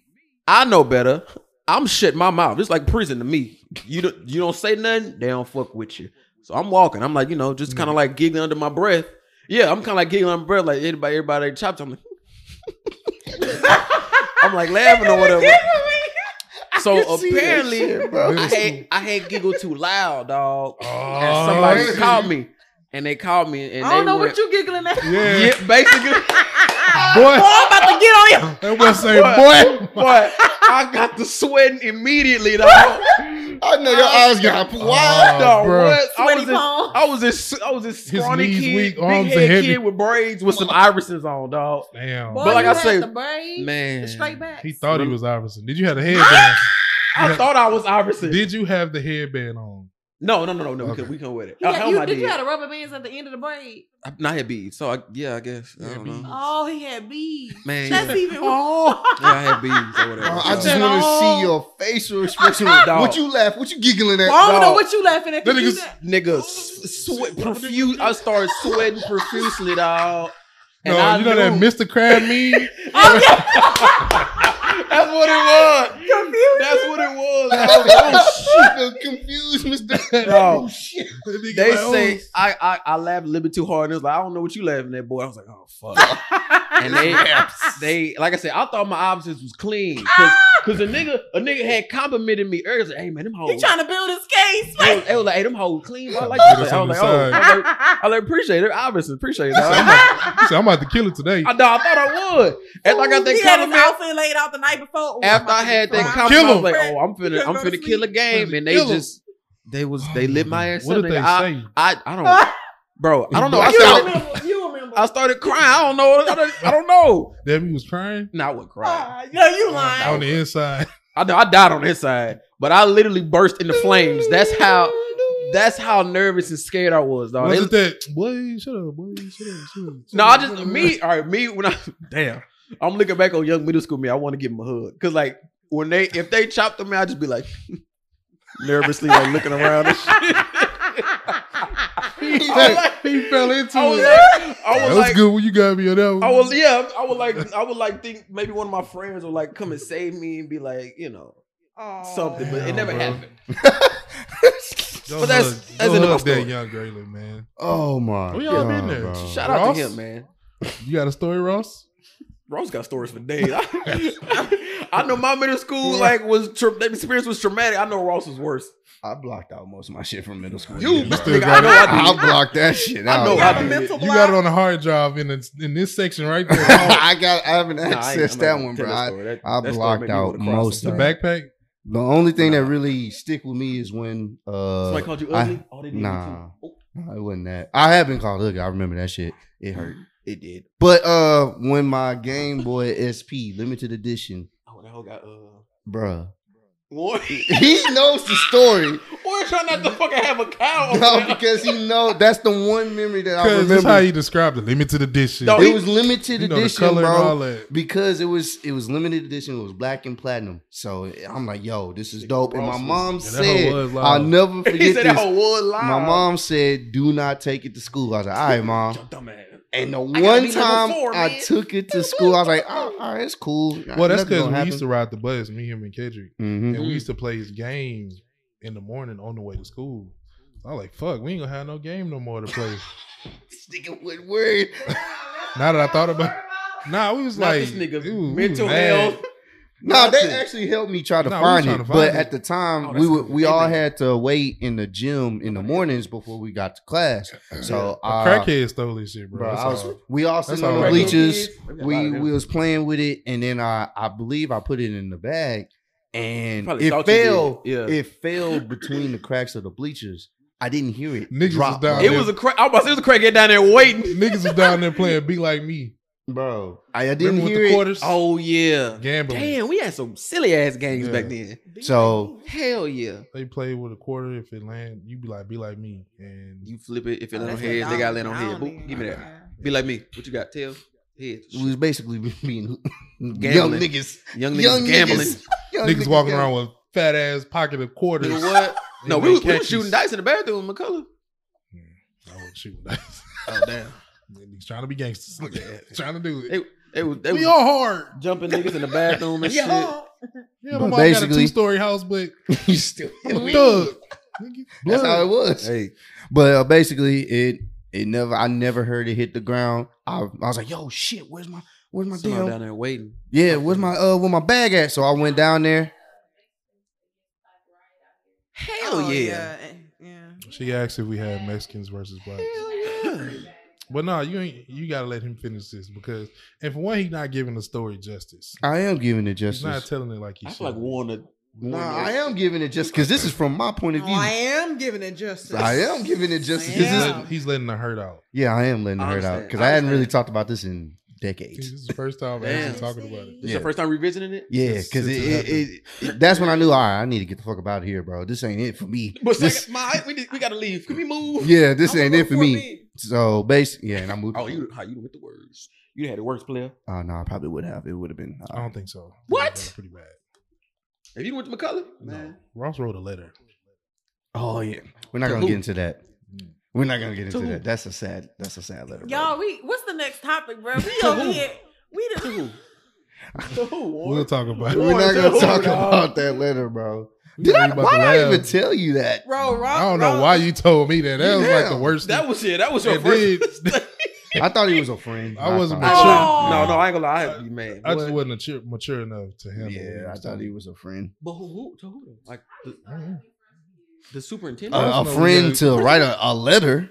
[SPEAKER 7] I know better. I'm shut my mouth. It's like prison to me. You don't you don't say nothing, they don't fuck with you. So I'm walking. I'm like, you know, just
[SPEAKER 5] Mm.
[SPEAKER 7] kind of like giggling under my breath. Yeah, I'm kind of like giggling under my breath, like anybody, everybody chopped. I'm like, I'm like laughing or whatever. So apparently,
[SPEAKER 6] bro.
[SPEAKER 7] I had I had giggled too loud, dog.
[SPEAKER 4] Oh,
[SPEAKER 7] And somebody
[SPEAKER 6] yeah.
[SPEAKER 7] called me. and they called me and
[SPEAKER 5] I don't
[SPEAKER 7] they
[SPEAKER 5] know
[SPEAKER 7] were,
[SPEAKER 5] what you giggling at.
[SPEAKER 4] Yeah,
[SPEAKER 7] yeah, basically.
[SPEAKER 4] boy.
[SPEAKER 5] Boy, I'm about to get on you.
[SPEAKER 4] That was say, boy.
[SPEAKER 7] But I got the sweating immediately though.
[SPEAKER 6] I know your eyes got
[SPEAKER 4] Oh,
[SPEAKER 7] Dog,
[SPEAKER 4] bruh.
[SPEAKER 7] what? I
[SPEAKER 5] Sweaty
[SPEAKER 7] was this,
[SPEAKER 5] palm.
[SPEAKER 7] I was this, I was this
[SPEAKER 4] His
[SPEAKER 7] scrawny
[SPEAKER 4] knees
[SPEAKER 7] kid,
[SPEAKER 4] weak,
[SPEAKER 7] big
[SPEAKER 4] arms are
[SPEAKER 7] head
[SPEAKER 4] heavy.
[SPEAKER 7] kid with braids with some Iversons on, dog.
[SPEAKER 4] Damn.
[SPEAKER 5] Boy,
[SPEAKER 7] But like
[SPEAKER 5] you
[SPEAKER 7] I
[SPEAKER 5] had
[SPEAKER 7] say,
[SPEAKER 5] the braids,
[SPEAKER 7] Man,
[SPEAKER 5] the straight back.
[SPEAKER 4] he thought he was Iverson. Did you have the headband?
[SPEAKER 7] Ah! I thought I was Iverson.
[SPEAKER 4] Did you have the headband on?
[SPEAKER 7] no, no, no, no, no.
[SPEAKER 4] Okay.
[SPEAKER 7] We can, we can with it.
[SPEAKER 5] He
[SPEAKER 7] Oh,
[SPEAKER 5] had-
[SPEAKER 7] hell,
[SPEAKER 5] you,
[SPEAKER 7] I
[SPEAKER 5] did
[SPEAKER 7] did.
[SPEAKER 5] you have the rubber bands at the end of the braid?
[SPEAKER 7] I- not had beads, so I, yeah, I guess. I
[SPEAKER 4] Yeah,
[SPEAKER 7] don't
[SPEAKER 4] beads.
[SPEAKER 7] know.
[SPEAKER 5] Oh, he had beads.
[SPEAKER 7] Man,
[SPEAKER 5] That's
[SPEAKER 7] yeah.
[SPEAKER 5] even more.
[SPEAKER 7] yeah, I had beads or whatever.
[SPEAKER 6] I just
[SPEAKER 7] So-
[SPEAKER 5] At
[SPEAKER 6] want to
[SPEAKER 5] all.
[SPEAKER 6] see your facial expression.
[SPEAKER 7] "Oh." Dog.
[SPEAKER 6] What you laugh? What you giggling
[SPEAKER 5] Well,
[SPEAKER 6] at?
[SPEAKER 5] I don't know
[SPEAKER 7] dog.
[SPEAKER 5] what you laughing at.
[SPEAKER 7] That
[SPEAKER 5] 'cause you
[SPEAKER 7] nigga's
[SPEAKER 5] said-
[SPEAKER 7] nigga, s- sweat profuse. I started sweating profusely, dog. And
[SPEAKER 4] no,
[SPEAKER 7] I
[SPEAKER 4] you know that
[SPEAKER 7] knew-
[SPEAKER 4] Mr. Crab meme?
[SPEAKER 5] Oh,
[SPEAKER 7] That's what it was.
[SPEAKER 5] Confused.
[SPEAKER 7] That's what it was. I was like, oh, shit.
[SPEAKER 6] The confused Mr.
[SPEAKER 7] No.
[SPEAKER 6] shit.
[SPEAKER 7] They say Oh. I, I I laughed a little bit too hard, and it was like I don't know what you laughing at, boy. I was like, oh fuck. and they they like I said, I thought my options was clean because a nigga a nigga had complimented me earlier. Like, hey man, them
[SPEAKER 5] He
[SPEAKER 7] hoes.
[SPEAKER 5] trying to build his case.
[SPEAKER 7] They was, they was like, hey, them hoes clean. Bro. I like
[SPEAKER 4] Put
[SPEAKER 7] this.
[SPEAKER 4] us
[SPEAKER 7] I
[SPEAKER 4] on
[SPEAKER 7] was
[SPEAKER 4] the
[SPEAKER 7] like, oh,
[SPEAKER 4] side.
[SPEAKER 7] I was like, I was like, appreciate it. Obviously, appreciate it. dog. I'm like,
[SPEAKER 4] He said, I'm about to kill it today.
[SPEAKER 7] I, no, I thought I would. After I
[SPEAKER 5] he
[SPEAKER 7] got that
[SPEAKER 5] had his
[SPEAKER 7] compliment,
[SPEAKER 5] outfit laid out the night before. Ooh, I'm
[SPEAKER 7] after
[SPEAKER 5] about
[SPEAKER 7] I
[SPEAKER 5] to
[SPEAKER 7] had
[SPEAKER 5] get
[SPEAKER 7] that
[SPEAKER 5] fried.
[SPEAKER 7] compliment, I was
[SPEAKER 4] Kill
[SPEAKER 7] like,
[SPEAKER 5] 'em.
[SPEAKER 7] oh, I'm
[SPEAKER 5] You
[SPEAKER 7] finna,
[SPEAKER 5] gotta
[SPEAKER 7] I'm
[SPEAKER 5] go to
[SPEAKER 7] finna kill a
[SPEAKER 5] sleep.
[SPEAKER 7] game, and they
[SPEAKER 4] Kill 'em.
[SPEAKER 7] just they was they lit my ass
[SPEAKER 4] What
[SPEAKER 7] up.
[SPEAKER 4] did they
[SPEAKER 7] nigga. I,
[SPEAKER 4] say?
[SPEAKER 7] I I don't, bro. I don't know. I
[SPEAKER 5] You
[SPEAKER 7] started,
[SPEAKER 5] remember? You remember?
[SPEAKER 7] I started crying. I don't know. I don't, I don't know.
[SPEAKER 4] Debbie was crying
[SPEAKER 7] Not with cry.
[SPEAKER 5] Ah, no,
[SPEAKER 7] Oh,
[SPEAKER 5] you lying.
[SPEAKER 4] on the inside.
[SPEAKER 7] I know I died on his side, but I literally burst into flames. That's how. That's how nervous and scared I was, dog. Oh, They-
[SPEAKER 4] Wasn't that, boy, shut up, boy, shut up, shut up. shut
[SPEAKER 7] No, I
[SPEAKER 4] up,
[SPEAKER 7] just
[SPEAKER 4] shut up."
[SPEAKER 7] me. All right, me when I damn, I'm looking back on young middle school me. I want to give him a hug because like when they if they chopped them, I just be like nervously like looking around. And shit.
[SPEAKER 4] He,
[SPEAKER 7] I was like-
[SPEAKER 4] he fell into
[SPEAKER 7] I was
[SPEAKER 4] it.
[SPEAKER 7] like, I
[SPEAKER 4] that
[SPEAKER 7] was
[SPEAKER 4] was
[SPEAKER 7] like,
[SPEAKER 4] good when you got me on that one.
[SPEAKER 7] I was yeah, I would like, I would like think maybe one of my friends would like come and save me and be like, you know,
[SPEAKER 5] Aw.
[SPEAKER 7] something, but it
[SPEAKER 4] Damn,
[SPEAKER 7] never
[SPEAKER 4] bro.
[SPEAKER 7] happened.
[SPEAKER 4] Go
[SPEAKER 7] but
[SPEAKER 4] hug-
[SPEAKER 7] that's- that's
[SPEAKER 4] go
[SPEAKER 7] the end of my
[SPEAKER 4] hug
[SPEAKER 7] story.
[SPEAKER 4] that young Grayling, man.
[SPEAKER 6] Oh my.
[SPEAKER 4] We all
[SPEAKER 6] God,
[SPEAKER 4] been there.
[SPEAKER 6] bro.
[SPEAKER 7] Shout out
[SPEAKER 4] Ross?
[SPEAKER 7] to him, man.
[SPEAKER 4] You got a story, Ross?
[SPEAKER 7] Ross got stories for days. I, I know my middle school like was tra- that experience was traumatic. I know Ross was worse.
[SPEAKER 6] I blocked out most of my shit from middle school.
[SPEAKER 7] You-
[SPEAKER 6] bro.
[SPEAKER 4] still
[SPEAKER 7] Nigga, I
[SPEAKER 4] got
[SPEAKER 7] know
[SPEAKER 4] it.
[SPEAKER 7] I
[SPEAKER 6] I blocked that shit.
[SPEAKER 7] I
[SPEAKER 6] out,
[SPEAKER 7] know
[SPEAKER 6] bro.
[SPEAKER 7] I
[SPEAKER 5] Got a
[SPEAKER 7] did.
[SPEAKER 5] mental
[SPEAKER 4] You got it
[SPEAKER 5] block.
[SPEAKER 4] on the hard drive in the, in this section right there.
[SPEAKER 6] I got. I haven't
[SPEAKER 7] Nah, I ain't-
[SPEAKER 6] accessed
[SPEAKER 7] I'm not
[SPEAKER 6] that
[SPEAKER 7] gonna
[SPEAKER 6] one,
[SPEAKER 7] tell
[SPEAKER 6] bro.
[SPEAKER 7] that
[SPEAKER 6] I,
[SPEAKER 7] story. That-
[SPEAKER 6] I
[SPEAKER 7] that story
[SPEAKER 6] blocked
[SPEAKER 7] made me wanna
[SPEAKER 6] out
[SPEAKER 7] cry
[SPEAKER 6] most
[SPEAKER 4] the
[SPEAKER 6] of
[SPEAKER 7] sometimes.
[SPEAKER 4] backpack.
[SPEAKER 6] the only thing that
[SPEAKER 7] Nah.
[SPEAKER 6] really stick with me is when uh,
[SPEAKER 7] Somebody called you
[SPEAKER 6] I-
[SPEAKER 7] ugly? oh, they did
[SPEAKER 6] nah.
[SPEAKER 7] You too.
[SPEAKER 6] Nah, it wasn't that. I have been called ugly. I remember that shit. It
[SPEAKER 7] Oh,
[SPEAKER 6] hurt.
[SPEAKER 7] It did.
[SPEAKER 6] But uh, when my Game Boy SP Limited Edition,
[SPEAKER 7] Oh, that hoe got uh.
[SPEAKER 6] bruh,
[SPEAKER 7] Warren,
[SPEAKER 6] he knows the story
[SPEAKER 7] Warren trying not to fucking have a cow. over
[SPEAKER 6] no,
[SPEAKER 7] there.
[SPEAKER 6] because he know that's the one memory that I
[SPEAKER 4] Because that's
[SPEAKER 6] remember.
[SPEAKER 4] how you described it. Limited edition.
[SPEAKER 7] No,
[SPEAKER 6] it was limited
[SPEAKER 4] you know, the
[SPEAKER 6] edition,
[SPEAKER 4] color and all
[SPEAKER 6] bro.
[SPEAKER 4] that.
[SPEAKER 6] Because it was it was limited edition. It was black and platinum. So I'm like, yo, this is dope. And my
[SPEAKER 7] Ross was-
[SPEAKER 6] mom
[SPEAKER 4] that hoe was
[SPEAKER 6] said,
[SPEAKER 4] loud.
[SPEAKER 6] I'll never
[SPEAKER 7] he
[SPEAKER 6] forget
[SPEAKER 7] said "Oh, that
[SPEAKER 6] this.
[SPEAKER 7] whole wood line.
[SPEAKER 6] My mom said, do not take it to school. I was like, all right, mom. And the
[SPEAKER 7] gotta be
[SPEAKER 6] one
[SPEAKER 7] number
[SPEAKER 6] time
[SPEAKER 7] four,
[SPEAKER 6] I
[SPEAKER 7] man.
[SPEAKER 6] took it to school, I was like, oh, all right, it's cool.
[SPEAKER 4] Well, that's because we used to ride the bus, me, him, and Kendrick.
[SPEAKER 6] hmm
[SPEAKER 7] Mm-hmm.
[SPEAKER 4] And we used to play his game in the morning on the way to school. I was like, fuck, we ain't gonna have no game no more to play.
[SPEAKER 6] Sticking with word.
[SPEAKER 4] now that I thought about Nah, we was
[SPEAKER 7] Not
[SPEAKER 4] like,
[SPEAKER 7] this nigga.
[SPEAKER 4] ew, we
[SPEAKER 7] mental
[SPEAKER 4] was mad.
[SPEAKER 7] health.
[SPEAKER 6] No, they
[SPEAKER 7] Nothing.
[SPEAKER 6] actually helped me try to
[SPEAKER 4] Nah, we
[SPEAKER 6] find
[SPEAKER 4] tryna
[SPEAKER 6] it.
[SPEAKER 4] find
[SPEAKER 6] but
[SPEAKER 4] it.
[SPEAKER 6] at the time,
[SPEAKER 7] Oh,
[SPEAKER 6] we
[SPEAKER 7] that's
[SPEAKER 6] would, we all
[SPEAKER 7] everything.
[SPEAKER 6] had to wait in the gym in the mornings before we got to class. So
[SPEAKER 4] A
[SPEAKER 6] uh,
[SPEAKER 4] crackhead stole this shit, bro.
[SPEAKER 6] bro,
[SPEAKER 4] That's
[SPEAKER 6] I was,
[SPEAKER 4] all.
[SPEAKER 6] we all
[SPEAKER 4] That's
[SPEAKER 6] sitting on
[SPEAKER 4] all
[SPEAKER 6] the
[SPEAKER 4] right.
[SPEAKER 6] bleachers.
[SPEAKER 7] Crackhead kids.
[SPEAKER 6] We we was playing with it, and then I I believe I put it in the bag, and
[SPEAKER 7] Probably
[SPEAKER 6] it
[SPEAKER 7] thought you did.
[SPEAKER 6] fell.
[SPEAKER 7] Yeah.
[SPEAKER 6] It fell between the cracks of the bleachers. I didn't hear it.
[SPEAKER 4] Niggas was
[SPEAKER 6] drop,
[SPEAKER 4] down
[SPEAKER 7] It
[SPEAKER 6] bro.
[SPEAKER 7] was a crack. I was about to say, it was a crackhead down there waiting.
[SPEAKER 4] Niggas was down there playing Be Like Me.
[SPEAKER 6] bro. I, I
[SPEAKER 4] Remember
[SPEAKER 6] didn't
[SPEAKER 4] with
[SPEAKER 6] hear
[SPEAKER 4] the
[SPEAKER 6] it.
[SPEAKER 4] quarters?
[SPEAKER 7] Oh yeah.
[SPEAKER 4] Gambling.
[SPEAKER 7] Damn, we had some silly ass games
[SPEAKER 4] Yeah.
[SPEAKER 7] back then.
[SPEAKER 6] So
[SPEAKER 7] Hell yeah.
[SPEAKER 4] They play with a quarter. If it land, you be like, be like me. And
[SPEAKER 7] You flip it if it
[SPEAKER 5] Oh,
[SPEAKER 7] land on
[SPEAKER 5] that's what
[SPEAKER 7] heads, they
[SPEAKER 5] y'all-
[SPEAKER 7] got land on
[SPEAKER 5] y'all Oh,
[SPEAKER 7] head.
[SPEAKER 5] did.
[SPEAKER 7] Boop, give me that. Be like me. What you got? Tail, head,
[SPEAKER 6] we was basically being young
[SPEAKER 7] Gambling.
[SPEAKER 6] niggas,
[SPEAKER 7] young niggas
[SPEAKER 6] young
[SPEAKER 7] gambling.
[SPEAKER 6] niggas, young
[SPEAKER 4] niggas walking
[SPEAKER 6] gambling.
[SPEAKER 4] around with fat ass pocket of quarters.
[SPEAKER 7] Nigga, what?
[SPEAKER 4] They
[SPEAKER 7] No, we was,
[SPEAKER 4] made
[SPEAKER 7] we was
[SPEAKER 4] catches.
[SPEAKER 7] shooting dice in the bathroom with McCullough.
[SPEAKER 4] I was shooting dice.
[SPEAKER 7] Oh damn.
[SPEAKER 4] niggas trying to be gangsters. Look at that. Trying to do it.
[SPEAKER 7] They, they was they
[SPEAKER 4] we
[SPEAKER 7] was
[SPEAKER 4] all hard.
[SPEAKER 7] jumping niggas in the bathroom and shit.
[SPEAKER 5] Yeah.
[SPEAKER 4] Yeah, my
[SPEAKER 6] But
[SPEAKER 4] mom got a
[SPEAKER 6] basically-
[SPEAKER 4] two story house, but
[SPEAKER 6] you still.
[SPEAKER 4] I'm a thug. Nigga,
[SPEAKER 6] That's how it
[SPEAKER 4] blood.
[SPEAKER 6] was.
[SPEAKER 7] Hey,
[SPEAKER 6] But uh, basically, it it never. I never heard it hit the ground. I, I was like, "Yo, shit, where's my where's my
[SPEAKER 7] my someone
[SPEAKER 6] damn
[SPEAKER 7] down there waiting.
[SPEAKER 6] yeah? Where's my uh where my bag at?" So I went down there.
[SPEAKER 7] Hell
[SPEAKER 5] Oh,
[SPEAKER 7] yeah.
[SPEAKER 5] yeah.
[SPEAKER 4] Oh, She asked if we had Mexicans versus blacks. But no, you ain't. You gotta let him finish this because, and for one, he's not giving the story justice.
[SPEAKER 6] I am giving it
[SPEAKER 4] He's not
[SPEAKER 6] justice.
[SPEAKER 4] telling it like he
[SPEAKER 7] I
[SPEAKER 4] should.
[SPEAKER 7] feel like Warner.
[SPEAKER 6] Nah, I am giving it just because this is from my point of
[SPEAKER 5] Oh,
[SPEAKER 6] view.
[SPEAKER 5] I
[SPEAKER 6] I
[SPEAKER 5] am giving it justice.
[SPEAKER 6] am, giving it justice.
[SPEAKER 5] I
[SPEAKER 4] he's,
[SPEAKER 6] This is-
[SPEAKER 5] am.
[SPEAKER 4] letting, he's letting the hurt out.
[SPEAKER 6] yeah, I am letting
[SPEAKER 7] I
[SPEAKER 6] her out
[SPEAKER 7] understand.
[SPEAKER 6] because
[SPEAKER 7] I
[SPEAKER 6] I hadn't really
[SPEAKER 7] understand.
[SPEAKER 6] talked about this in
[SPEAKER 4] This
[SPEAKER 6] decades.
[SPEAKER 4] is the first time I'm
[SPEAKER 7] Damn.
[SPEAKER 4] actually talking about it.
[SPEAKER 7] This is
[SPEAKER 6] Yeah.
[SPEAKER 7] your first time revisiting it.
[SPEAKER 6] Yeah,
[SPEAKER 4] Since-
[SPEAKER 6] because it,
[SPEAKER 4] since
[SPEAKER 6] it,
[SPEAKER 4] it
[SPEAKER 6] it, it- that's when I knew. All right, I need to get the fuck up out of here, bro. This ain't it for me.
[SPEAKER 7] But
[SPEAKER 6] This-
[SPEAKER 7] second, my, we, need- we gotta leave. Can we move?
[SPEAKER 6] yeah, this
[SPEAKER 7] I wanna
[SPEAKER 6] ain't
[SPEAKER 7] go
[SPEAKER 6] it for me.
[SPEAKER 7] 14.
[SPEAKER 6] So basically, yeah, and I moved.
[SPEAKER 7] Oh, you how you with the words? You had the words, player.
[SPEAKER 6] Oh no, I probably would have. It would have been. uh,
[SPEAKER 4] I don't think so.
[SPEAKER 7] What?
[SPEAKER 4] That's Pretty bad.
[SPEAKER 7] If you went to McCullough,
[SPEAKER 4] No.
[SPEAKER 7] man.
[SPEAKER 4] Ross wrote a letter.
[SPEAKER 6] oh yeah, we're not
[SPEAKER 7] To
[SPEAKER 6] gonna
[SPEAKER 7] who?
[SPEAKER 6] get into that. We're not gonna get
[SPEAKER 7] To
[SPEAKER 6] into
[SPEAKER 7] who?
[SPEAKER 6] that. That's a sad. That's a sad letter. bro.
[SPEAKER 5] Y'all, we what's the next topic, bro? We over
[SPEAKER 7] who?
[SPEAKER 5] here. We
[SPEAKER 7] To
[SPEAKER 5] done,
[SPEAKER 7] who? To who?
[SPEAKER 4] We'll talk about it.
[SPEAKER 6] We're not
[SPEAKER 7] Warren,
[SPEAKER 6] gonna
[SPEAKER 7] to who,
[SPEAKER 6] talk
[SPEAKER 7] dog?
[SPEAKER 6] about that letter, bro.
[SPEAKER 4] We
[SPEAKER 6] Did
[SPEAKER 4] ain't
[SPEAKER 6] I,
[SPEAKER 4] about
[SPEAKER 6] why
[SPEAKER 4] to
[SPEAKER 6] did I
[SPEAKER 4] laugh.
[SPEAKER 6] even tell you that?
[SPEAKER 5] bro, Ross,
[SPEAKER 4] I don't know
[SPEAKER 5] Ross-
[SPEAKER 4] why you told me that. That was like the
[SPEAKER 6] Yeah.
[SPEAKER 4] worst.
[SPEAKER 7] That was yeah. That was your
[SPEAKER 4] And
[SPEAKER 7] first.
[SPEAKER 4] then-
[SPEAKER 6] I thought he was a friend.
[SPEAKER 4] I wasn't
[SPEAKER 6] thought-
[SPEAKER 4] mature.
[SPEAKER 5] Oh.
[SPEAKER 7] No, no, I ain't gonna lie. I'd be mad.
[SPEAKER 4] I just
[SPEAKER 7] What?
[SPEAKER 4] wasn't mature, mature enough to handle.
[SPEAKER 6] Yeah, I thought he was a friend.
[SPEAKER 7] But who? who to who? though? Like the,
[SPEAKER 4] was.
[SPEAKER 7] the superintendent.
[SPEAKER 6] Uh,
[SPEAKER 4] no,
[SPEAKER 6] a
[SPEAKER 4] we
[SPEAKER 6] friend
[SPEAKER 4] gotta-
[SPEAKER 6] to write a, a letter,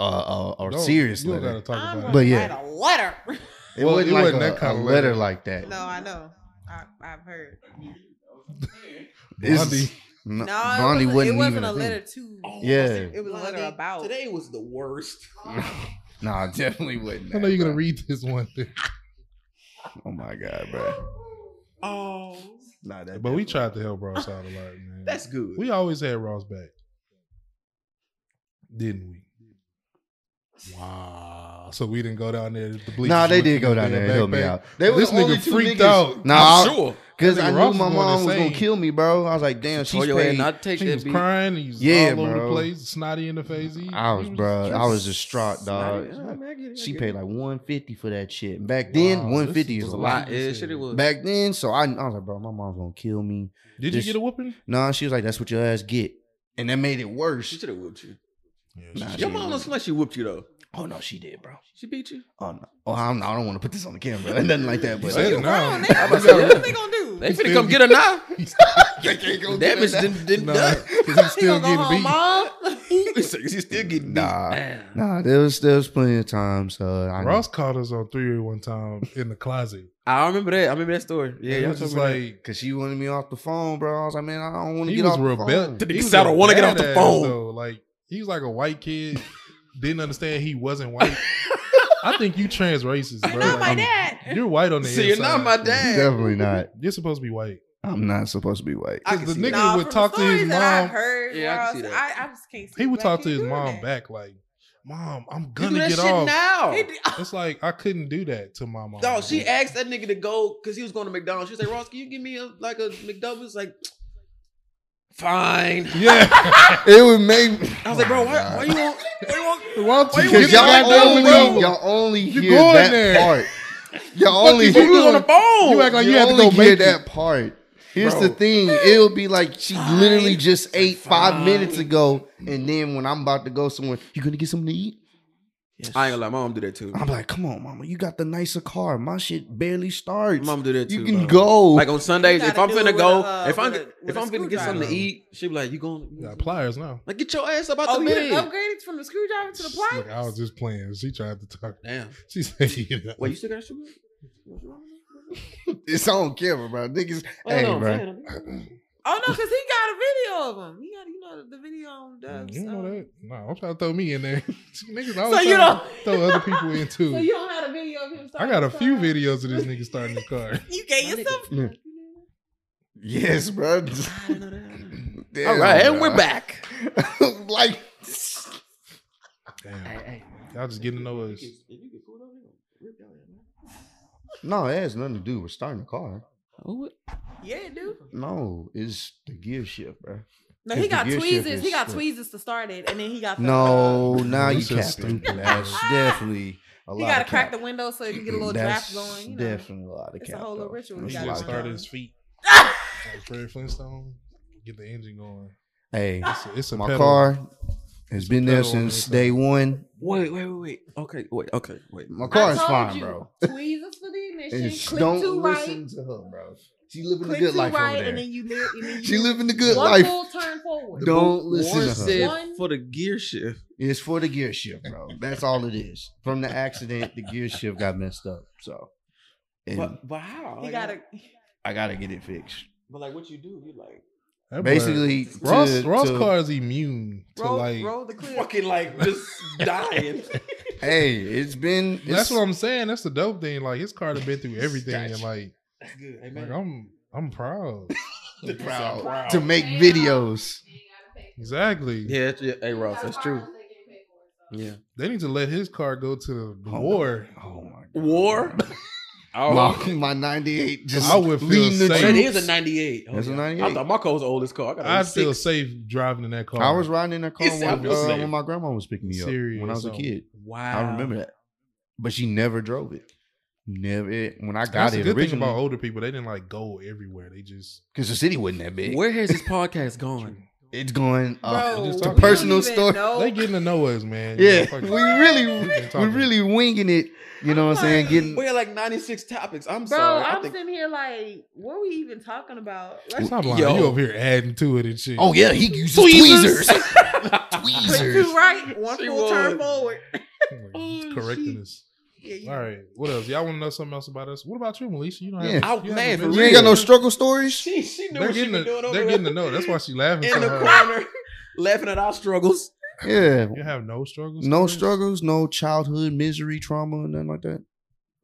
[SPEAKER 6] uh, a, a serious
[SPEAKER 4] you don't
[SPEAKER 6] letter.
[SPEAKER 4] gotta talk
[SPEAKER 5] I'm
[SPEAKER 4] about
[SPEAKER 5] gonna
[SPEAKER 4] it.
[SPEAKER 6] But
[SPEAKER 5] but
[SPEAKER 6] yeah.
[SPEAKER 5] yeah, write a letter.
[SPEAKER 6] It
[SPEAKER 4] Well,
[SPEAKER 6] wasn't
[SPEAKER 4] it
[SPEAKER 6] like
[SPEAKER 4] wasn't
[SPEAKER 6] a,
[SPEAKER 4] that kind
[SPEAKER 6] a
[SPEAKER 4] of
[SPEAKER 6] letter
[SPEAKER 4] letter.
[SPEAKER 6] like that.
[SPEAKER 5] No, I know. I, I've heard.
[SPEAKER 6] This-
[SPEAKER 4] Blondie.
[SPEAKER 6] no,
[SPEAKER 5] No,
[SPEAKER 6] Blondie
[SPEAKER 5] it wasn't,
[SPEAKER 6] wasn't,
[SPEAKER 5] it wasn't
[SPEAKER 6] even
[SPEAKER 5] a letter
[SPEAKER 6] letter.
[SPEAKER 5] to.
[SPEAKER 6] Yeah,
[SPEAKER 5] It was a letter about.
[SPEAKER 7] Today was the worst.
[SPEAKER 6] nah, definitely wasn't.
[SPEAKER 4] I know
[SPEAKER 6] that,
[SPEAKER 4] you're gonna
[SPEAKER 6] bro.
[SPEAKER 4] read this one,
[SPEAKER 6] Oh my god, bro.
[SPEAKER 7] Oh,
[SPEAKER 6] Nah, that
[SPEAKER 4] but we
[SPEAKER 6] definitely-
[SPEAKER 4] tried to help Ross out a lot, man.
[SPEAKER 7] that's good.
[SPEAKER 4] we always had Ross back, didn't we? Wow. So we didn't go down there. to The bleachers
[SPEAKER 6] Nah, they
[SPEAKER 4] looking
[SPEAKER 6] did go
[SPEAKER 4] at
[SPEAKER 6] down
[SPEAKER 4] their
[SPEAKER 6] there and help me
[SPEAKER 4] backpack.
[SPEAKER 6] out. They were
[SPEAKER 4] This
[SPEAKER 6] the only
[SPEAKER 4] nigga
[SPEAKER 6] two
[SPEAKER 4] freaked
[SPEAKER 6] niggas.
[SPEAKER 4] out.
[SPEAKER 6] Nah,
[SPEAKER 7] I'm sure.
[SPEAKER 6] because
[SPEAKER 4] That
[SPEAKER 6] I
[SPEAKER 4] nigga
[SPEAKER 6] knew
[SPEAKER 4] Ross
[SPEAKER 6] my
[SPEAKER 4] was going
[SPEAKER 6] mom was gonna
[SPEAKER 4] insane.
[SPEAKER 6] kill me, bro. I was like, damn, she's
[SPEAKER 7] Told your ass
[SPEAKER 6] paid.
[SPEAKER 7] not to take
[SPEAKER 4] She
[SPEAKER 7] that
[SPEAKER 4] was
[SPEAKER 7] beat.
[SPEAKER 4] crying. He's
[SPEAKER 6] Yeah,
[SPEAKER 4] all over
[SPEAKER 6] bro.
[SPEAKER 4] the place, snotty in the face. He,
[SPEAKER 6] I
[SPEAKER 7] Mm-hmm.
[SPEAKER 6] was,
[SPEAKER 4] he
[SPEAKER 6] bro. I was distraught,
[SPEAKER 7] Not
[SPEAKER 6] dog.
[SPEAKER 7] even- I mean, I get it, I
[SPEAKER 6] She
[SPEAKER 7] get
[SPEAKER 6] paid
[SPEAKER 7] it.
[SPEAKER 6] like one fifty for that shit. And Back then,
[SPEAKER 4] Wow,
[SPEAKER 6] one fifty
[SPEAKER 4] this
[SPEAKER 6] is
[SPEAKER 7] It
[SPEAKER 6] a
[SPEAKER 7] was
[SPEAKER 6] lot.
[SPEAKER 7] Yeah, shit, it was.
[SPEAKER 6] Back then, so I, I was like, bro, my mom's gonna kill me.
[SPEAKER 4] Did
[SPEAKER 6] This-
[SPEAKER 4] you get a whooping?
[SPEAKER 6] Nah, she was like, that's what your ass get, and that made it
[SPEAKER 7] She
[SPEAKER 6] worse.
[SPEAKER 7] should have whooped you.
[SPEAKER 4] Yeah,
[SPEAKER 6] Nah,
[SPEAKER 4] she-
[SPEAKER 6] she
[SPEAKER 7] Your mom
[SPEAKER 6] ain't
[SPEAKER 7] looks like she whooped you though.
[SPEAKER 6] Oh no, she did, bro.
[SPEAKER 7] She beat you.
[SPEAKER 6] Oh no, oh I don't, I don't want to put this on the camera. Nothing like that,
[SPEAKER 4] You
[SPEAKER 6] but
[SPEAKER 4] said
[SPEAKER 5] You
[SPEAKER 4] it now.
[SPEAKER 5] grown, they, what
[SPEAKER 7] I'm about to say, yeah.
[SPEAKER 5] they gonna do?
[SPEAKER 7] They
[SPEAKER 4] He
[SPEAKER 7] finna
[SPEAKER 4] still
[SPEAKER 7] come
[SPEAKER 4] get-
[SPEAKER 7] get her now.
[SPEAKER 6] I can't go
[SPEAKER 7] That
[SPEAKER 6] do
[SPEAKER 7] bitch didn't didn't
[SPEAKER 4] Nah,
[SPEAKER 7] done.
[SPEAKER 4] 'cause he's
[SPEAKER 5] They
[SPEAKER 4] still
[SPEAKER 5] gonna go
[SPEAKER 4] getting
[SPEAKER 5] home,
[SPEAKER 4] beat.
[SPEAKER 5] mom.
[SPEAKER 7] So she still getting beat.
[SPEAKER 6] Nah,
[SPEAKER 7] Damn.
[SPEAKER 6] nah. There was there was plenty of times. Uh, I
[SPEAKER 4] Ross called us on three oh one time in the closet.
[SPEAKER 7] I remember that. I remember that story. Yeah,
[SPEAKER 4] it
[SPEAKER 7] y'all
[SPEAKER 4] was
[SPEAKER 7] talking
[SPEAKER 4] just
[SPEAKER 7] about
[SPEAKER 4] like
[SPEAKER 6] because she wanted me off the phone, bro. I was like, man, I don't want
[SPEAKER 4] he
[SPEAKER 6] to get
[SPEAKER 4] was
[SPEAKER 6] off the
[SPEAKER 4] rebellious.
[SPEAKER 6] phone.
[SPEAKER 7] The nigga
[SPEAKER 4] He was
[SPEAKER 7] said, "I
[SPEAKER 4] a
[SPEAKER 7] don't wanna get off the
[SPEAKER 4] badass,
[SPEAKER 7] phone."
[SPEAKER 4] Though. Like he was like a white kid, didn't understand he wasn't white. I think you trans racist, bro.
[SPEAKER 5] You're not my
[SPEAKER 4] Like,
[SPEAKER 5] dad.
[SPEAKER 4] You're white on the
[SPEAKER 7] that. See,
[SPEAKER 4] inside.
[SPEAKER 7] you're not my dad.
[SPEAKER 6] Definitely not.
[SPEAKER 4] You're supposed to be white.
[SPEAKER 6] I'm not supposed to be white.
[SPEAKER 7] I can
[SPEAKER 4] The
[SPEAKER 7] see
[SPEAKER 4] nigga
[SPEAKER 7] that.
[SPEAKER 5] Nah,
[SPEAKER 4] would
[SPEAKER 5] from
[SPEAKER 4] talk
[SPEAKER 5] the
[SPEAKER 4] to his
[SPEAKER 5] stories that I've
[SPEAKER 4] mom.
[SPEAKER 5] heard,
[SPEAKER 7] Yeah, I
[SPEAKER 5] Ross,
[SPEAKER 7] can
[SPEAKER 5] I,
[SPEAKER 7] see that.
[SPEAKER 5] I, just can't see.
[SPEAKER 4] He would
[SPEAKER 5] black
[SPEAKER 4] talk to
[SPEAKER 5] kids
[SPEAKER 4] his
[SPEAKER 5] doing
[SPEAKER 4] mom
[SPEAKER 5] that.
[SPEAKER 4] back like, "Mom, I'm
[SPEAKER 7] You do
[SPEAKER 4] gonna
[SPEAKER 7] that
[SPEAKER 4] get
[SPEAKER 7] shit
[SPEAKER 4] off." Oh,
[SPEAKER 7] now.
[SPEAKER 5] He did-
[SPEAKER 4] It's like I couldn't do that to my mom.
[SPEAKER 7] No, she asked that nigga to go because he was going to McDonald's. She was like, Ross, can you give me a, like a McDoubles? Like, fine.
[SPEAKER 4] Yeah,
[SPEAKER 6] It would make
[SPEAKER 7] I was like, bro, why, why you want? Why you want?
[SPEAKER 4] why don't you get
[SPEAKER 6] because
[SPEAKER 4] the
[SPEAKER 6] y'all
[SPEAKER 4] goddamn
[SPEAKER 6] only
[SPEAKER 4] McDouble?
[SPEAKER 6] y'all only
[SPEAKER 4] You
[SPEAKER 6] hear
[SPEAKER 4] going
[SPEAKER 6] that
[SPEAKER 4] there.
[SPEAKER 6] part. Y'all only
[SPEAKER 7] you was on the phone.
[SPEAKER 4] You act like you, had to
[SPEAKER 6] only
[SPEAKER 4] go
[SPEAKER 6] hear
[SPEAKER 4] make
[SPEAKER 6] that
[SPEAKER 4] it.
[SPEAKER 6] part. Here's
[SPEAKER 7] Bro.
[SPEAKER 6] the thing: it'll be like she literally just ate five
[SPEAKER 7] Fine.
[SPEAKER 6] minutes ago, and then when I'm about to go somewhere, you gonna get something to eat.
[SPEAKER 7] I ain't gonna lie, my mom do that too.
[SPEAKER 6] I'm like, come on, mama, you got the nicer car. My shit barely starts.
[SPEAKER 7] Mom do that too.
[SPEAKER 6] you can
[SPEAKER 7] bro.
[SPEAKER 6] go.
[SPEAKER 7] Like on Sundays,
[SPEAKER 5] You
[SPEAKER 7] if
[SPEAKER 5] gotta
[SPEAKER 7] I'm
[SPEAKER 5] do it
[SPEAKER 7] finna
[SPEAKER 5] with
[SPEAKER 7] go,
[SPEAKER 5] a, uh,
[SPEAKER 7] if I'm
[SPEAKER 5] with a-
[SPEAKER 7] if
[SPEAKER 5] with a
[SPEAKER 7] I'm finna get
[SPEAKER 5] screwdriver.
[SPEAKER 7] something to eat, she be like, you going?
[SPEAKER 4] You got pliers now.
[SPEAKER 7] Like get your ass up out
[SPEAKER 5] Oh,
[SPEAKER 7] the
[SPEAKER 5] you done
[SPEAKER 7] bed.
[SPEAKER 5] upgraded from the screwdriver to the
[SPEAKER 4] Look, I
[SPEAKER 5] pliers.
[SPEAKER 4] was just playing. She tried to talk.
[SPEAKER 7] Damn.
[SPEAKER 4] She said, you know,
[SPEAKER 7] Wait, you still got sugar?
[SPEAKER 6] it's on camera, bro. Niggas,
[SPEAKER 7] Well,
[SPEAKER 6] hey,
[SPEAKER 7] no,
[SPEAKER 6] bro.
[SPEAKER 7] man, I mean-
[SPEAKER 5] Oh no, because he got a video of him. He got you know the video on Doug's.
[SPEAKER 4] you know
[SPEAKER 5] um,
[SPEAKER 4] that? No, I'm trying to throw me in there. Niggas always
[SPEAKER 5] So
[SPEAKER 4] trying to
[SPEAKER 5] you don't-
[SPEAKER 4] throw other people in too.
[SPEAKER 5] So you don't have a video of him.
[SPEAKER 4] I
[SPEAKER 5] starting
[SPEAKER 4] got a
[SPEAKER 5] to
[SPEAKER 4] few
[SPEAKER 5] cry?
[SPEAKER 4] videos of this nigga starting his car.
[SPEAKER 5] You gave yourself.
[SPEAKER 6] Yes, bro.
[SPEAKER 7] All right, and we're back.
[SPEAKER 6] back. like,
[SPEAKER 4] Damn, y'all just getting to know us.
[SPEAKER 6] no, it has nothing to do with starting a car. Oh,
[SPEAKER 5] Yeah, dude.
[SPEAKER 6] No, it's the gear shift, bro.
[SPEAKER 5] No,
[SPEAKER 6] Cause
[SPEAKER 5] he
[SPEAKER 6] the
[SPEAKER 5] got
[SPEAKER 6] gear shift
[SPEAKER 5] tweezers. He
[SPEAKER 6] is
[SPEAKER 5] got
[SPEAKER 6] shit.
[SPEAKER 5] tweezers to start it, and then he got the, uh,
[SPEAKER 6] No, now
[SPEAKER 4] you
[SPEAKER 6] you
[SPEAKER 4] just
[SPEAKER 6] capping.
[SPEAKER 4] stupid.
[SPEAKER 6] That's definitely a lot.
[SPEAKER 5] he got to
[SPEAKER 6] of
[SPEAKER 5] crack
[SPEAKER 6] cap.
[SPEAKER 5] the window so you can get a little
[SPEAKER 6] That's
[SPEAKER 5] draft going. You know.
[SPEAKER 6] definitely a lot of
[SPEAKER 5] It's a
[SPEAKER 6] cap,
[SPEAKER 5] whole little
[SPEAKER 6] though.
[SPEAKER 5] ritual
[SPEAKER 4] He
[SPEAKER 5] you
[SPEAKER 6] That's
[SPEAKER 5] gotta
[SPEAKER 4] just
[SPEAKER 6] a lot.
[SPEAKER 5] do.
[SPEAKER 4] started his feet. like Fred Flintstone, get the engine going.
[SPEAKER 6] Hey,
[SPEAKER 4] It's a, it's a
[SPEAKER 6] my
[SPEAKER 4] pedal.
[SPEAKER 6] car has been there
[SPEAKER 4] pedal on
[SPEAKER 6] since
[SPEAKER 4] this
[SPEAKER 6] day one.
[SPEAKER 7] Wait, wait, wait, wait. Okay, wait, okay, wait.
[SPEAKER 6] My
[SPEAKER 5] I
[SPEAKER 6] car is
[SPEAKER 5] told
[SPEAKER 6] fine,
[SPEAKER 5] you,
[SPEAKER 6] bro.
[SPEAKER 5] Tweezers for the ignition.
[SPEAKER 6] And sh-
[SPEAKER 5] Click
[SPEAKER 6] don't
[SPEAKER 5] to
[SPEAKER 6] listen
[SPEAKER 5] right.
[SPEAKER 6] to her, bro. She living the
[SPEAKER 5] Click
[SPEAKER 6] good
[SPEAKER 5] to
[SPEAKER 6] life
[SPEAKER 5] right,
[SPEAKER 6] over
[SPEAKER 5] and
[SPEAKER 6] there.
[SPEAKER 5] then you live. And then you
[SPEAKER 6] She
[SPEAKER 5] live
[SPEAKER 6] living the good
[SPEAKER 5] one
[SPEAKER 6] life.
[SPEAKER 5] full turn forward.
[SPEAKER 6] Don't listen to
[SPEAKER 7] Warren
[SPEAKER 6] her.
[SPEAKER 7] said
[SPEAKER 5] One-
[SPEAKER 7] for the gear shift.
[SPEAKER 6] It's for the gear shift, bro. That's all it is. From the accident, the gear shift got messed up. So, and
[SPEAKER 7] But but
[SPEAKER 6] Oh,
[SPEAKER 7] how?
[SPEAKER 5] He
[SPEAKER 7] Like,
[SPEAKER 5] got a
[SPEAKER 6] I gotta get it fixed.
[SPEAKER 7] But like, what you do? You like
[SPEAKER 4] That boy-
[SPEAKER 6] Basically,
[SPEAKER 4] Ross
[SPEAKER 6] to-
[SPEAKER 4] Ross
[SPEAKER 6] to-
[SPEAKER 4] car is immune to
[SPEAKER 5] roll,
[SPEAKER 4] like.
[SPEAKER 5] roll the clip.
[SPEAKER 7] fucking like just dying.
[SPEAKER 6] Hey, it's been
[SPEAKER 4] That's
[SPEAKER 6] it's-
[SPEAKER 4] what I'm saying. That's the dope thing. Like his car done been through everything, and
[SPEAKER 7] Gotcha.
[SPEAKER 4] like,
[SPEAKER 7] That's good. Hey,
[SPEAKER 4] like
[SPEAKER 7] man.
[SPEAKER 4] I'm I'm proud.
[SPEAKER 7] I'm
[SPEAKER 6] proud
[SPEAKER 7] proud.
[SPEAKER 6] to make videos.
[SPEAKER 4] Exactly.
[SPEAKER 7] Yeah, that's, yeah. Hey, Ross, that's true. Yeah.
[SPEAKER 4] They need to let his car go to the war.
[SPEAKER 6] Oh my
[SPEAKER 7] War. Oh,
[SPEAKER 6] god, my, my '98 just
[SPEAKER 4] I would feel
[SPEAKER 6] leading
[SPEAKER 4] safe.
[SPEAKER 6] the
[SPEAKER 7] that
[SPEAKER 6] troops.
[SPEAKER 7] is a '98.
[SPEAKER 6] That's a
[SPEAKER 7] Oh, I
[SPEAKER 6] 98.
[SPEAKER 7] thought my car was the oldest car. I got a
[SPEAKER 4] I feel
[SPEAKER 7] 06.
[SPEAKER 4] safe driving in that car.
[SPEAKER 6] I was riding in a car
[SPEAKER 7] He said,
[SPEAKER 6] one-
[SPEAKER 7] "I feel
[SPEAKER 6] uh,
[SPEAKER 7] safe."
[SPEAKER 6] when my grandma was picking me up when I was a
[SPEAKER 4] Serious, um,
[SPEAKER 6] kid.
[SPEAKER 7] Wow.
[SPEAKER 6] I remember that, but she never drove it. Never it, when I got
[SPEAKER 4] That's the
[SPEAKER 6] it
[SPEAKER 4] good thing about
[SPEAKER 6] originally
[SPEAKER 4] older people. They didn't like go everywhere. They just
[SPEAKER 6] because the city wasn't that big.
[SPEAKER 7] Where has this podcast gone?
[SPEAKER 6] It's going uh,
[SPEAKER 5] Bro,
[SPEAKER 4] just
[SPEAKER 5] we
[SPEAKER 4] talking-
[SPEAKER 5] don't
[SPEAKER 6] Personal
[SPEAKER 5] even
[SPEAKER 6] story.
[SPEAKER 5] know.
[SPEAKER 4] they getting to know us, man.
[SPEAKER 6] Yeah,
[SPEAKER 4] Fuck
[SPEAKER 6] we
[SPEAKER 4] it.
[SPEAKER 6] really,
[SPEAKER 4] Been
[SPEAKER 6] we
[SPEAKER 4] talking.
[SPEAKER 6] really winging it. You know what I'm saying? Getting
[SPEAKER 7] We had like 96 topics. I'm
[SPEAKER 5] Bro,
[SPEAKER 7] sorry.
[SPEAKER 5] I'm
[SPEAKER 7] I think
[SPEAKER 5] sitting here like, what are we even talking about? Let's
[SPEAKER 4] Stop lying.
[SPEAKER 7] Yo.
[SPEAKER 4] You over here adding to it and shit.
[SPEAKER 6] oh yeah, he uses tweezers,
[SPEAKER 5] put
[SPEAKER 6] tweezers.
[SPEAKER 5] two right, one
[SPEAKER 7] She
[SPEAKER 5] full turn
[SPEAKER 7] was.
[SPEAKER 5] forward.
[SPEAKER 4] He's correcting us.
[SPEAKER 5] Yeah, you-
[SPEAKER 4] All right. What else? Y'all want to know something else about us? What about you, Melissa? You don't
[SPEAKER 6] Yeah.
[SPEAKER 4] have.
[SPEAKER 7] Out,
[SPEAKER 4] you haven't
[SPEAKER 7] man, for
[SPEAKER 4] been-
[SPEAKER 6] You ain't got no struggle stories.
[SPEAKER 7] she she knew
[SPEAKER 4] They're
[SPEAKER 7] what she
[SPEAKER 4] getting,
[SPEAKER 7] was
[SPEAKER 4] to,
[SPEAKER 7] doing
[SPEAKER 4] they're
[SPEAKER 7] over
[SPEAKER 4] getting to
[SPEAKER 7] there
[SPEAKER 4] know. That's why she laughing
[SPEAKER 7] in
[SPEAKER 4] so
[SPEAKER 7] the
[SPEAKER 4] hard.
[SPEAKER 7] corner, laughing at our struggles.
[SPEAKER 6] Yeah,
[SPEAKER 4] You have no struggles.
[SPEAKER 6] no
[SPEAKER 4] stories?
[SPEAKER 6] struggles, no childhood misery, trauma, nothing like that.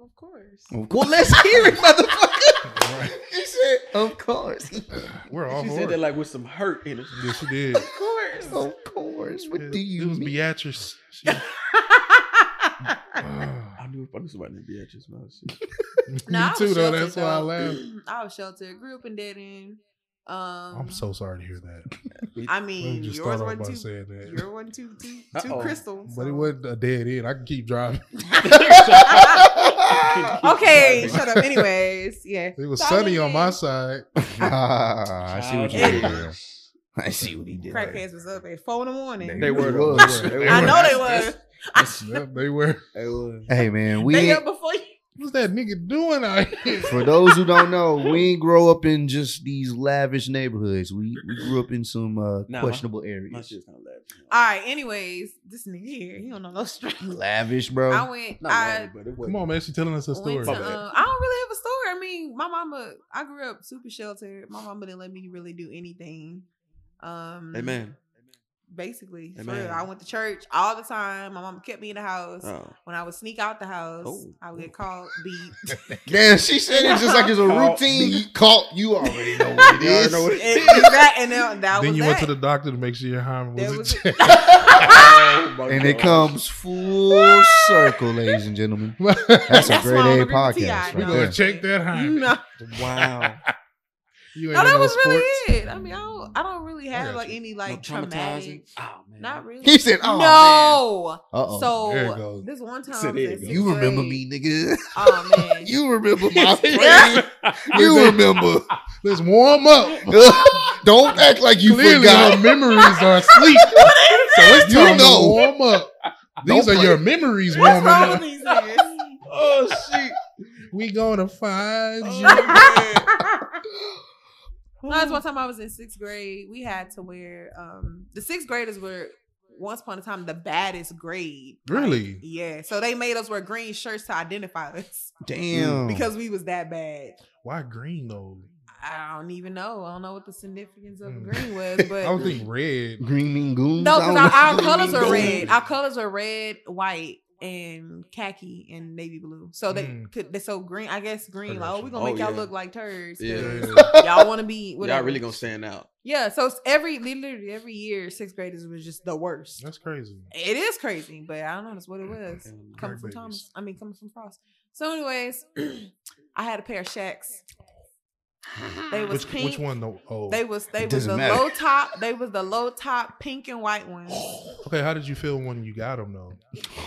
[SPEAKER 5] Of course.
[SPEAKER 6] Of
[SPEAKER 7] Well,
[SPEAKER 6] course,
[SPEAKER 7] let's hear it, motherfucker.
[SPEAKER 4] Right.
[SPEAKER 6] he said, of course,
[SPEAKER 4] We're all
[SPEAKER 7] she
[SPEAKER 4] for
[SPEAKER 7] said
[SPEAKER 4] it.
[SPEAKER 7] that like with some hurt in it.
[SPEAKER 4] Yeah, she did.
[SPEAKER 5] Of course.
[SPEAKER 6] of course. What
[SPEAKER 4] It-
[SPEAKER 6] do you
[SPEAKER 4] It was
[SPEAKER 6] mean?
[SPEAKER 4] Beatrice. She- uh,
[SPEAKER 7] I knew if I knew somebody named Beatrice, man. She-
[SPEAKER 5] No,
[SPEAKER 4] Me
[SPEAKER 5] I
[SPEAKER 4] too,
[SPEAKER 5] was
[SPEAKER 4] though.
[SPEAKER 5] sheltered,
[SPEAKER 4] That's why I
[SPEAKER 5] though.
[SPEAKER 4] laughed.
[SPEAKER 5] I was sheltered, grew up in dead end. Um,
[SPEAKER 4] I'm so sorry to hear that.
[SPEAKER 5] I
[SPEAKER 4] Let me
[SPEAKER 5] mean,
[SPEAKER 4] just
[SPEAKER 5] yours
[SPEAKER 4] start off
[SPEAKER 5] wasn't
[SPEAKER 4] by
[SPEAKER 5] too.
[SPEAKER 4] saying that.
[SPEAKER 5] Your one too too too
[SPEAKER 7] Uh-oh.
[SPEAKER 5] crystal.
[SPEAKER 4] But it
[SPEAKER 5] so-
[SPEAKER 4] wasn't a dead end. I can keep driving.
[SPEAKER 5] okay, shut up. Anyways, yeah.
[SPEAKER 4] It was
[SPEAKER 5] So I
[SPEAKER 4] sunny
[SPEAKER 5] lived
[SPEAKER 4] on my
[SPEAKER 5] in-
[SPEAKER 4] side.
[SPEAKER 6] Ah, I see what you did there. I see what he did. there.
[SPEAKER 5] Crackheads was up at four in the morning.
[SPEAKER 7] They
[SPEAKER 6] They
[SPEAKER 7] were. though.
[SPEAKER 6] was. They
[SPEAKER 5] I
[SPEAKER 6] were.
[SPEAKER 5] know they were.
[SPEAKER 4] Yep, they were.
[SPEAKER 7] They were.
[SPEAKER 6] Hey man, we
[SPEAKER 5] They
[SPEAKER 6] ain't-
[SPEAKER 5] up before you.
[SPEAKER 4] What's that nigga doing out here?
[SPEAKER 6] for those who don't know, we ain't grow up in just these lavish neighborhoods. We we grew up in some uh,
[SPEAKER 7] Nah,
[SPEAKER 6] questionable
[SPEAKER 7] My
[SPEAKER 6] areas.
[SPEAKER 7] shit's kind of laughing.
[SPEAKER 5] All right. Anyways, this nigga here, he don't know no strength.
[SPEAKER 6] Lavish, bro.
[SPEAKER 5] I went.
[SPEAKER 7] Not
[SPEAKER 5] I
[SPEAKER 7] laughing, but it
[SPEAKER 4] Come
[SPEAKER 7] wasn't.
[SPEAKER 4] on, man. She telling us a story.
[SPEAKER 5] Went to,
[SPEAKER 7] My bad.
[SPEAKER 5] um, I don't really have a story. I mean, my mama, I grew up super sheltered. My mama didn't let me really do anything. Um,
[SPEAKER 7] Amen.
[SPEAKER 5] Basically, for
[SPEAKER 7] Amen.
[SPEAKER 5] real. I went to church all the time. My mama kept me in the house.
[SPEAKER 7] Oh.
[SPEAKER 5] When I would sneak out the house,
[SPEAKER 7] Oh.
[SPEAKER 5] I would get called, beat.
[SPEAKER 6] Damn, she said it just like it's a
[SPEAKER 7] Call
[SPEAKER 6] routine call. You already know what it
[SPEAKER 7] You already
[SPEAKER 6] is.
[SPEAKER 7] know what it
[SPEAKER 5] and, and that, and that, that
[SPEAKER 4] then
[SPEAKER 5] was
[SPEAKER 4] you
[SPEAKER 5] that.
[SPEAKER 4] went to the doctor to make sure your harm
[SPEAKER 5] That
[SPEAKER 4] was
[SPEAKER 5] was
[SPEAKER 4] check.
[SPEAKER 7] Oh, my
[SPEAKER 6] and it
[SPEAKER 7] God.
[SPEAKER 6] comes full circle, ladies and gentlemen. That's a
[SPEAKER 5] That's
[SPEAKER 6] great
[SPEAKER 5] why I'm
[SPEAKER 6] A
[SPEAKER 5] a real
[SPEAKER 6] podcast.
[SPEAKER 5] TI
[SPEAKER 6] Right
[SPEAKER 4] we
[SPEAKER 5] now.
[SPEAKER 4] gonna
[SPEAKER 6] there.
[SPEAKER 4] check that harm.
[SPEAKER 5] No,
[SPEAKER 7] Wow.
[SPEAKER 4] You ain't
[SPEAKER 5] no,
[SPEAKER 4] in
[SPEAKER 5] that
[SPEAKER 4] no
[SPEAKER 5] was really
[SPEAKER 4] sports.
[SPEAKER 5] it. I mean, I don't, I don't really have
[SPEAKER 4] got
[SPEAKER 5] like
[SPEAKER 4] you.
[SPEAKER 5] any
[SPEAKER 7] No
[SPEAKER 5] like
[SPEAKER 7] traumatizing.
[SPEAKER 5] traumatic.
[SPEAKER 7] Oh man.
[SPEAKER 5] Not really.
[SPEAKER 6] He said, "Oh,
[SPEAKER 5] no.
[SPEAKER 6] Uh-oh.
[SPEAKER 4] There it goes.
[SPEAKER 5] So this one time, I
[SPEAKER 7] Said
[SPEAKER 5] was
[SPEAKER 7] there
[SPEAKER 5] in
[SPEAKER 7] it goes.
[SPEAKER 5] sixth
[SPEAKER 6] You remember
[SPEAKER 5] grade.
[SPEAKER 6] me, nigga.
[SPEAKER 5] Oh man,
[SPEAKER 6] You remember my friend.
[SPEAKER 7] Yeah.
[SPEAKER 6] You remember.
[SPEAKER 4] Let's warm up.
[SPEAKER 6] Don't act like you
[SPEAKER 4] Clearly,
[SPEAKER 6] forgot.
[SPEAKER 4] your memories are asleep. so it's
[SPEAKER 6] You
[SPEAKER 4] time
[SPEAKER 6] know.
[SPEAKER 4] to warm up. These
[SPEAKER 6] Don't
[SPEAKER 4] are
[SPEAKER 6] play.
[SPEAKER 4] your memories warming
[SPEAKER 5] what's wrong with
[SPEAKER 4] up.
[SPEAKER 5] these niggas?
[SPEAKER 7] oh shit.
[SPEAKER 4] We gonna find
[SPEAKER 7] Oh,
[SPEAKER 3] uh,
[SPEAKER 4] you.
[SPEAKER 7] man.
[SPEAKER 5] No, that's one time I was in sixth grade. We had to wear um the sixth graders were once upon a time the baddest grade.
[SPEAKER 4] Really?
[SPEAKER 5] Yeah. So they made us wear green shirts to identify us
[SPEAKER 6] Damn.
[SPEAKER 5] because we was that bad.
[SPEAKER 4] Why green though?
[SPEAKER 5] I don't even know. I don't know what the significance of
[SPEAKER 4] Mm.
[SPEAKER 5] green was, but
[SPEAKER 4] I would think red.
[SPEAKER 6] Green Mean Goons. I
[SPEAKER 5] no, because
[SPEAKER 6] don't
[SPEAKER 5] our,
[SPEAKER 6] know.
[SPEAKER 5] our
[SPEAKER 6] Green
[SPEAKER 5] colors
[SPEAKER 6] Mean
[SPEAKER 5] are
[SPEAKER 6] Goons.
[SPEAKER 5] red. Our colors are red, white, and khaki and navy blue. So they
[SPEAKER 4] Mm.
[SPEAKER 5] could they so green. I guess green.
[SPEAKER 4] I
[SPEAKER 5] Like,
[SPEAKER 4] got
[SPEAKER 5] oh,
[SPEAKER 4] you.
[SPEAKER 5] we gonna
[SPEAKER 7] Oh,
[SPEAKER 5] make y'all
[SPEAKER 7] yeah.
[SPEAKER 5] look like turds. 'cause
[SPEAKER 7] Yeah.
[SPEAKER 5] Y'all want to be.
[SPEAKER 7] Y'all
[SPEAKER 5] Whatever.
[SPEAKER 7] really gonna stand out.
[SPEAKER 5] Yeah, so it's every literally every year, sixth graders was just the worst.
[SPEAKER 4] That's crazy.
[SPEAKER 5] It is crazy, but I don't know. That's what it was.
[SPEAKER 7] Mm,
[SPEAKER 5] Coming from
[SPEAKER 4] babies.
[SPEAKER 5] Thomas, I mean, coming from Frost. So, anyways, I had a pair of shacks. They was
[SPEAKER 4] Which
[SPEAKER 5] pink.
[SPEAKER 4] which one though? Oh,
[SPEAKER 5] They was
[SPEAKER 6] It
[SPEAKER 5] they was
[SPEAKER 6] doesn't
[SPEAKER 5] the
[SPEAKER 6] matter.
[SPEAKER 5] low top. They was the low top pink and white ones.
[SPEAKER 4] okay. How did you feel when you got them though?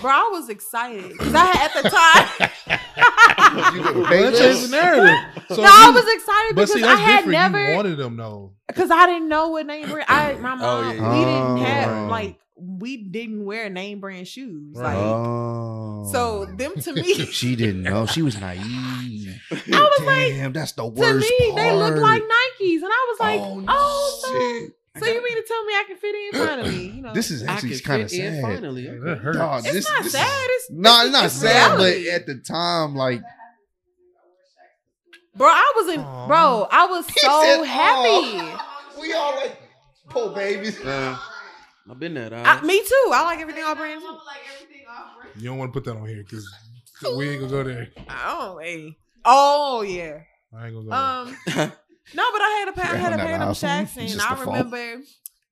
[SPEAKER 5] Bro, I was excited 'cause I had at the time.
[SPEAKER 4] Well,
[SPEAKER 6] Hey,
[SPEAKER 4] that changed the
[SPEAKER 6] look.
[SPEAKER 4] narrative. So
[SPEAKER 5] no, I
[SPEAKER 4] you-
[SPEAKER 5] was excited
[SPEAKER 4] But
[SPEAKER 5] because
[SPEAKER 4] see,
[SPEAKER 5] I
[SPEAKER 4] that's
[SPEAKER 5] had
[SPEAKER 4] different. You
[SPEAKER 5] never
[SPEAKER 4] wanted Oh, them though.
[SPEAKER 5] because I didn't know what name brand. I my mom
[SPEAKER 7] yeah,
[SPEAKER 5] we
[SPEAKER 6] yeah.
[SPEAKER 5] didn't have
[SPEAKER 6] Oh.
[SPEAKER 5] like we didn't wear name brand shoes
[SPEAKER 4] Right. Oh.
[SPEAKER 5] like.
[SPEAKER 6] Oh.
[SPEAKER 5] So them to me,
[SPEAKER 6] She didn't know. She was naive.
[SPEAKER 5] was like,
[SPEAKER 6] Damn, that's the
[SPEAKER 5] to
[SPEAKER 6] worst
[SPEAKER 5] me,
[SPEAKER 6] part.
[SPEAKER 5] they look like Nikes, and I was like, oh,
[SPEAKER 6] Oh,
[SPEAKER 5] no.
[SPEAKER 6] shit. I
[SPEAKER 5] So you mean to tell me I can fit in finally? You know,
[SPEAKER 6] This is
[SPEAKER 7] I can
[SPEAKER 6] actually kind of
[SPEAKER 7] fit in
[SPEAKER 6] sad.
[SPEAKER 7] finally.
[SPEAKER 4] Yeah,
[SPEAKER 7] okay.
[SPEAKER 4] that hurt.
[SPEAKER 6] Dog,
[SPEAKER 5] it's
[SPEAKER 6] this,
[SPEAKER 5] not
[SPEAKER 6] this
[SPEAKER 5] sad.
[SPEAKER 6] Is,
[SPEAKER 5] It's
[SPEAKER 6] no, it's not
[SPEAKER 5] it's
[SPEAKER 6] sad,
[SPEAKER 5] reality.
[SPEAKER 6] but at the time, like
[SPEAKER 5] bro, I was in,
[SPEAKER 4] Aw.
[SPEAKER 5] bro, I was
[SPEAKER 6] He
[SPEAKER 5] so
[SPEAKER 6] said,
[SPEAKER 5] happy.
[SPEAKER 6] we all like poor babies.
[SPEAKER 7] I've been there. dog.
[SPEAKER 5] I, me too. I like everything all brand new.
[SPEAKER 4] You don't want to put that on here because we ain't gonna go there.
[SPEAKER 5] Oh, hey. Oh yeah.
[SPEAKER 4] I ain't gonna go there.
[SPEAKER 5] Um, no, but I had a pair, I
[SPEAKER 6] Yeah,
[SPEAKER 5] had a
[SPEAKER 6] not
[SPEAKER 5] pair of
[SPEAKER 6] awesome.
[SPEAKER 5] shacks,
[SPEAKER 6] It's
[SPEAKER 5] and
[SPEAKER 6] just
[SPEAKER 5] I
[SPEAKER 6] the fault.
[SPEAKER 5] remember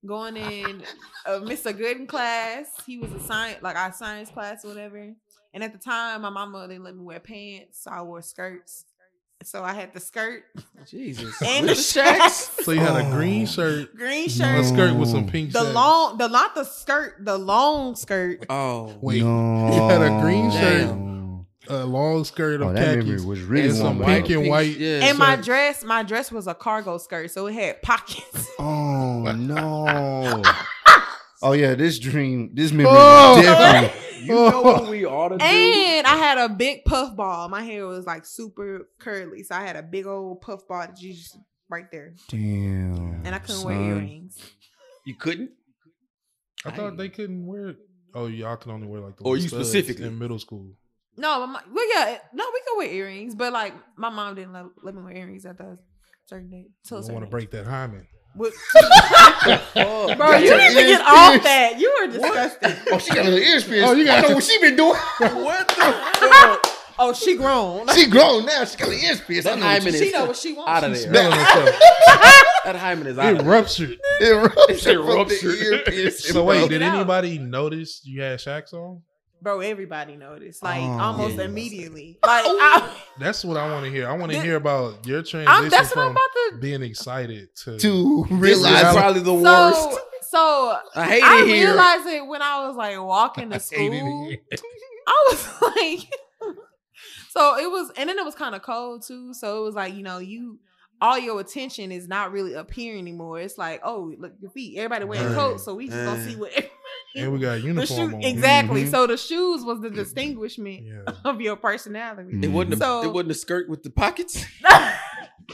[SPEAKER 5] going in uh, Mr. Good in class. He was a science, like our science class or whatever. And at the time, my mama didn't let me wear pants, so I wore skirts. So I had the skirt
[SPEAKER 7] Jesus.
[SPEAKER 5] and the
[SPEAKER 7] With
[SPEAKER 5] shacks,
[SPEAKER 4] so you had a
[SPEAKER 6] Oh.
[SPEAKER 4] green shirt,
[SPEAKER 5] green
[SPEAKER 4] a
[SPEAKER 5] shirt,
[SPEAKER 4] skirt with some pink.
[SPEAKER 5] the
[SPEAKER 4] sacks.
[SPEAKER 5] long, the not the skirt, the long skirt.
[SPEAKER 7] Oh,
[SPEAKER 4] Wait,
[SPEAKER 6] no.
[SPEAKER 4] you had a green
[SPEAKER 7] shirt.
[SPEAKER 4] a long skirt of
[SPEAKER 6] Oh, that memory
[SPEAKER 4] khakis.
[SPEAKER 6] was really
[SPEAKER 4] and some
[SPEAKER 6] warm.
[SPEAKER 4] pink
[SPEAKER 6] up.
[SPEAKER 4] and white.
[SPEAKER 7] Oh. Yeah.
[SPEAKER 5] And my
[SPEAKER 4] So-
[SPEAKER 5] dress, my dress was a cargo skirt, so it had pockets.
[SPEAKER 6] Oh no. oh yeah, this dream, this memory
[SPEAKER 4] Oh.
[SPEAKER 6] was definitely.
[SPEAKER 7] you know what we ought to do?
[SPEAKER 5] And I had a big puff ball. My hair was like super curly, so I had a big old puff ball that you just right there,
[SPEAKER 6] Damn.
[SPEAKER 5] and I couldn't
[SPEAKER 6] son.
[SPEAKER 5] wear earrings.
[SPEAKER 7] you couldn't?
[SPEAKER 4] I thought they couldn't wear. Oh, y'all can only wear like the
[SPEAKER 7] Or you
[SPEAKER 4] studs
[SPEAKER 7] specifically.
[SPEAKER 4] in middle school.
[SPEAKER 5] No, my, mo- well, yeah, no, we could wear earrings, but like my mom didn't let, let me wear earrings at the certain date. Till a
[SPEAKER 4] don't want
[SPEAKER 5] certain
[SPEAKER 4] to break that hymen.
[SPEAKER 5] What-
[SPEAKER 7] Oh,
[SPEAKER 5] Bro, you
[SPEAKER 6] your
[SPEAKER 5] need to
[SPEAKER 6] ears
[SPEAKER 5] get off
[SPEAKER 6] pierced.
[SPEAKER 5] that. You were disgusting.
[SPEAKER 6] Oh, she got her ears pierced.
[SPEAKER 4] Oh,
[SPEAKER 6] Oh,
[SPEAKER 4] you
[SPEAKER 6] you
[SPEAKER 4] got-
[SPEAKER 6] got I know what she been doing.
[SPEAKER 7] what the fuck?
[SPEAKER 5] Oh, she grown.
[SPEAKER 6] she grown now. She got her ears pierced. I
[SPEAKER 7] That
[SPEAKER 6] know what
[SPEAKER 7] hymen
[SPEAKER 6] you-
[SPEAKER 7] is
[SPEAKER 5] She know what she wants.
[SPEAKER 7] out of
[SPEAKER 5] She-
[SPEAKER 7] there.
[SPEAKER 4] Smelling herself.
[SPEAKER 7] That hymen is out
[SPEAKER 4] It
[SPEAKER 7] of there.
[SPEAKER 4] ruptured.
[SPEAKER 6] It ruptured. from the
[SPEAKER 7] ruptured.
[SPEAKER 6] ear
[SPEAKER 4] So
[SPEAKER 6] piercing, bro.
[SPEAKER 4] wait, did
[SPEAKER 5] It out.
[SPEAKER 4] anybody notice you had Shaq's on?
[SPEAKER 5] Bro, everybody noticed. Like
[SPEAKER 6] Oh,
[SPEAKER 5] almost
[SPEAKER 6] yeah.
[SPEAKER 5] immediately. Like I,
[SPEAKER 4] That's what I want to hear. I want to
[SPEAKER 5] That-
[SPEAKER 4] hear about your
[SPEAKER 5] I'm.
[SPEAKER 4] transition
[SPEAKER 5] That's what I'm
[SPEAKER 4] from
[SPEAKER 5] about to
[SPEAKER 4] being excited to.
[SPEAKER 6] to
[SPEAKER 7] This is
[SPEAKER 6] realize
[SPEAKER 7] probably
[SPEAKER 5] So,
[SPEAKER 7] the worst.
[SPEAKER 5] so
[SPEAKER 7] I hate it
[SPEAKER 5] I
[SPEAKER 7] here.
[SPEAKER 5] realized it when I was like walking
[SPEAKER 4] I
[SPEAKER 5] to
[SPEAKER 4] hated it.
[SPEAKER 5] school. I was like, so it was, and then it was kind of cold too. So it was like, you know, you all your attention is not really up here anymore. It's like, oh, look, your feet. Everybody wearing
[SPEAKER 7] Right,
[SPEAKER 5] coats, so we just gonna
[SPEAKER 7] right.
[SPEAKER 5] see what
[SPEAKER 4] And we got a
[SPEAKER 5] the
[SPEAKER 4] Eh. uniform
[SPEAKER 5] shoe.
[SPEAKER 4] on. Mm-hmm.
[SPEAKER 5] Exactly.
[SPEAKER 6] Mhm.
[SPEAKER 5] So the shoes was the distinguishment
[SPEAKER 4] Yeah,
[SPEAKER 5] of your personality.
[SPEAKER 7] It wasn't, a,
[SPEAKER 5] So-
[SPEAKER 7] it wasn't a skirt with the pockets.
[SPEAKER 4] Mm.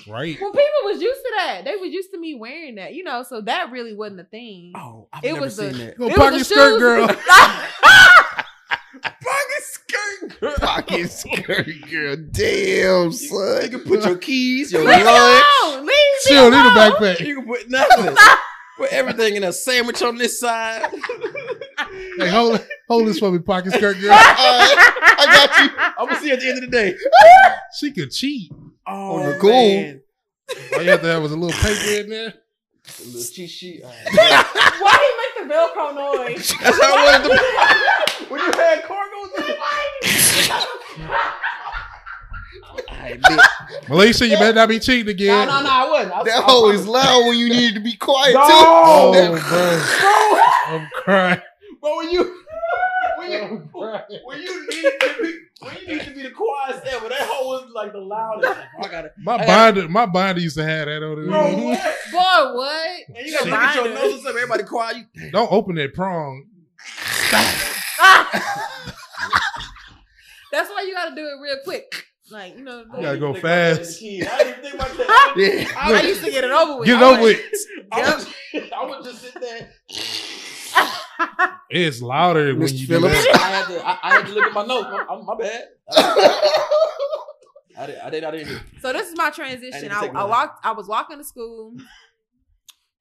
[SPEAKER 4] right.
[SPEAKER 5] well, people was used to that. They was used to me wearing that, you know. So that really wasn't a thing.
[SPEAKER 7] Oh, I've
[SPEAKER 5] It
[SPEAKER 7] never
[SPEAKER 5] was
[SPEAKER 7] seen
[SPEAKER 5] the-
[SPEAKER 7] that.
[SPEAKER 4] Go
[SPEAKER 5] It was
[SPEAKER 4] pocket
[SPEAKER 5] the
[SPEAKER 4] skirt,
[SPEAKER 5] shoes-
[SPEAKER 4] girl.
[SPEAKER 7] Pocket skirt, girl.
[SPEAKER 6] pocket skirt, girl. Damn, son.
[SPEAKER 7] You can put your keys, your
[SPEAKER 5] Leave me
[SPEAKER 7] lunch.
[SPEAKER 5] alone. Leave me
[SPEAKER 4] Chill, need a
[SPEAKER 5] alone.
[SPEAKER 4] backpack.
[SPEAKER 7] You can put nothing. put everything in a sandwich on this side.
[SPEAKER 4] Hey, hold, hold this for me, pocket skirt girl.
[SPEAKER 6] I got you.
[SPEAKER 7] I'm gonna see you at the end of the day.
[SPEAKER 4] She could cheat.
[SPEAKER 7] Oh,
[SPEAKER 6] On the cool.
[SPEAKER 7] man.
[SPEAKER 4] All you have to have was a little paper in there.
[SPEAKER 7] A little cheat sheet.
[SPEAKER 5] Why he make the Velcro noise?
[SPEAKER 7] That's how it was. at the- when you had cargo. I knew.
[SPEAKER 4] Malaysia, you better not be cheating again.
[SPEAKER 7] No, no, I wasn't. I was,
[SPEAKER 6] That
[SPEAKER 7] I
[SPEAKER 6] hoe
[SPEAKER 7] was-
[SPEAKER 6] is loud when you need to be quiet
[SPEAKER 7] No.
[SPEAKER 4] Oh,
[SPEAKER 6] too. That-
[SPEAKER 4] bro. I'm crying.
[SPEAKER 7] But when you, when you, when you need to be, when you need to be the quiet stepper, that hoe was like the loudest. I gotta,
[SPEAKER 4] My
[SPEAKER 7] I got-
[SPEAKER 4] binder, my binder used to have that on
[SPEAKER 7] bro,
[SPEAKER 4] it.
[SPEAKER 7] what?
[SPEAKER 5] Boy, what?
[SPEAKER 7] And you gotta look at your
[SPEAKER 5] Binder.
[SPEAKER 7] nose and stuff. Everybody quiet. You
[SPEAKER 4] Don't open that prong.
[SPEAKER 5] That's why you gotta do it real quick. Like, you know,
[SPEAKER 4] You gotta go
[SPEAKER 7] Think about that as a
[SPEAKER 4] fast.
[SPEAKER 7] kid. I didn't think about that.
[SPEAKER 6] Yeah.
[SPEAKER 5] I used to get it over with.
[SPEAKER 4] Get it
[SPEAKER 5] I
[SPEAKER 4] over
[SPEAKER 5] was-
[SPEAKER 4] with.
[SPEAKER 7] I would, I would just sit there.
[SPEAKER 4] It's louder when
[SPEAKER 6] Mr.
[SPEAKER 4] you do
[SPEAKER 6] Phillips.
[SPEAKER 4] that.
[SPEAKER 7] I had to. I, I had to look at my notes. I'm, I'm- my bad. I did. I did. I didn't.
[SPEAKER 5] So this is my
[SPEAKER 7] I
[SPEAKER 5] transition.
[SPEAKER 7] didn't
[SPEAKER 5] I,
[SPEAKER 7] take
[SPEAKER 5] I
[SPEAKER 7] notes.
[SPEAKER 5] walked I was walking to school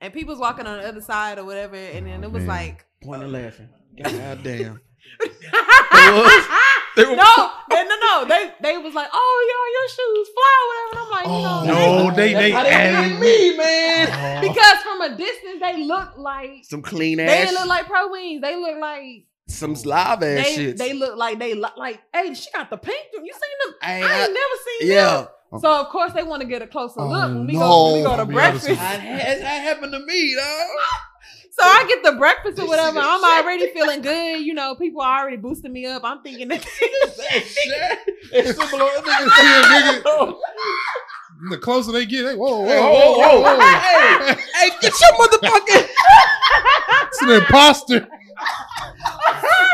[SPEAKER 5] and people was walking on the other side or whatever, and then it was
[SPEAKER 6] Man.
[SPEAKER 5] like
[SPEAKER 7] Point of laughing. God damn.
[SPEAKER 5] no,
[SPEAKER 7] They were-
[SPEAKER 5] they- no, no. They they was like, oh, yo, your shoes fly, whatever. And I'm like, you know,
[SPEAKER 4] Oh, no, they
[SPEAKER 7] That's
[SPEAKER 4] they
[SPEAKER 7] how they did
[SPEAKER 4] added
[SPEAKER 7] me, man.
[SPEAKER 5] because from a distance they look like
[SPEAKER 7] Some clean
[SPEAKER 5] they
[SPEAKER 7] ass.
[SPEAKER 5] didn't look like pro wings. They look like
[SPEAKER 7] some slob ass
[SPEAKER 5] they,
[SPEAKER 7] shit.
[SPEAKER 5] they look like they look like hey she got the pink you seen them I
[SPEAKER 7] I, I,
[SPEAKER 5] ain't never seen them
[SPEAKER 7] yeah. Oh.
[SPEAKER 5] so of course they want to get a closer
[SPEAKER 6] Oh,
[SPEAKER 5] look when we go
[SPEAKER 6] no.
[SPEAKER 5] when we go to
[SPEAKER 4] I'll be honest
[SPEAKER 5] breakfast
[SPEAKER 4] with
[SPEAKER 7] I, that happened to me, dog.
[SPEAKER 5] so I get the breakfast or whatever
[SPEAKER 7] This is
[SPEAKER 5] I'm
[SPEAKER 7] shit.
[SPEAKER 5] already feeling good you know people are already boosting me up I'm thinking that
[SPEAKER 7] That shit. It's similar. I think
[SPEAKER 4] nigga.
[SPEAKER 7] it's- Whoa,
[SPEAKER 4] The closer they get, they whoa, whoa,
[SPEAKER 7] whoa, whoa, whoa. Hey,
[SPEAKER 4] whoa.
[SPEAKER 7] hey, get your motherfucking
[SPEAKER 4] it's an imposter.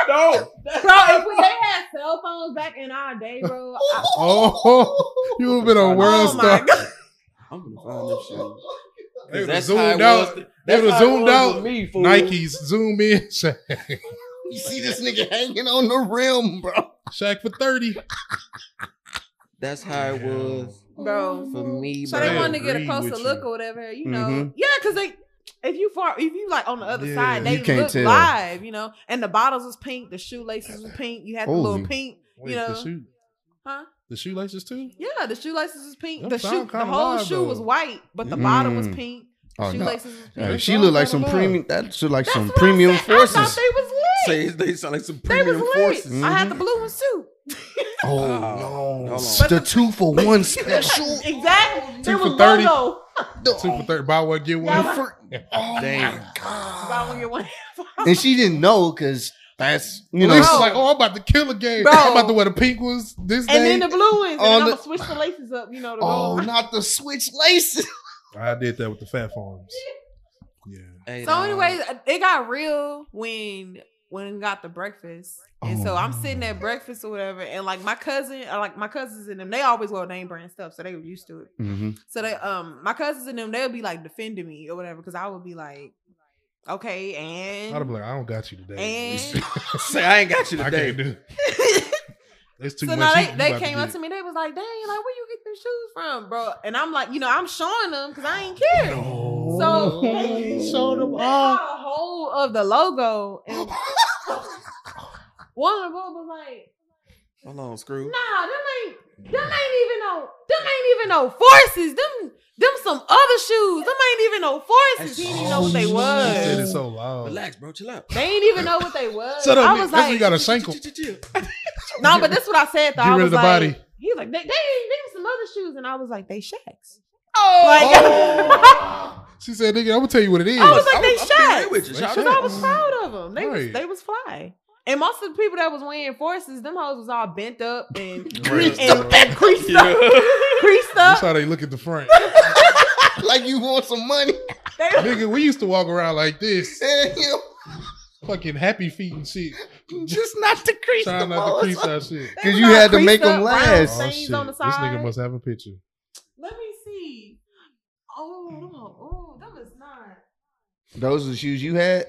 [SPEAKER 7] no. That's
[SPEAKER 5] bro if we,
[SPEAKER 7] not-
[SPEAKER 5] they had cell phones back in our day bro I,
[SPEAKER 4] Oh, you have been a world
[SPEAKER 5] oh my
[SPEAKER 4] star.
[SPEAKER 5] god
[SPEAKER 7] I'm gonna find this shit.
[SPEAKER 4] They would've
[SPEAKER 7] That's how
[SPEAKER 4] zoomed
[SPEAKER 7] it
[SPEAKER 4] out.
[SPEAKER 7] was.
[SPEAKER 4] They would have
[SPEAKER 7] how it
[SPEAKER 4] zoomed
[SPEAKER 7] was
[SPEAKER 4] out.
[SPEAKER 7] with Me, fool.
[SPEAKER 4] Nikes zoom in. Shaq,
[SPEAKER 6] You see this nigga hanging on the rim, bro.
[SPEAKER 4] Shaq for thirty.
[SPEAKER 7] That's how it
[SPEAKER 4] Yeah.
[SPEAKER 7] was
[SPEAKER 5] bro.
[SPEAKER 7] for me.
[SPEAKER 5] So
[SPEAKER 7] bro.
[SPEAKER 5] they wanted to get a
[SPEAKER 4] agree
[SPEAKER 5] closer
[SPEAKER 4] with
[SPEAKER 5] look
[SPEAKER 4] you.
[SPEAKER 5] or whatever, you know.
[SPEAKER 6] Mhm.
[SPEAKER 5] Yeah, because they if you far if you like on the other
[SPEAKER 4] Yeah.
[SPEAKER 5] side, they
[SPEAKER 6] You can't
[SPEAKER 5] look
[SPEAKER 6] tell.
[SPEAKER 5] live, you know. And the bottles was pink, the shoelaces was pink, you had the
[SPEAKER 6] Holy.
[SPEAKER 5] little pink,
[SPEAKER 4] Wait,
[SPEAKER 5] you know.
[SPEAKER 4] the shoe,
[SPEAKER 5] Huh?
[SPEAKER 4] the shoelaces too.
[SPEAKER 5] Yeah, the shoelaces was pink.
[SPEAKER 4] Them
[SPEAKER 5] the
[SPEAKER 4] sound
[SPEAKER 5] shoe the
[SPEAKER 4] kinda
[SPEAKER 5] whole
[SPEAKER 4] live,
[SPEAKER 5] shoe was
[SPEAKER 4] though.
[SPEAKER 5] white, but the bottom was
[SPEAKER 6] Mm.
[SPEAKER 5] pink. The
[SPEAKER 6] Oh no.
[SPEAKER 5] shoelaces was pink.
[SPEAKER 6] Hey,
[SPEAKER 4] That's
[SPEAKER 6] she
[SPEAKER 4] all
[SPEAKER 6] look like
[SPEAKER 4] kinda
[SPEAKER 6] some
[SPEAKER 4] love.
[SPEAKER 6] premium. That look like
[SPEAKER 5] That's
[SPEAKER 6] some
[SPEAKER 5] what I
[SPEAKER 6] premium
[SPEAKER 5] said. I thought
[SPEAKER 6] forces.
[SPEAKER 5] they was lit.
[SPEAKER 7] Say they sound like some
[SPEAKER 5] They was
[SPEAKER 7] premium
[SPEAKER 5] lit.
[SPEAKER 7] forces.
[SPEAKER 5] I
[SPEAKER 6] Mm-hmm.
[SPEAKER 5] had the blue one too.
[SPEAKER 6] Oh no!
[SPEAKER 7] Hold
[SPEAKER 6] It's
[SPEAKER 7] on.
[SPEAKER 6] The two for one special.
[SPEAKER 5] exactly. There
[SPEAKER 4] for
[SPEAKER 5] was
[SPEAKER 4] 30.
[SPEAKER 5] logo.
[SPEAKER 4] Two for thirty. Buy one get one.
[SPEAKER 5] Y'all-
[SPEAKER 7] Damn.
[SPEAKER 5] Buy one, get one.
[SPEAKER 6] and she didn't know because that's you know
[SPEAKER 4] Lisa's
[SPEAKER 5] Bro.
[SPEAKER 4] like, oh, I'm about to kill a game.
[SPEAKER 5] Bro.
[SPEAKER 4] I'm about to wear the pink ones this
[SPEAKER 5] And
[SPEAKER 4] day.
[SPEAKER 5] then the blue ones,
[SPEAKER 6] On
[SPEAKER 5] and then I'm
[SPEAKER 6] the-
[SPEAKER 5] gonna switch the laces up, you know, to
[SPEAKER 6] oh,
[SPEAKER 5] go.
[SPEAKER 6] not the switch laces.
[SPEAKER 4] I did that with the fat farms. Yeah.
[SPEAKER 7] Hey,
[SPEAKER 5] So
[SPEAKER 7] nah.
[SPEAKER 5] anyways, uh, it got real when when we got the breakfast. And so
[SPEAKER 4] Oh.
[SPEAKER 5] I'm sitting at breakfast or whatever, and like my cousin, uh, like my cousins and them, they always wear name brand stuff, so they were used to it.
[SPEAKER 6] Mm-hmm.
[SPEAKER 5] So they, um, my cousins and them, they'll be like defending me or whatever, because I would be like, okay,
[SPEAKER 4] I'd be
[SPEAKER 5] and
[SPEAKER 4] like, I don't got you today.
[SPEAKER 5] and
[SPEAKER 7] say I ain't got you
[SPEAKER 4] I can't
[SPEAKER 7] today.
[SPEAKER 4] do. It's too
[SPEAKER 5] so
[SPEAKER 4] much.
[SPEAKER 5] now
[SPEAKER 4] heat
[SPEAKER 5] they,
[SPEAKER 4] you
[SPEAKER 5] they
[SPEAKER 4] about
[SPEAKER 5] came up
[SPEAKER 4] get.
[SPEAKER 5] to me, they was like, dang, like where you get them shoes from, bro? And I'm like, you know, I'm showing them because I ain't care.
[SPEAKER 4] Oh.
[SPEAKER 5] So they,
[SPEAKER 6] Showed them all.
[SPEAKER 5] they got a whole of the logo and one of the boys was like.
[SPEAKER 7] Hold on, screw.
[SPEAKER 5] Nah, them ain't them ain't even no them ain't even no forces. Them them some other shoes. Them ain't even no forces. He didn't even know what they
[SPEAKER 4] She said it
[SPEAKER 5] was.
[SPEAKER 4] so loud.
[SPEAKER 7] Relax, bro. Chill out.
[SPEAKER 5] They ain't even know what they was.
[SPEAKER 4] Shut up,
[SPEAKER 5] I
[SPEAKER 4] nigga.
[SPEAKER 5] was
[SPEAKER 4] That's when you
[SPEAKER 5] like,
[SPEAKER 4] got a shankle.
[SPEAKER 5] no, but that's what I said. Though.
[SPEAKER 4] Get
[SPEAKER 5] I
[SPEAKER 4] rid
[SPEAKER 5] was
[SPEAKER 4] of the
[SPEAKER 5] like,
[SPEAKER 4] body.
[SPEAKER 5] He was like, they, they, they was some other shoes, and I was like, they shacks.
[SPEAKER 7] Oh,
[SPEAKER 5] Like,
[SPEAKER 4] She said, nigga, I'm gonna tell you what it is.
[SPEAKER 5] I was like, they
[SPEAKER 7] I'm
[SPEAKER 5] shacks.
[SPEAKER 7] with you.
[SPEAKER 4] They
[SPEAKER 7] Shout
[SPEAKER 5] Cause
[SPEAKER 4] shacks.
[SPEAKER 5] I
[SPEAKER 7] out.
[SPEAKER 5] was proud of them. They was
[SPEAKER 4] Right.
[SPEAKER 5] they was fly. And most of the people that was wearing forces, them hoes was all bent up and
[SPEAKER 4] Greased
[SPEAKER 5] and,
[SPEAKER 4] up.
[SPEAKER 5] and creased up, creased
[SPEAKER 4] That's
[SPEAKER 5] up.
[SPEAKER 4] how they look at the front.
[SPEAKER 6] like you want some money.
[SPEAKER 5] They,
[SPEAKER 4] nigga, we used to walk around like this.
[SPEAKER 6] And you
[SPEAKER 4] Fucking happy feet and shit.
[SPEAKER 6] just not to crease the
[SPEAKER 4] Trying not to
[SPEAKER 6] balls.
[SPEAKER 4] crease our shit.
[SPEAKER 5] they
[SPEAKER 6] 'Cause
[SPEAKER 5] was
[SPEAKER 6] you
[SPEAKER 5] all
[SPEAKER 6] had to
[SPEAKER 5] creased
[SPEAKER 6] make 'em
[SPEAKER 5] up, round
[SPEAKER 6] last.
[SPEAKER 4] Oh,
[SPEAKER 5] things
[SPEAKER 4] shit. This
[SPEAKER 5] on the side.
[SPEAKER 4] nigga must have a picture.
[SPEAKER 5] Let me see. Oh, oh, that was not.
[SPEAKER 6] Those are the shoes you had.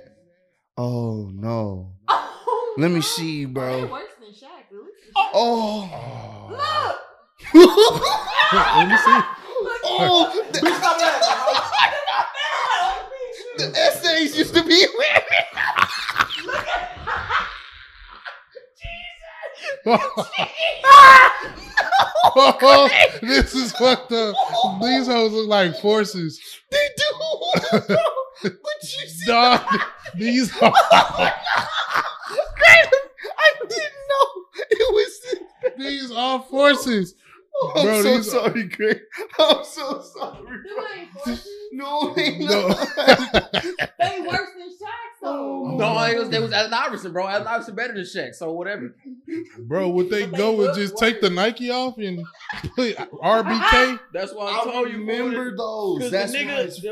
[SPEAKER 6] Oh no!
[SPEAKER 5] Oh,
[SPEAKER 6] Let me
[SPEAKER 5] no.
[SPEAKER 6] see,
[SPEAKER 5] They
[SPEAKER 6] bro.
[SPEAKER 5] worse than Shaq. at least it's-
[SPEAKER 6] Oh.
[SPEAKER 4] Oh.
[SPEAKER 5] Look.
[SPEAKER 4] Let me see.
[SPEAKER 5] Look.
[SPEAKER 6] oh, the, the essays used to be wearing.
[SPEAKER 4] this is fucked up. These hoes look like forces.
[SPEAKER 6] They do, bro. But you see,
[SPEAKER 4] Dog, these hoes.
[SPEAKER 6] I didn't know it was.
[SPEAKER 4] These are forces.
[SPEAKER 6] Oh, I'm
[SPEAKER 4] Bro,
[SPEAKER 6] so
[SPEAKER 4] these-
[SPEAKER 6] sorry, Greg. I'm so sorry.
[SPEAKER 5] Them ain't forces.
[SPEAKER 6] No, they
[SPEAKER 4] No.
[SPEAKER 6] not.
[SPEAKER 5] They worse than Shaq,
[SPEAKER 6] Oh.
[SPEAKER 5] though.
[SPEAKER 7] No, it was, it was Allen Iverson, bro. Allen Iverson better than Shaq, so whatever.
[SPEAKER 4] Bro, would they
[SPEAKER 5] But they
[SPEAKER 4] go and
[SPEAKER 5] look
[SPEAKER 4] just take the Nike off and put RBK?
[SPEAKER 7] That's why I,
[SPEAKER 6] I
[SPEAKER 7] told you.
[SPEAKER 6] remember those.
[SPEAKER 7] Because
[SPEAKER 6] That's
[SPEAKER 7] the
[SPEAKER 6] why it's-
[SPEAKER 7] nigga, the,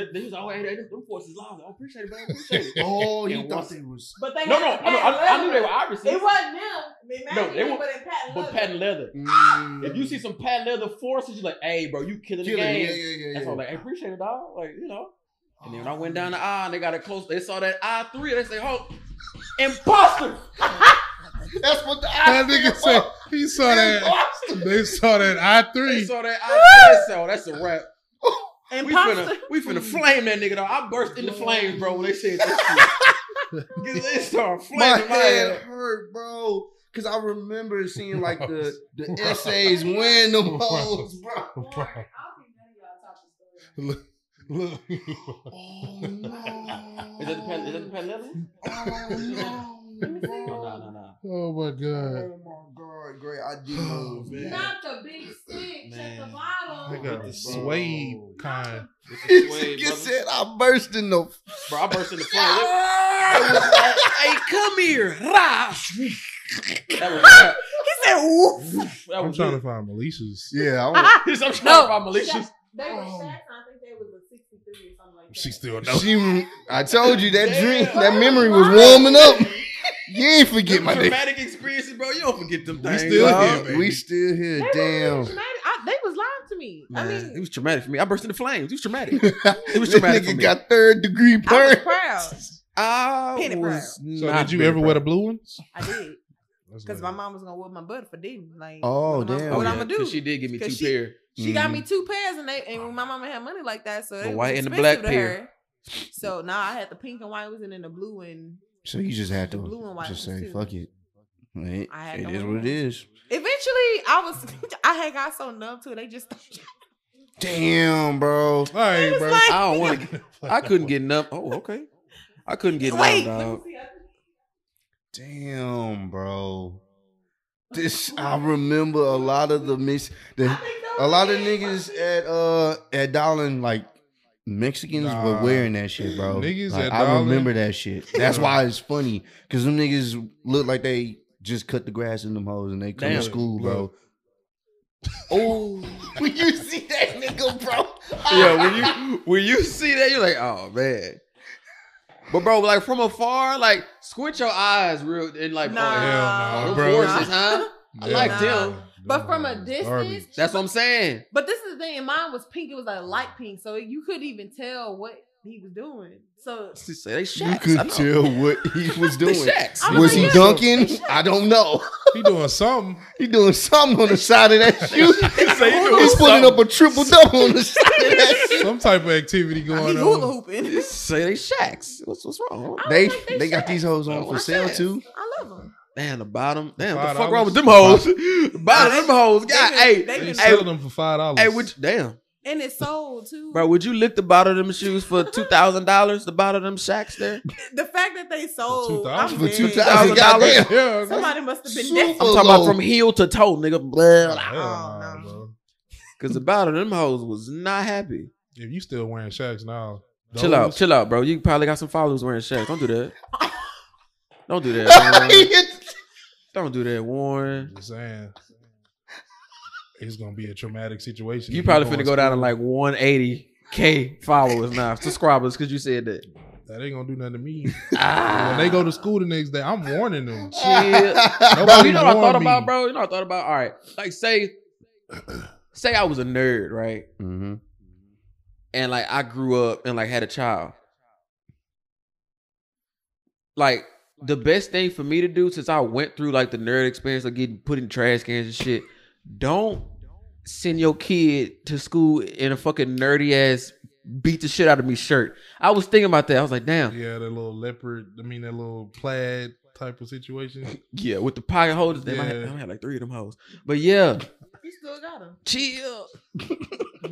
[SPEAKER 7] the, the, he was always, hey, them forces live. I appreciate it, bro. I appreciate it.
[SPEAKER 6] Oh, you
[SPEAKER 7] And
[SPEAKER 6] thought
[SPEAKER 7] once-
[SPEAKER 6] they was.
[SPEAKER 5] But they
[SPEAKER 7] No, no,
[SPEAKER 5] had
[SPEAKER 7] I, know- I, I knew they were
[SPEAKER 5] Pat
[SPEAKER 7] Iverson.
[SPEAKER 5] Leather. It wasn't them. Imagine
[SPEAKER 7] No, they
[SPEAKER 5] it,
[SPEAKER 7] were-
[SPEAKER 5] But in Pat
[SPEAKER 7] But
[SPEAKER 5] Leather.
[SPEAKER 7] patent leather.
[SPEAKER 6] Mm.
[SPEAKER 7] If you see some patent leather forces, you're like, hey, bro, you killing the
[SPEAKER 6] Killing, yeah,
[SPEAKER 7] game.
[SPEAKER 6] yeah, yeah,
[SPEAKER 7] That's
[SPEAKER 6] yeah. Oh.
[SPEAKER 7] all like, I appreciate it, dog. Like, you know. And then when I went down the aisle and they got a close, they saw that I three, they say, oh, imposter.
[SPEAKER 6] That's what the
[SPEAKER 4] That nigga said he saw that. They saw that I
[SPEAKER 7] They
[SPEAKER 4] three.
[SPEAKER 7] saw that I three, they said, oh, that's a wrap.
[SPEAKER 5] and
[SPEAKER 7] We
[SPEAKER 5] Pasta-
[SPEAKER 7] finna, we finna flame that nigga, dog. I burst into flames, bro, when they said that shit. Cause they started
[SPEAKER 6] My
[SPEAKER 7] flaming my
[SPEAKER 6] head
[SPEAKER 7] head.
[SPEAKER 6] hurt, bro. Cause I remember seeing like the the essays win them hoes, bro.
[SPEAKER 4] Bro, look, look.
[SPEAKER 6] Oh no!
[SPEAKER 7] Is that the patent, is that the patent leather? one?
[SPEAKER 6] Oh no!
[SPEAKER 7] No, no,
[SPEAKER 6] bro.
[SPEAKER 7] no, no.
[SPEAKER 4] Oh my
[SPEAKER 7] Uh.
[SPEAKER 4] god.
[SPEAKER 6] Oh my god, great! I did
[SPEAKER 4] Oh,
[SPEAKER 6] those,
[SPEAKER 4] man.
[SPEAKER 6] man.
[SPEAKER 5] Not the big stick. Check the
[SPEAKER 7] Man.
[SPEAKER 4] They
[SPEAKER 5] bottom.
[SPEAKER 4] got the suede kind.
[SPEAKER 7] It's the suede,
[SPEAKER 6] Nigga
[SPEAKER 7] brother.
[SPEAKER 6] said I burst in the.
[SPEAKER 7] Bro, I burst into flames. It was like, hey, come here. Rah. That was rap.
[SPEAKER 5] He said, woof.
[SPEAKER 7] That
[SPEAKER 4] I'm
[SPEAKER 7] was
[SPEAKER 4] trying
[SPEAKER 7] it.
[SPEAKER 4] to find Malicious.
[SPEAKER 6] Yeah, I
[SPEAKER 7] I'm trying to
[SPEAKER 5] No.
[SPEAKER 7] find malicious.
[SPEAKER 5] They were
[SPEAKER 6] Oh.
[SPEAKER 5] Shaq, and I think they was a 63 or something like that.
[SPEAKER 4] She still
[SPEAKER 6] was-
[SPEAKER 4] knows.
[SPEAKER 6] she, I told you that dream,
[SPEAKER 7] Damn.
[SPEAKER 6] that memory was warming up. You ain't forget
[SPEAKER 7] Them
[SPEAKER 6] my nigga.
[SPEAKER 7] traumatic experiences, bro. You don't forget them
[SPEAKER 4] We
[SPEAKER 7] things.
[SPEAKER 4] still
[SPEAKER 7] dog.
[SPEAKER 4] here, baby.
[SPEAKER 6] We still
[SPEAKER 5] They
[SPEAKER 6] here.
[SPEAKER 5] was
[SPEAKER 6] Damn.
[SPEAKER 5] really traumatic. I, they was lying to me.
[SPEAKER 7] Man,
[SPEAKER 5] mean-
[SPEAKER 7] it was traumatic for me. I burst into flames. It was traumatic.
[SPEAKER 6] it
[SPEAKER 7] was
[SPEAKER 6] traumatic.
[SPEAKER 7] traumatic for me.
[SPEAKER 6] Nigga got third degree
[SPEAKER 5] I was
[SPEAKER 6] burn.
[SPEAKER 5] proud.
[SPEAKER 7] I
[SPEAKER 5] Penny
[SPEAKER 7] was
[SPEAKER 4] So
[SPEAKER 7] not
[SPEAKER 4] did you
[SPEAKER 7] very
[SPEAKER 4] ever wear the
[SPEAKER 7] proud.
[SPEAKER 4] blue ones?
[SPEAKER 5] I did
[SPEAKER 4] That's
[SPEAKER 5] because
[SPEAKER 4] lit.
[SPEAKER 5] my mom was gonna whip my butt if I didn't. Like,
[SPEAKER 6] Oh,
[SPEAKER 5] what am I-
[SPEAKER 6] damn.
[SPEAKER 7] Oh,
[SPEAKER 5] What
[SPEAKER 7] yeah,
[SPEAKER 5] I'm gonna do?
[SPEAKER 7] 'cause
[SPEAKER 5] She,
[SPEAKER 7] She did give me two
[SPEAKER 5] Cause she-
[SPEAKER 7] pair.
[SPEAKER 5] got
[SPEAKER 6] Mhm.
[SPEAKER 5] me two pairs, and they and when my mama had money like that, so
[SPEAKER 7] The
[SPEAKER 5] it was
[SPEAKER 7] white and the
[SPEAKER 5] expensive
[SPEAKER 7] black
[SPEAKER 5] to
[SPEAKER 7] pair.
[SPEAKER 5] her. So now I had the pink and white was, and then the blue and
[SPEAKER 6] So you just had
[SPEAKER 5] The blue and
[SPEAKER 6] to
[SPEAKER 5] white
[SPEAKER 6] just
[SPEAKER 5] ones,
[SPEAKER 6] say
[SPEAKER 5] too.
[SPEAKER 6] fuck it. It,
[SPEAKER 5] I had
[SPEAKER 6] it
[SPEAKER 5] no
[SPEAKER 6] is
[SPEAKER 5] other
[SPEAKER 6] what it
[SPEAKER 5] one.
[SPEAKER 6] is.
[SPEAKER 5] eventually I was I had got so numb to it. They just
[SPEAKER 6] Damn, bro.
[SPEAKER 4] All right,
[SPEAKER 5] It was
[SPEAKER 4] bro.
[SPEAKER 5] like-
[SPEAKER 7] I don't want to. I couldn't get numb. Oh, okay. I couldn't get
[SPEAKER 5] wait.
[SPEAKER 7] numb, dog.
[SPEAKER 5] let me see.
[SPEAKER 6] Damn, bro. This I remember a lot of the mis the, a lot of niggas at uh at Dolan like Mexicans were
[SPEAKER 4] Nah.
[SPEAKER 6] wearing that shit, bro.
[SPEAKER 4] Niggas
[SPEAKER 6] Like,
[SPEAKER 4] at
[SPEAKER 6] I
[SPEAKER 4] Dowling-
[SPEAKER 6] remember that shit. That's why it's funny because them niggas look like they just cut the grass in them hoes and they come
[SPEAKER 7] Damn.
[SPEAKER 6] to school, bro.
[SPEAKER 4] Look.
[SPEAKER 6] Oh, when you see that nigga, bro.
[SPEAKER 7] yeah, when you when you see that, you're like, oh man. But bro, like from afar, like squint your eyes real and like,
[SPEAKER 5] Nah.
[SPEAKER 7] oh, yeah.
[SPEAKER 4] Hell no,
[SPEAKER 7] Them
[SPEAKER 4] bro.
[SPEAKER 7] horses, huh? I
[SPEAKER 4] Yeah,
[SPEAKER 7] like
[SPEAKER 4] nah.
[SPEAKER 7] them.
[SPEAKER 5] But from a
[SPEAKER 4] Garbage.
[SPEAKER 5] distance,
[SPEAKER 7] That's what I'm saying.
[SPEAKER 5] But this is the thing, and mine was pink. It was like light pink, so you couldn't even tell what he was doing. So
[SPEAKER 7] She said, they
[SPEAKER 6] You
[SPEAKER 7] shacks. I
[SPEAKER 6] could tell
[SPEAKER 7] know.
[SPEAKER 6] what he was
[SPEAKER 7] They
[SPEAKER 6] doing.
[SPEAKER 7] shacks.
[SPEAKER 5] I'm
[SPEAKER 6] Was
[SPEAKER 5] like,
[SPEAKER 6] he
[SPEAKER 5] yeah.
[SPEAKER 6] dunking? I don't know.
[SPEAKER 4] He doing something.
[SPEAKER 6] He doing something on the side of that shoe. He's putting up a triple double on the side of that shoe.
[SPEAKER 4] Some type of activity
[SPEAKER 5] he
[SPEAKER 4] going
[SPEAKER 5] hula
[SPEAKER 4] on.
[SPEAKER 5] hooping.
[SPEAKER 7] They say they shacks. What's what's wrong?
[SPEAKER 6] They
[SPEAKER 5] like they
[SPEAKER 6] they got
[SPEAKER 5] shacks.
[SPEAKER 6] these hoes on
[SPEAKER 7] Well,
[SPEAKER 6] for
[SPEAKER 7] what's
[SPEAKER 6] sale
[SPEAKER 7] that?
[SPEAKER 6] too.
[SPEAKER 5] I love him.
[SPEAKER 7] Damn, the bottom. Damn, what
[SPEAKER 4] Five
[SPEAKER 7] the fuck wrong
[SPEAKER 4] dollars.
[SPEAKER 7] with them hoes? The bottom of them hoes.
[SPEAKER 5] They
[SPEAKER 7] God,
[SPEAKER 5] been- they
[SPEAKER 7] hey,
[SPEAKER 4] They
[SPEAKER 5] been-
[SPEAKER 4] selling them for five dollars.
[SPEAKER 7] hey, would you, damn,
[SPEAKER 5] and it's sold too.
[SPEAKER 7] bro, would you lick the bottom of them shoes for two thousand dollars? The bottom of them shacks there.
[SPEAKER 5] The fact that they sold
[SPEAKER 4] $2,000.
[SPEAKER 5] I'm
[SPEAKER 6] For
[SPEAKER 5] dead.
[SPEAKER 6] two thousand dollars.
[SPEAKER 4] yeah, that's-
[SPEAKER 5] Somebody must have been
[SPEAKER 6] Super
[SPEAKER 5] dead.
[SPEAKER 7] I'm talking about
[SPEAKER 6] low.
[SPEAKER 7] from heel to toe, nigga. Blah, blah.
[SPEAKER 4] hell
[SPEAKER 5] Oh,
[SPEAKER 4] nah,
[SPEAKER 5] no.
[SPEAKER 4] bro.
[SPEAKER 7] Cause the bottom of them hoes was not happy.
[SPEAKER 4] If you still wearing shacks now,
[SPEAKER 7] Chill out,
[SPEAKER 4] those-
[SPEAKER 7] chill out, bro. You probably got some followers wearing shacks. Don't do that. Don't do
[SPEAKER 6] Uh,
[SPEAKER 7] that. Warren. Don't do that, Warren.
[SPEAKER 4] Just saying. It's gonna be a traumatic situation.
[SPEAKER 7] You
[SPEAKER 4] if
[SPEAKER 7] probably
[SPEAKER 4] going
[SPEAKER 7] finna go down to
[SPEAKER 4] school.
[SPEAKER 7] like 180k followers now, subscribers, cause you said that.
[SPEAKER 4] that ain't gonna do nothing to me.
[SPEAKER 7] Ah,
[SPEAKER 4] when they go to school the next day, I'm warning them.
[SPEAKER 7] chill. bro,
[SPEAKER 4] Nobody
[SPEAKER 7] Oh, you know what I
[SPEAKER 4] warned
[SPEAKER 7] thought about,
[SPEAKER 4] me.
[SPEAKER 7] bro? You know what I thought about? All right, like say, say I was a nerd, right?
[SPEAKER 6] Mhm.
[SPEAKER 7] and like I grew up and like had a child. Like the best thing for me to do since I went through like the nerd experience of getting put in trash cans and shit, don't send your kid to school in a fucking nerdy ass beat the shit out of me shirt. I was thinking about that. I was like, damn,
[SPEAKER 4] Yeah, that little leopard. I mean, that little plaid type of situation.
[SPEAKER 7] yeah, with the pocket holders. Damn, I, had, I
[SPEAKER 4] Yeah.
[SPEAKER 7] only had like three of them hoes. But yeah,
[SPEAKER 5] You still got him.
[SPEAKER 7] chill.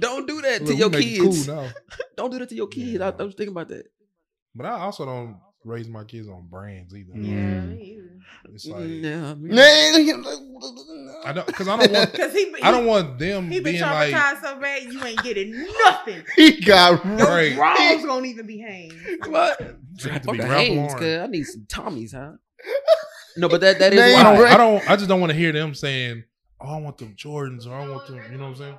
[SPEAKER 7] don't do that
[SPEAKER 4] Look,
[SPEAKER 7] to
[SPEAKER 4] we
[SPEAKER 7] your
[SPEAKER 4] make it cool
[SPEAKER 7] kids.
[SPEAKER 4] now.
[SPEAKER 7] don't do that to your kids. I, I was thinking about that.
[SPEAKER 4] But I also don't raise my kids on brands either.
[SPEAKER 6] Mm.
[SPEAKER 5] Yeah,
[SPEAKER 6] Mm.
[SPEAKER 5] me either.
[SPEAKER 4] It's like
[SPEAKER 7] Yeah, I mean-
[SPEAKER 4] I don't because I don't want
[SPEAKER 5] Cause he, he
[SPEAKER 4] I don't want them
[SPEAKER 5] he been
[SPEAKER 4] being
[SPEAKER 5] traumatized
[SPEAKER 4] like
[SPEAKER 5] so bad you ain't getting nothing.
[SPEAKER 6] He got
[SPEAKER 4] right.
[SPEAKER 5] Wrongs gonna even be hanged.
[SPEAKER 7] What?
[SPEAKER 4] Drink to
[SPEAKER 7] Fuck
[SPEAKER 4] be
[SPEAKER 7] the
[SPEAKER 4] Ralph
[SPEAKER 7] Hanes,
[SPEAKER 4] Lauren.
[SPEAKER 7] cuz. I need some Tommies, huh? No, but that that is
[SPEAKER 6] Man,
[SPEAKER 4] I don't,
[SPEAKER 7] why.
[SPEAKER 4] I don't I just don't want to hear them saying, "Oh, I want them Jordans," or "I want them." You know what I'm saying?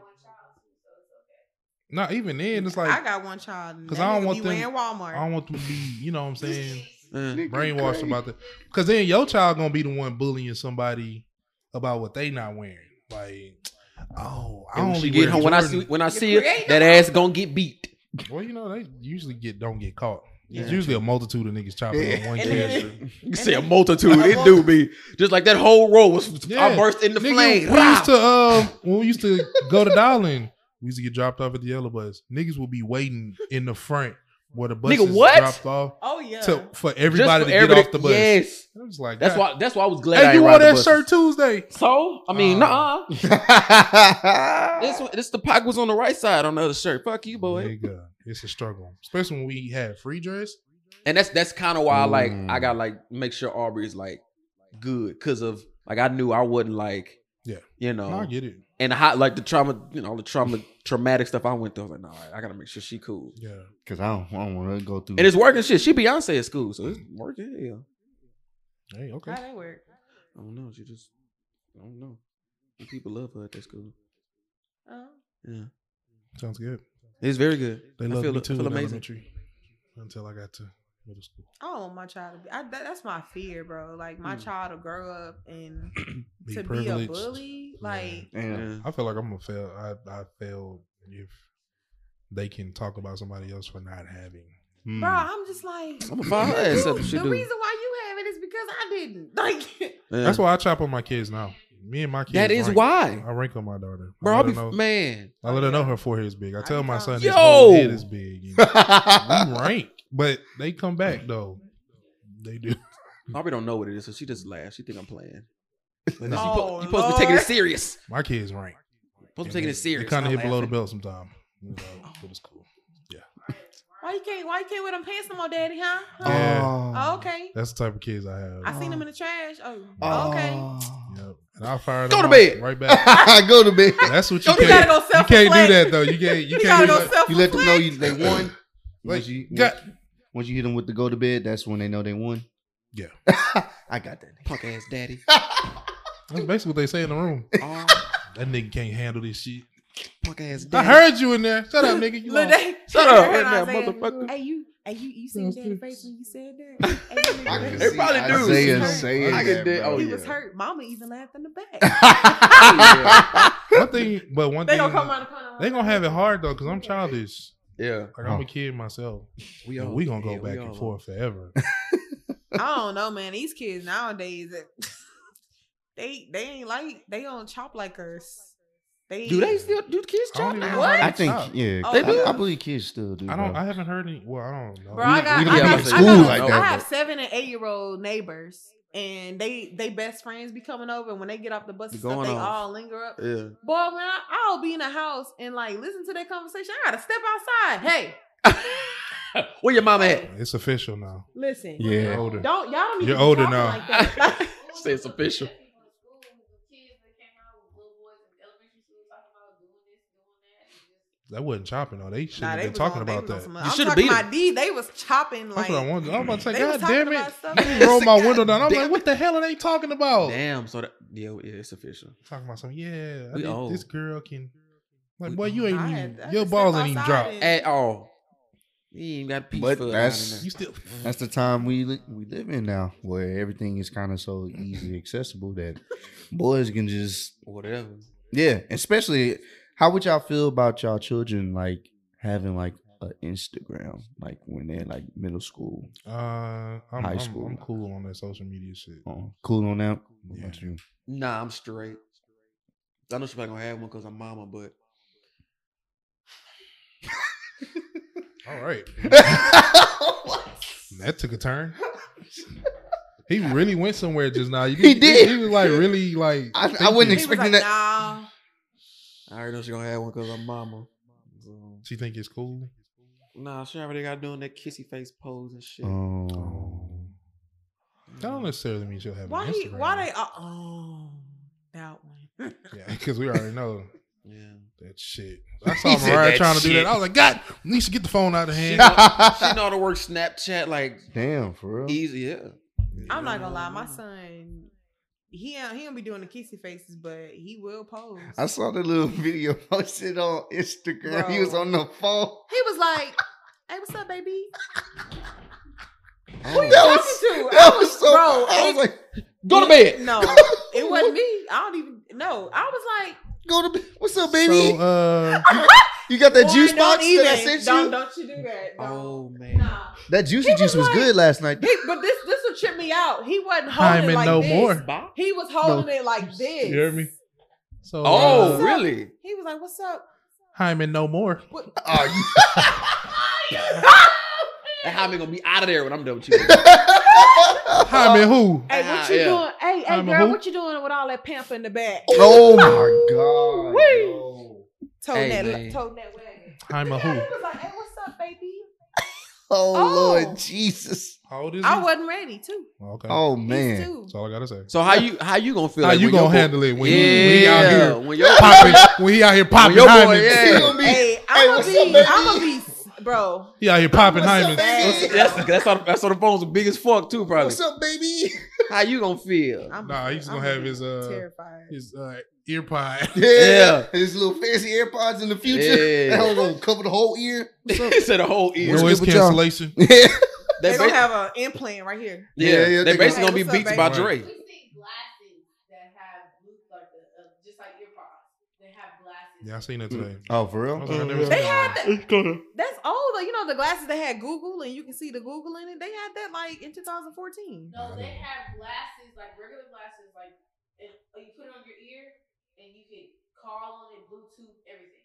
[SPEAKER 4] Not even then. It's
[SPEAKER 5] I
[SPEAKER 4] like
[SPEAKER 5] got one child. and
[SPEAKER 4] 'Cause
[SPEAKER 5] that
[SPEAKER 4] I don't
[SPEAKER 5] nigga
[SPEAKER 4] want
[SPEAKER 5] be
[SPEAKER 4] them-
[SPEAKER 5] wearing Walmart.
[SPEAKER 4] I don't want them to be. You know what I'm saying?
[SPEAKER 7] Uh,
[SPEAKER 4] Brainwashed about that. Because then your child gonna be the one bullying somebody about what they not wearing. Like, oh, I
[SPEAKER 7] and when she
[SPEAKER 4] only
[SPEAKER 7] get
[SPEAKER 4] get
[SPEAKER 7] home when I see when I see it,
[SPEAKER 5] creative.
[SPEAKER 7] that ass gonna get beat.
[SPEAKER 4] Well, you know they usually get don't get caught. It's
[SPEAKER 7] Yeah.
[SPEAKER 4] usually a multitude of niggas chopping on one
[SPEAKER 5] And
[SPEAKER 4] kid.
[SPEAKER 5] then-
[SPEAKER 7] You say a multitude, it do be just like that whole row was. I
[SPEAKER 4] Yeah.
[SPEAKER 7] burst in the
[SPEAKER 4] Nigga,
[SPEAKER 7] flame.
[SPEAKER 4] We used
[SPEAKER 7] Rah!
[SPEAKER 4] to um when we used to go to Dowling, we used to get dropped off at the yellow bus. Niggas would be waiting in the front where the bus
[SPEAKER 7] Nigga, what?
[SPEAKER 4] dropped off
[SPEAKER 5] oh yeah.
[SPEAKER 4] to, for
[SPEAKER 7] Just
[SPEAKER 4] everybody
[SPEAKER 7] for
[SPEAKER 4] to get
[SPEAKER 7] everybody-
[SPEAKER 4] off the bus.
[SPEAKER 7] Yes,
[SPEAKER 4] I was like,
[SPEAKER 7] that's
[SPEAKER 4] God.
[SPEAKER 7] why. That's why I was glad. I
[SPEAKER 4] Hey, you
[SPEAKER 7] ain't
[SPEAKER 4] wore
[SPEAKER 7] ride the Uh-uh.
[SPEAKER 4] that
[SPEAKER 7] buses.
[SPEAKER 4] shirt Tuesday?
[SPEAKER 7] So I mean,
[SPEAKER 4] Oh.
[SPEAKER 7] nah. nuh This one- this the pocket was on the right side on the other shirt. Fuck you, boy.
[SPEAKER 4] Nigga, it's a struggle, especially when we had free dress.
[SPEAKER 7] And that's that's kind of why I like I
[SPEAKER 6] Mm.
[SPEAKER 7] got like make sure Aubrey is like good because of like I knew I wouldn't like
[SPEAKER 4] Yeah.
[SPEAKER 7] you
[SPEAKER 4] No, I
[SPEAKER 7] know
[SPEAKER 4] get it.
[SPEAKER 7] and how like the trauma you know all the trauma traumatic stuff I went through I was like nah I gotta make sure she cool
[SPEAKER 4] Yeah,
[SPEAKER 6] Cause I don't, I don't want to go through.
[SPEAKER 7] and it's working shit she Beyonce at school so it's
[SPEAKER 4] Mm.
[SPEAKER 7] working yeah
[SPEAKER 4] hey, okay.
[SPEAKER 5] How that work?
[SPEAKER 7] I don't know she just I don't know And people love her at that school
[SPEAKER 5] Uh,
[SPEAKER 7] yeah
[SPEAKER 4] Sounds good.
[SPEAKER 7] it's very good
[SPEAKER 4] They
[SPEAKER 7] I
[SPEAKER 4] love
[SPEAKER 7] feel,
[SPEAKER 4] me
[SPEAKER 7] I
[SPEAKER 4] too
[SPEAKER 7] feel
[SPEAKER 4] in
[SPEAKER 7] amazing
[SPEAKER 4] elementary until I got to middle school.
[SPEAKER 5] I don't want my child to be. I, that, that's my fear, bro. Like my
[SPEAKER 7] Mm.
[SPEAKER 5] child to grow up and
[SPEAKER 4] Be
[SPEAKER 5] to be a
[SPEAKER 4] privileged.
[SPEAKER 5] bully. Like
[SPEAKER 6] Damn.
[SPEAKER 7] yeah.
[SPEAKER 4] I feel like I'm gonna fail. I I failed if they can talk about somebody else for not having.
[SPEAKER 6] Hmm,
[SPEAKER 5] Bro, I'm just like
[SPEAKER 7] I'ma fire her ass up if she
[SPEAKER 5] the
[SPEAKER 7] do.
[SPEAKER 5] reason why you have it is because I didn't. Like
[SPEAKER 7] Yeah.
[SPEAKER 4] That's why I chop on my kids now. Me and my kids.
[SPEAKER 7] That is
[SPEAKER 4] rank-
[SPEAKER 7] why.
[SPEAKER 4] I rank on my daughter.
[SPEAKER 7] Bro,
[SPEAKER 4] I
[SPEAKER 7] I'll
[SPEAKER 4] let
[SPEAKER 7] be
[SPEAKER 4] her know,
[SPEAKER 7] man.
[SPEAKER 4] I let her know her forehead is big. I
[SPEAKER 5] I
[SPEAKER 4] tell
[SPEAKER 5] be
[SPEAKER 4] my son
[SPEAKER 5] proud.
[SPEAKER 4] his whole
[SPEAKER 7] Yo!
[SPEAKER 4] head is big. You know? We rank, but they come back though. They do.
[SPEAKER 7] Barbie don't know what it is, so she just laughs. She think I'm playing.
[SPEAKER 4] But
[SPEAKER 7] You
[SPEAKER 4] it's-
[SPEAKER 5] Oh,
[SPEAKER 7] po- you supposed to be taking it
[SPEAKER 5] Lord.
[SPEAKER 7] serious.
[SPEAKER 4] My kids rank.
[SPEAKER 7] Supposed to be taking it serious.
[SPEAKER 4] kind of
[SPEAKER 7] not
[SPEAKER 4] hit below the
[SPEAKER 7] laughing. Oh.
[SPEAKER 4] belt sometimes. You know, but it's cool.
[SPEAKER 5] why you can't why you can't wear them pants no more, Daddy, huh? Huh?
[SPEAKER 4] Yeah.
[SPEAKER 5] Oh, okay.
[SPEAKER 4] That's the type of kids I have.
[SPEAKER 5] I seen them in the trash. Oh, okay.
[SPEAKER 4] Yep. And I'll fire
[SPEAKER 7] Go
[SPEAKER 4] them
[SPEAKER 7] to
[SPEAKER 4] off
[SPEAKER 7] Oh. bed.
[SPEAKER 4] Right back.
[SPEAKER 6] Go to bed.
[SPEAKER 4] That's what you
[SPEAKER 5] You gotta
[SPEAKER 4] can't.
[SPEAKER 5] go
[SPEAKER 4] You
[SPEAKER 5] self
[SPEAKER 4] can't do that though. You can't. You
[SPEAKER 5] You
[SPEAKER 4] can't. do
[SPEAKER 5] gotta go
[SPEAKER 4] that.
[SPEAKER 5] self
[SPEAKER 6] You let them know you they won.
[SPEAKER 4] Like,
[SPEAKER 6] Once you,
[SPEAKER 4] God-
[SPEAKER 6] once you hit them with the go to bed, that's when they know they won.
[SPEAKER 4] Yeah.
[SPEAKER 6] I got that.
[SPEAKER 7] Punk ass daddy.
[SPEAKER 4] That's basically what they say in the room.
[SPEAKER 7] Oh,
[SPEAKER 4] That nigga can't handle this shit.
[SPEAKER 7] punk ass
[SPEAKER 4] I
[SPEAKER 7] daddy.
[SPEAKER 4] heard you in there. Shut up, nigga. You
[SPEAKER 5] Look,
[SPEAKER 4] lost.
[SPEAKER 5] they,
[SPEAKER 7] Shut
[SPEAKER 5] they
[SPEAKER 7] up
[SPEAKER 5] heard
[SPEAKER 7] right now,
[SPEAKER 5] Isaiah.
[SPEAKER 7] motherfucker.
[SPEAKER 5] Hey, you, hey, you, you seen Daddy's face when you said that? Hey, you nigga,
[SPEAKER 6] I can
[SPEAKER 5] that-
[SPEAKER 7] They
[SPEAKER 6] see
[SPEAKER 7] probably do.
[SPEAKER 6] Isaiah
[SPEAKER 5] I
[SPEAKER 6] saying
[SPEAKER 7] can
[SPEAKER 6] that,
[SPEAKER 7] do-
[SPEAKER 6] bro.
[SPEAKER 7] oh,
[SPEAKER 5] he
[SPEAKER 7] yeah.
[SPEAKER 5] was hurt. Mama even laughed in the back.
[SPEAKER 4] One thing, but one
[SPEAKER 5] they
[SPEAKER 4] thing.
[SPEAKER 5] gonna come around the corner.
[SPEAKER 4] They gonna have it hard though, cause I'm childish.
[SPEAKER 7] Yeah.
[SPEAKER 4] Like I'm
[SPEAKER 6] Huh.
[SPEAKER 4] a kid myself.
[SPEAKER 7] Oh. We
[SPEAKER 4] And
[SPEAKER 7] all-
[SPEAKER 4] we gonna go
[SPEAKER 7] yeah, we
[SPEAKER 4] back
[SPEAKER 7] all-
[SPEAKER 4] and forth forever.
[SPEAKER 5] I don't know, man. These kids nowadays, they they ain't like they don't chop like us. They
[SPEAKER 7] Do they still do kids
[SPEAKER 4] I don't
[SPEAKER 7] chop
[SPEAKER 4] even know
[SPEAKER 7] now?
[SPEAKER 4] how
[SPEAKER 5] What?
[SPEAKER 4] they
[SPEAKER 6] I think,
[SPEAKER 4] stop.
[SPEAKER 6] yeah,
[SPEAKER 5] Oh,
[SPEAKER 6] I-
[SPEAKER 5] they do?
[SPEAKER 6] I, believe kids still do.
[SPEAKER 4] I don't.
[SPEAKER 6] bro.
[SPEAKER 4] I haven't heard any. Well, I don't know.
[SPEAKER 5] Bro, I
[SPEAKER 6] We-
[SPEAKER 5] got,
[SPEAKER 6] we
[SPEAKER 5] I
[SPEAKER 6] don't
[SPEAKER 5] got,
[SPEAKER 6] have
[SPEAKER 5] I
[SPEAKER 6] school
[SPEAKER 5] got-
[SPEAKER 6] like that,
[SPEAKER 5] I have
[SPEAKER 6] though.
[SPEAKER 5] seven and eight year old neighbors, and they they best friends be coming over, and when they get off the bus, and
[SPEAKER 7] Going
[SPEAKER 5] stuff, they
[SPEAKER 7] off.
[SPEAKER 5] all linger up.
[SPEAKER 7] Yeah.
[SPEAKER 5] Boy, when I, I'll be in the house and like listen to that conversation, I gotta step outside. Hey,
[SPEAKER 7] Where your mom at?
[SPEAKER 4] It's official now.
[SPEAKER 5] listen,
[SPEAKER 4] You're
[SPEAKER 6] Yeah.
[SPEAKER 4] older.
[SPEAKER 5] don't y'all don't. need
[SPEAKER 4] You're
[SPEAKER 5] to be
[SPEAKER 4] older
[SPEAKER 5] talking
[SPEAKER 4] now.
[SPEAKER 5] Like that.
[SPEAKER 7] Say it's official.
[SPEAKER 4] That wasn't chopping though. They should
[SPEAKER 5] Nah,
[SPEAKER 4] have
[SPEAKER 5] they
[SPEAKER 4] been
[SPEAKER 5] was
[SPEAKER 4] talking
[SPEAKER 5] on- they
[SPEAKER 4] about
[SPEAKER 5] was
[SPEAKER 4] that.
[SPEAKER 5] on some-
[SPEAKER 7] You
[SPEAKER 5] I'm
[SPEAKER 7] shoulda
[SPEAKER 5] talking
[SPEAKER 7] beat 'em.
[SPEAKER 5] about D. They was chopping like
[SPEAKER 4] That's what I wanted. I was about to say,
[SPEAKER 5] they
[SPEAKER 4] God
[SPEAKER 5] was talking
[SPEAKER 4] damn
[SPEAKER 5] about
[SPEAKER 4] it.
[SPEAKER 5] stuff.
[SPEAKER 4] You rolled my window down. I'm
[SPEAKER 7] Damn
[SPEAKER 4] like, what the hell are they talking about?
[SPEAKER 7] Oh. Damn. So that yeah, yeah, it's official.
[SPEAKER 4] Talking about something. Yeah, I
[SPEAKER 7] We
[SPEAKER 4] did-
[SPEAKER 7] old.
[SPEAKER 4] this girl can. Like,
[SPEAKER 7] We
[SPEAKER 4] boy, you
[SPEAKER 7] old.
[SPEAKER 4] ain't
[SPEAKER 5] I
[SPEAKER 4] even.
[SPEAKER 5] had- I had
[SPEAKER 4] your
[SPEAKER 5] to
[SPEAKER 4] balls
[SPEAKER 5] step
[SPEAKER 4] ain't even
[SPEAKER 5] outside
[SPEAKER 4] dropped.
[SPEAKER 5] and-
[SPEAKER 7] At all. He ain't got a piece
[SPEAKER 6] But
[SPEAKER 7] for
[SPEAKER 6] that's-
[SPEAKER 4] You still.
[SPEAKER 6] That's the time we li- we live in now, where everything is kind of so easily accessible that boys can just
[SPEAKER 7] whatever.
[SPEAKER 6] yeah. Especially, how would y'all feel about y'all children like having like an Instagram, like when they're like middle school?
[SPEAKER 4] Uh, I'm, I'm,
[SPEAKER 6] school.
[SPEAKER 4] I'm cool on that social media shit.
[SPEAKER 6] Uh, cool on that. What about you?
[SPEAKER 7] Nah, I'm straight. I know she's not gonna have one because I'm mama, but
[SPEAKER 4] All right. That took a turn. He really went somewhere just now. You
[SPEAKER 6] He
[SPEAKER 4] could-
[SPEAKER 6] did.
[SPEAKER 4] He was like really like.
[SPEAKER 6] I, I wasn't
[SPEAKER 5] He was
[SPEAKER 6] expecting
[SPEAKER 5] like,
[SPEAKER 6] that.
[SPEAKER 5] nah.
[SPEAKER 7] I already know she's gonna have one because I'm mama. So,
[SPEAKER 4] She think it's cool.
[SPEAKER 7] nah, she already got doing that kissy face pose and shit.
[SPEAKER 4] Mm.
[SPEAKER 6] Oh,
[SPEAKER 4] That don't necessarily mean she'll have.
[SPEAKER 5] Why
[SPEAKER 4] an
[SPEAKER 5] he,
[SPEAKER 4] Instagram.
[SPEAKER 5] why they uh, oh that one.
[SPEAKER 4] Yeah, because we already know
[SPEAKER 7] Yeah.
[SPEAKER 4] that shit. I saw
[SPEAKER 7] said
[SPEAKER 4] Mariah
[SPEAKER 7] that
[SPEAKER 4] trying to do
[SPEAKER 7] shit.
[SPEAKER 4] that. I was like, God, Nisha, get the phone out of
[SPEAKER 7] She
[SPEAKER 4] hand.
[SPEAKER 7] know, she know how to work Snapchat like
[SPEAKER 6] damn, for real.
[SPEAKER 7] easy. Yeah.
[SPEAKER 5] I'm not gonna lie, my son he don't- he don't be doing the kissy faces, but he will pose.
[SPEAKER 6] I saw the little video posted on Instagram. He was
[SPEAKER 5] Bro.
[SPEAKER 6] on the phone.
[SPEAKER 5] he was like, Hey, what's up, baby?
[SPEAKER 6] Who
[SPEAKER 5] you talking to?
[SPEAKER 6] That
[SPEAKER 5] I
[SPEAKER 6] was
[SPEAKER 5] was-
[SPEAKER 6] so.
[SPEAKER 5] bro,
[SPEAKER 6] I was
[SPEAKER 5] it-
[SPEAKER 6] like,
[SPEAKER 7] Go to bed.
[SPEAKER 5] No, it wasn't me. I don't even no. I was like,
[SPEAKER 6] go to bed. What's up,
[SPEAKER 4] So,
[SPEAKER 6] baby?
[SPEAKER 4] uh,
[SPEAKER 6] you got that
[SPEAKER 5] boy,
[SPEAKER 6] juice
[SPEAKER 5] don't
[SPEAKER 6] box
[SPEAKER 5] even.
[SPEAKER 6] that I sent
[SPEAKER 5] don't,
[SPEAKER 6] you?
[SPEAKER 5] Don't you do that. Don't.
[SPEAKER 7] Oh man.
[SPEAKER 5] Nah.
[SPEAKER 6] That juicy
[SPEAKER 5] He was
[SPEAKER 6] juice was
[SPEAKER 5] like-
[SPEAKER 6] good last night.
[SPEAKER 5] He, but this this will trip me out. He wasn't
[SPEAKER 4] Time
[SPEAKER 5] holding it
[SPEAKER 4] and
[SPEAKER 5] like
[SPEAKER 4] no
[SPEAKER 5] this.
[SPEAKER 4] more.
[SPEAKER 7] Bye.
[SPEAKER 5] He was holding it like this.
[SPEAKER 4] you hear me? So,
[SPEAKER 7] Oh,
[SPEAKER 4] uh,
[SPEAKER 7] really?
[SPEAKER 5] He was like, What's up?
[SPEAKER 4] Hyman, no more.
[SPEAKER 5] What?
[SPEAKER 6] Oh, you.
[SPEAKER 7] That how me gonna be out of there when I'm done with you.
[SPEAKER 4] Hyman, who?
[SPEAKER 6] Ah,
[SPEAKER 5] Hey, what you
[SPEAKER 7] Yeah.
[SPEAKER 5] doing? Hey, hey,
[SPEAKER 4] I'm a
[SPEAKER 5] girl,
[SPEAKER 4] who?
[SPEAKER 5] what you doing with all that pamper in the back?
[SPEAKER 6] oh my god. yo.
[SPEAKER 5] Toting
[SPEAKER 7] Hey, man.
[SPEAKER 5] that, toting that wagon.
[SPEAKER 4] Hyman,
[SPEAKER 5] Yeah, he
[SPEAKER 4] who?
[SPEAKER 5] was like, "Hey, what's up, baby?"
[SPEAKER 6] Oh,
[SPEAKER 5] Oh.
[SPEAKER 6] Lord Jesus.
[SPEAKER 4] How old is he?
[SPEAKER 5] I wasn't ready too.
[SPEAKER 4] okay.
[SPEAKER 6] Oh
[SPEAKER 5] He's
[SPEAKER 6] man.
[SPEAKER 5] two.
[SPEAKER 4] That's all I gotta say.
[SPEAKER 7] So how you how you gonna feel?
[SPEAKER 4] How
[SPEAKER 7] like
[SPEAKER 4] you
[SPEAKER 7] when your
[SPEAKER 4] gonna
[SPEAKER 7] boy-
[SPEAKER 4] handle it when,
[SPEAKER 7] yeah,
[SPEAKER 4] he, when he out here
[SPEAKER 7] when your
[SPEAKER 4] popping? When he out here popping
[SPEAKER 7] your boy,
[SPEAKER 4] Hyman?
[SPEAKER 7] yeah.
[SPEAKER 6] He gonna be-
[SPEAKER 5] Hey,
[SPEAKER 6] Hey,
[SPEAKER 5] I'm
[SPEAKER 6] what's
[SPEAKER 5] gonna
[SPEAKER 6] up,
[SPEAKER 5] be,
[SPEAKER 6] baby?
[SPEAKER 5] I'm gonna be, bro.
[SPEAKER 4] He out here popping
[SPEAKER 6] What's
[SPEAKER 4] Hyman.
[SPEAKER 6] up, baby?
[SPEAKER 7] that's that's how, that's how the phones are big as fuck too probably.
[SPEAKER 6] What's up, baby?
[SPEAKER 7] How you gonna feel?
[SPEAKER 5] I'm
[SPEAKER 4] Nah, he's gonna
[SPEAKER 5] I'm
[SPEAKER 4] have his, uh,
[SPEAKER 5] terrified.
[SPEAKER 4] His uh, ear pod.
[SPEAKER 6] Yeah. His little fancy AirPods in the future.
[SPEAKER 7] Yeah.
[SPEAKER 6] That was gonna cover the whole ear. What's up?
[SPEAKER 7] Said a whole ear.
[SPEAKER 6] What's
[SPEAKER 4] Noise
[SPEAKER 6] good with y'all?
[SPEAKER 4] cancellation.
[SPEAKER 6] yeah.
[SPEAKER 5] they
[SPEAKER 7] They
[SPEAKER 5] gonna
[SPEAKER 7] ba-
[SPEAKER 5] have an implant right here.
[SPEAKER 7] yeah,
[SPEAKER 6] Yeah, yeah,
[SPEAKER 7] they
[SPEAKER 6] they
[SPEAKER 7] basically
[SPEAKER 5] gonna-
[SPEAKER 7] gonna be
[SPEAKER 5] Hey, what's up,
[SPEAKER 7] beats by
[SPEAKER 4] baby?
[SPEAKER 7] Dre.
[SPEAKER 8] We see glasses that have blue, like the, uh, just like ear pods. They have glasses
[SPEAKER 4] Yeah, I seen that today.
[SPEAKER 6] Oh,
[SPEAKER 4] I
[SPEAKER 6] for real?
[SPEAKER 4] was like, I never seen
[SPEAKER 5] They
[SPEAKER 4] that
[SPEAKER 5] had
[SPEAKER 4] before.
[SPEAKER 5] that. That's old. though. You know the glasses that had Google and you can see the Google in it. They had that like in 2014.
[SPEAKER 8] No, they have glasses, like regular glasses, like if uh, you put it on your ear and you can call on it, Bluetooth, everything.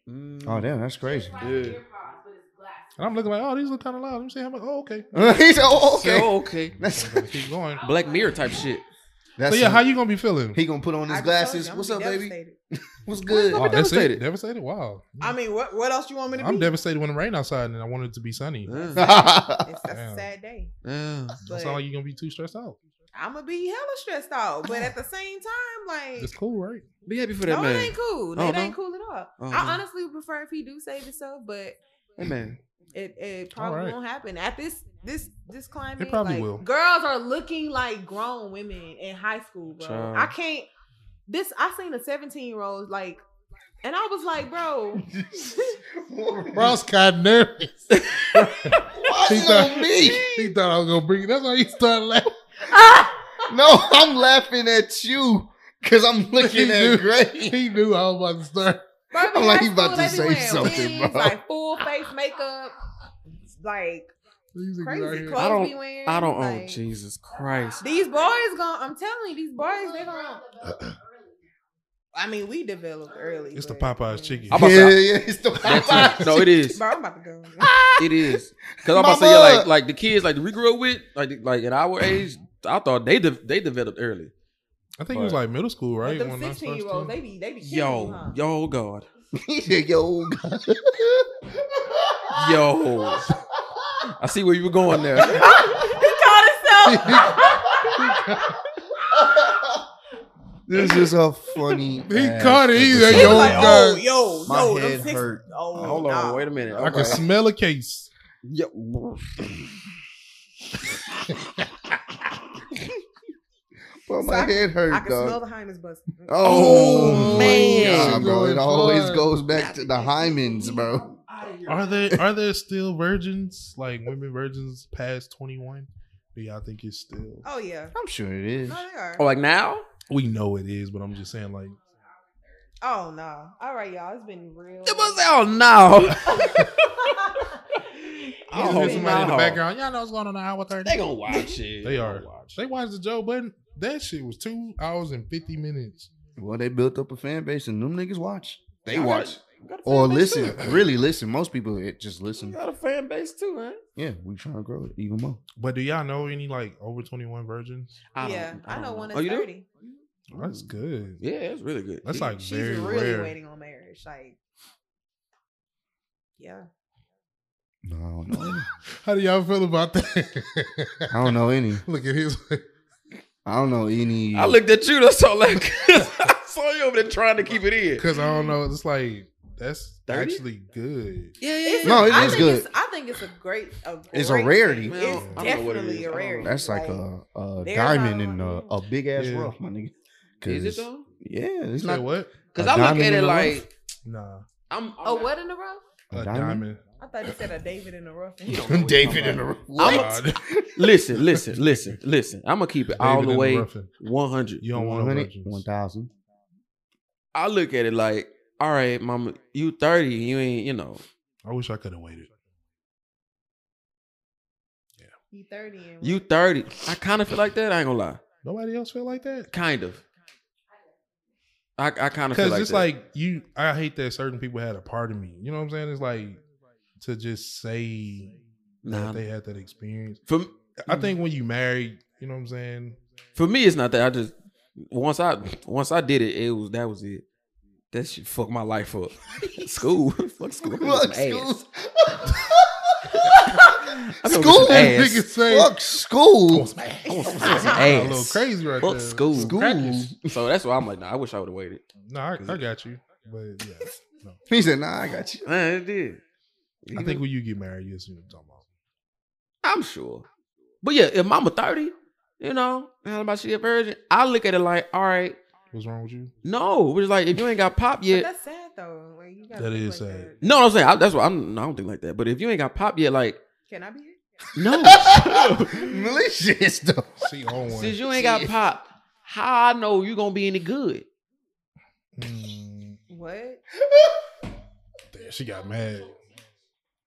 [SPEAKER 6] Oh, damn, that's crazy.
[SPEAKER 8] Just like
[SPEAKER 7] Yeah.
[SPEAKER 8] ear pods, but it's glasses.
[SPEAKER 4] And I'm looking like, oh, these look kind of loud. Let me see how much. Oh, okay.
[SPEAKER 6] He said, oh,
[SPEAKER 7] Okay.
[SPEAKER 6] okay.
[SPEAKER 7] So, okay.
[SPEAKER 6] That's,
[SPEAKER 4] I gotta keep going.
[SPEAKER 8] I was
[SPEAKER 7] Black
[SPEAKER 8] like,
[SPEAKER 7] Mirror type shit.
[SPEAKER 4] So
[SPEAKER 6] that's
[SPEAKER 4] yeah, how you gonna be feeling?
[SPEAKER 6] He gonna put on his
[SPEAKER 5] I just told
[SPEAKER 6] glasses.
[SPEAKER 5] you, I'm
[SPEAKER 6] What's up, baby?
[SPEAKER 5] devastated.
[SPEAKER 6] What's good?
[SPEAKER 4] Wow, that's it.
[SPEAKER 7] devastated.
[SPEAKER 4] Devastated. Wow.
[SPEAKER 5] I mean, what what else you want me to
[SPEAKER 4] I'm
[SPEAKER 5] be?
[SPEAKER 4] devastated when it rained outside and I wanted it to be sunny.
[SPEAKER 7] Uh,
[SPEAKER 6] That's
[SPEAKER 5] It's that's a
[SPEAKER 4] Damn.
[SPEAKER 5] sad day.
[SPEAKER 7] uh,
[SPEAKER 4] That's
[SPEAKER 5] But
[SPEAKER 4] not like you're gonna be too stressed out.
[SPEAKER 5] I'm gonna be hella stressed out. But at the same time, like
[SPEAKER 4] It's cool, right?
[SPEAKER 7] be happy for that
[SPEAKER 5] no, it
[SPEAKER 7] man.
[SPEAKER 5] ain't cool.
[SPEAKER 7] Oh,
[SPEAKER 5] it
[SPEAKER 7] no?
[SPEAKER 5] ain't cool at all.
[SPEAKER 7] Oh,
[SPEAKER 5] I
[SPEAKER 7] no.
[SPEAKER 5] honestly would prefer if he do save himself, but
[SPEAKER 7] That man.
[SPEAKER 5] it it probably
[SPEAKER 4] right.
[SPEAKER 5] won't happen at this this this climate.
[SPEAKER 4] probably
[SPEAKER 5] like,
[SPEAKER 4] will.
[SPEAKER 5] Girls are looking like grown women in high school, bro.
[SPEAKER 7] Child.
[SPEAKER 5] I can't. This I seen a 17 year old like, and I was like, bro,
[SPEAKER 4] Ross got nervous. he,
[SPEAKER 6] on me.
[SPEAKER 4] he thought I was gonna bring it. That's why he started laughing.
[SPEAKER 6] No, I'm laughing at you because I'm looking
[SPEAKER 4] He
[SPEAKER 6] at
[SPEAKER 4] knew.
[SPEAKER 6] Gray.
[SPEAKER 4] He knew I was about to start.
[SPEAKER 5] bro in
[SPEAKER 6] I'm like,
[SPEAKER 5] high
[SPEAKER 6] he about
[SPEAKER 5] school,
[SPEAKER 6] to
[SPEAKER 5] they be
[SPEAKER 6] say
[SPEAKER 5] wearing
[SPEAKER 6] something,
[SPEAKER 5] wigs,
[SPEAKER 6] bro.
[SPEAKER 5] Like full face makeup, like
[SPEAKER 4] These niggas out
[SPEAKER 5] crazy
[SPEAKER 4] here.
[SPEAKER 5] clothes.
[SPEAKER 7] I don't-
[SPEAKER 5] be wearing,
[SPEAKER 7] I don't own
[SPEAKER 5] like,
[SPEAKER 7] Jesus Christ.
[SPEAKER 5] These boys gonna. I'm telling you, these boys they gonna.
[SPEAKER 8] developed
[SPEAKER 5] I
[SPEAKER 8] early.
[SPEAKER 5] mean, we developed early.
[SPEAKER 4] It's the
[SPEAKER 5] but-
[SPEAKER 4] Popeyes chicken.
[SPEAKER 7] I'm
[SPEAKER 6] yeah,
[SPEAKER 7] about to-
[SPEAKER 6] yeah, it's the
[SPEAKER 7] That too. No, it is.
[SPEAKER 5] Bro, I'm about to go.
[SPEAKER 7] It is. Cause I'm about to say yeah,
[SPEAKER 6] Mama.
[SPEAKER 7] like like the kids like we grew up with like like at our age, I thought they de- they developed early.
[SPEAKER 4] I think it was like middle school,
[SPEAKER 5] But
[SPEAKER 4] right?
[SPEAKER 5] them
[SPEAKER 4] When I
[SPEAKER 5] 16 year
[SPEAKER 4] first
[SPEAKER 5] olds,
[SPEAKER 4] did-
[SPEAKER 5] they be they be killing you, huh?
[SPEAKER 7] Yo, yo, God,
[SPEAKER 6] He said, yo, God.
[SPEAKER 7] yo. I see where you were going there.
[SPEAKER 5] he called himself.
[SPEAKER 6] this is a funny.
[SPEAKER 4] He
[SPEAKER 6] ass
[SPEAKER 4] caught it. He's like,
[SPEAKER 5] he
[SPEAKER 6] episode.
[SPEAKER 5] was like,
[SPEAKER 4] God.
[SPEAKER 5] oh, yo,
[SPEAKER 6] My
[SPEAKER 5] yo, them
[SPEAKER 6] head
[SPEAKER 5] six-
[SPEAKER 6] hurt.
[SPEAKER 5] Oh,
[SPEAKER 7] Hold
[SPEAKER 5] nah.
[SPEAKER 7] on, wait a minute.
[SPEAKER 4] I can smell a case.
[SPEAKER 7] Yo.
[SPEAKER 6] But
[SPEAKER 5] So
[SPEAKER 6] my
[SPEAKER 5] I can-
[SPEAKER 6] head hurt,
[SPEAKER 5] I can
[SPEAKER 6] dog.
[SPEAKER 5] smell the Hyman's bus.
[SPEAKER 6] Oh,
[SPEAKER 4] Oh,
[SPEAKER 6] man,
[SPEAKER 4] man.
[SPEAKER 6] bro! It
[SPEAKER 4] Going
[SPEAKER 6] always
[SPEAKER 4] hard.
[SPEAKER 6] goes back to the hymens, bro.
[SPEAKER 4] Are there are there still virgins like women virgins past twenty one? Do y'all think it's still?
[SPEAKER 5] Oh yeah,
[SPEAKER 6] I'm sure it is.
[SPEAKER 5] no, they are.
[SPEAKER 7] Oh, like now?
[SPEAKER 4] We know it is, but I'm just saying like
[SPEAKER 5] Oh no. All right, y'all. It's been real.
[SPEAKER 7] It was oh no.
[SPEAKER 4] there's
[SPEAKER 7] Oh,
[SPEAKER 4] somebody in the
[SPEAKER 7] no.
[SPEAKER 4] background. Y'all know what's going on in hour thirty.
[SPEAKER 7] They gonna watch it.
[SPEAKER 4] They are.
[SPEAKER 7] gonna Watch.
[SPEAKER 4] They watched the Joe Budden. That shit was two hours and fifty minutes.
[SPEAKER 6] Well, they built up a fan base, and them niggas watch. They
[SPEAKER 7] Y'all
[SPEAKER 6] watch
[SPEAKER 7] got a fan
[SPEAKER 6] or
[SPEAKER 7] base
[SPEAKER 6] listen.
[SPEAKER 7] too.
[SPEAKER 6] Really listen. Most people it just
[SPEAKER 7] You
[SPEAKER 6] listen.
[SPEAKER 7] got a fan base too, huh?
[SPEAKER 6] Yeah, we trying to grow it even more.
[SPEAKER 4] But do y'all know any like over twenty one virgins?
[SPEAKER 7] don't-
[SPEAKER 5] yeah, I
[SPEAKER 7] don't
[SPEAKER 5] know one
[SPEAKER 7] Oh,
[SPEAKER 5] that's
[SPEAKER 7] you do?
[SPEAKER 5] thirty.
[SPEAKER 4] That's good.
[SPEAKER 7] Yeah, it's really good.
[SPEAKER 4] That's
[SPEAKER 7] Yeah.
[SPEAKER 4] like
[SPEAKER 5] She's
[SPEAKER 4] very
[SPEAKER 5] really
[SPEAKER 4] rare.
[SPEAKER 5] waiting on marriage. Like, yeah.
[SPEAKER 6] No, I don't know.
[SPEAKER 4] How do y'all feel about that?
[SPEAKER 6] I don't know any.
[SPEAKER 4] Look at his.
[SPEAKER 6] I don't know any.
[SPEAKER 7] I looked at you. That's all like I saw you over there trying to keep it in.
[SPEAKER 4] Because I don't know. It's like that's
[SPEAKER 7] 30?
[SPEAKER 4] actually good.
[SPEAKER 7] Yeah, yeah.
[SPEAKER 5] It's
[SPEAKER 6] No,
[SPEAKER 5] a-
[SPEAKER 6] it
[SPEAKER 5] I
[SPEAKER 6] is
[SPEAKER 5] think
[SPEAKER 6] good.
[SPEAKER 5] It's, I think it's a great. A
[SPEAKER 6] It's a
[SPEAKER 5] great
[SPEAKER 6] rarity.
[SPEAKER 5] thing.
[SPEAKER 7] Man,
[SPEAKER 5] It's
[SPEAKER 4] I
[SPEAKER 7] don't know what it
[SPEAKER 5] definitely
[SPEAKER 7] is. I
[SPEAKER 5] a
[SPEAKER 7] don't
[SPEAKER 5] rarity.
[SPEAKER 7] know.
[SPEAKER 6] That's like a, a
[SPEAKER 5] there's
[SPEAKER 6] diamond
[SPEAKER 5] not
[SPEAKER 6] and a,
[SPEAKER 5] one.
[SPEAKER 6] a big ass
[SPEAKER 4] Yeah.
[SPEAKER 6] rough, my nigga.
[SPEAKER 7] Is it
[SPEAKER 6] 'Cause-
[SPEAKER 7] though?
[SPEAKER 6] Yeah, it's
[SPEAKER 4] You said
[SPEAKER 6] not
[SPEAKER 4] what?
[SPEAKER 7] Because
[SPEAKER 6] A
[SPEAKER 7] I look
[SPEAKER 6] diamond
[SPEAKER 7] at
[SPEAKER 6] in
[SPEAKER 7] it
[SPEAKER 6] the rough?
[SPEAKER 7] like
[SPEAKER 4] Nah,
[SPEAKER 7] I'm.
[SPEAKER 5] a
[SPEAKER 7] I'm
[SPEAKER 5] what in a row?
[SPEAKER 4] a,
[SPEAKER 6] A
[SPEAKER 4] diamond.
[SPEAKER 6] diamond?
[SPEAKER 5] Oh, I thought you said a David in a row.
[SPEAKER 6] David in the room.
[SPEAKER 7] I'm
[SPEAKER 4] Nah,
[SPEAKER 7] listen, listen, listen, listen. I'm gonna keep it all
[SPEAKER 4] David
[SPEAKER 7] the
[SPEAKER 4] in
[SPEAKER 7] way
[SPEAKER 4] Ruffin.
[SPEAKER 7] 100.
[SPEAKER 4] You don't want no
[SPEAKER 6] 100,
[SPEAKER 4] virgins.
[SPEAKER 6] 1,000.
[SPEAKER 7] I look at it like, all right, mama, you 30, you ain't, you know,
[SPEAKER 4] I wish I could have waited.
[SPEAKER 5] You thirty and
[SPEAKER 7] you 30. I kind of feel like that. I ain't gonna lie,
[SPEAKER 4] Nobody else feel like that.
[SPEAKER 7] kind of. I, I kind of feel
[SPEAKER 4] Because
[SPEAKER 7] like
[SPEAKER 4] it's
[SPEAKER 7] that.
[SPEAKER 4] like you. I hate that certain people had a part of me. You know what I'm saying? It's like to just say
[SPEAKER 7] nah.
[SPEAKER 4] that they had that experience.
[SPEAKER 7] For
[SPEAKER 4] I think when you married, you know what I'm saying.
[SPEAKER 7] for me, it's not that. I just once I once I did it, it was that was it. That shit fucked my life up. school, fuck school. I'm gonna
[SPEAKER 6] Fuck
[SPEAKER 7] get some
[SPEAKER 6] school.
[SPEAKER 7] ass. I'm gonna get
[SPEAKER 6] School,
[SPEAKER 7] some ass.
[SPEAKER 4] Niggas say
[SPEAKER 6] Fuck school.
[SPEAKER 7] I want some
[SPEAKER 4] "That's a little
[SPEAKER 7] ass.
[SPEAKER 4] crazy right
[SPEAKER 7] Fuck
[SPEAKER 4] there.
[SPEAKER 7] school.
[SPEAKER 6] School.
[SPEAKER 4] Crackers.
[SPEAKER 7] So that's why I'm like, nah, I wish I would have waited.
[SPEAKER 4] No, I, I got you. But yeah, no.
[SPEAKER 6] He said, "Nah, I got you."
[SPEAKER 7] Nah, it did.
[SPEAKER 4] I think when you get married, you see what I'm talking about.
[SPEAKER 7] I'm sure. But yeah, if mama 30, you know, how about she a virgin? I look at it like, all right,
[SPEAKER 4] What's wrong with you?
[SPEAKER 7] no. But it's like if you ain't got pop
[SPEAKER 5] But
[SPEAKER 7] yet.
[SPEAKER 5] that's sad though. Like, you gotta
[SPEAKER 4] That
[SPEAKER 5] think
[SPEAKER 4] is
[SPEAKER 5] like
[SPEAKER 4] sad.
[SPEAKER 5] that.
[SPEAKER 7] No, I'm saying I, that's what I'm no, I don't think like that. But if you ain't got pop yet, like,
[SPEAKER 5] Can I be here?
[SPEAKER 7] no.
[SPEAKER 6] Malicious though.
[SPEAKER 4] See,
[SPEAKER 7] oh,
[SPEAKER 4] on one.
[SPEAKER 7] Since you ain't got pop, how I know you gonna be any good?
[SPEAKER 4] Mm,
[SPEAKER 5] What?
[SPEAKER 4] Hmm. Damn, she got mad.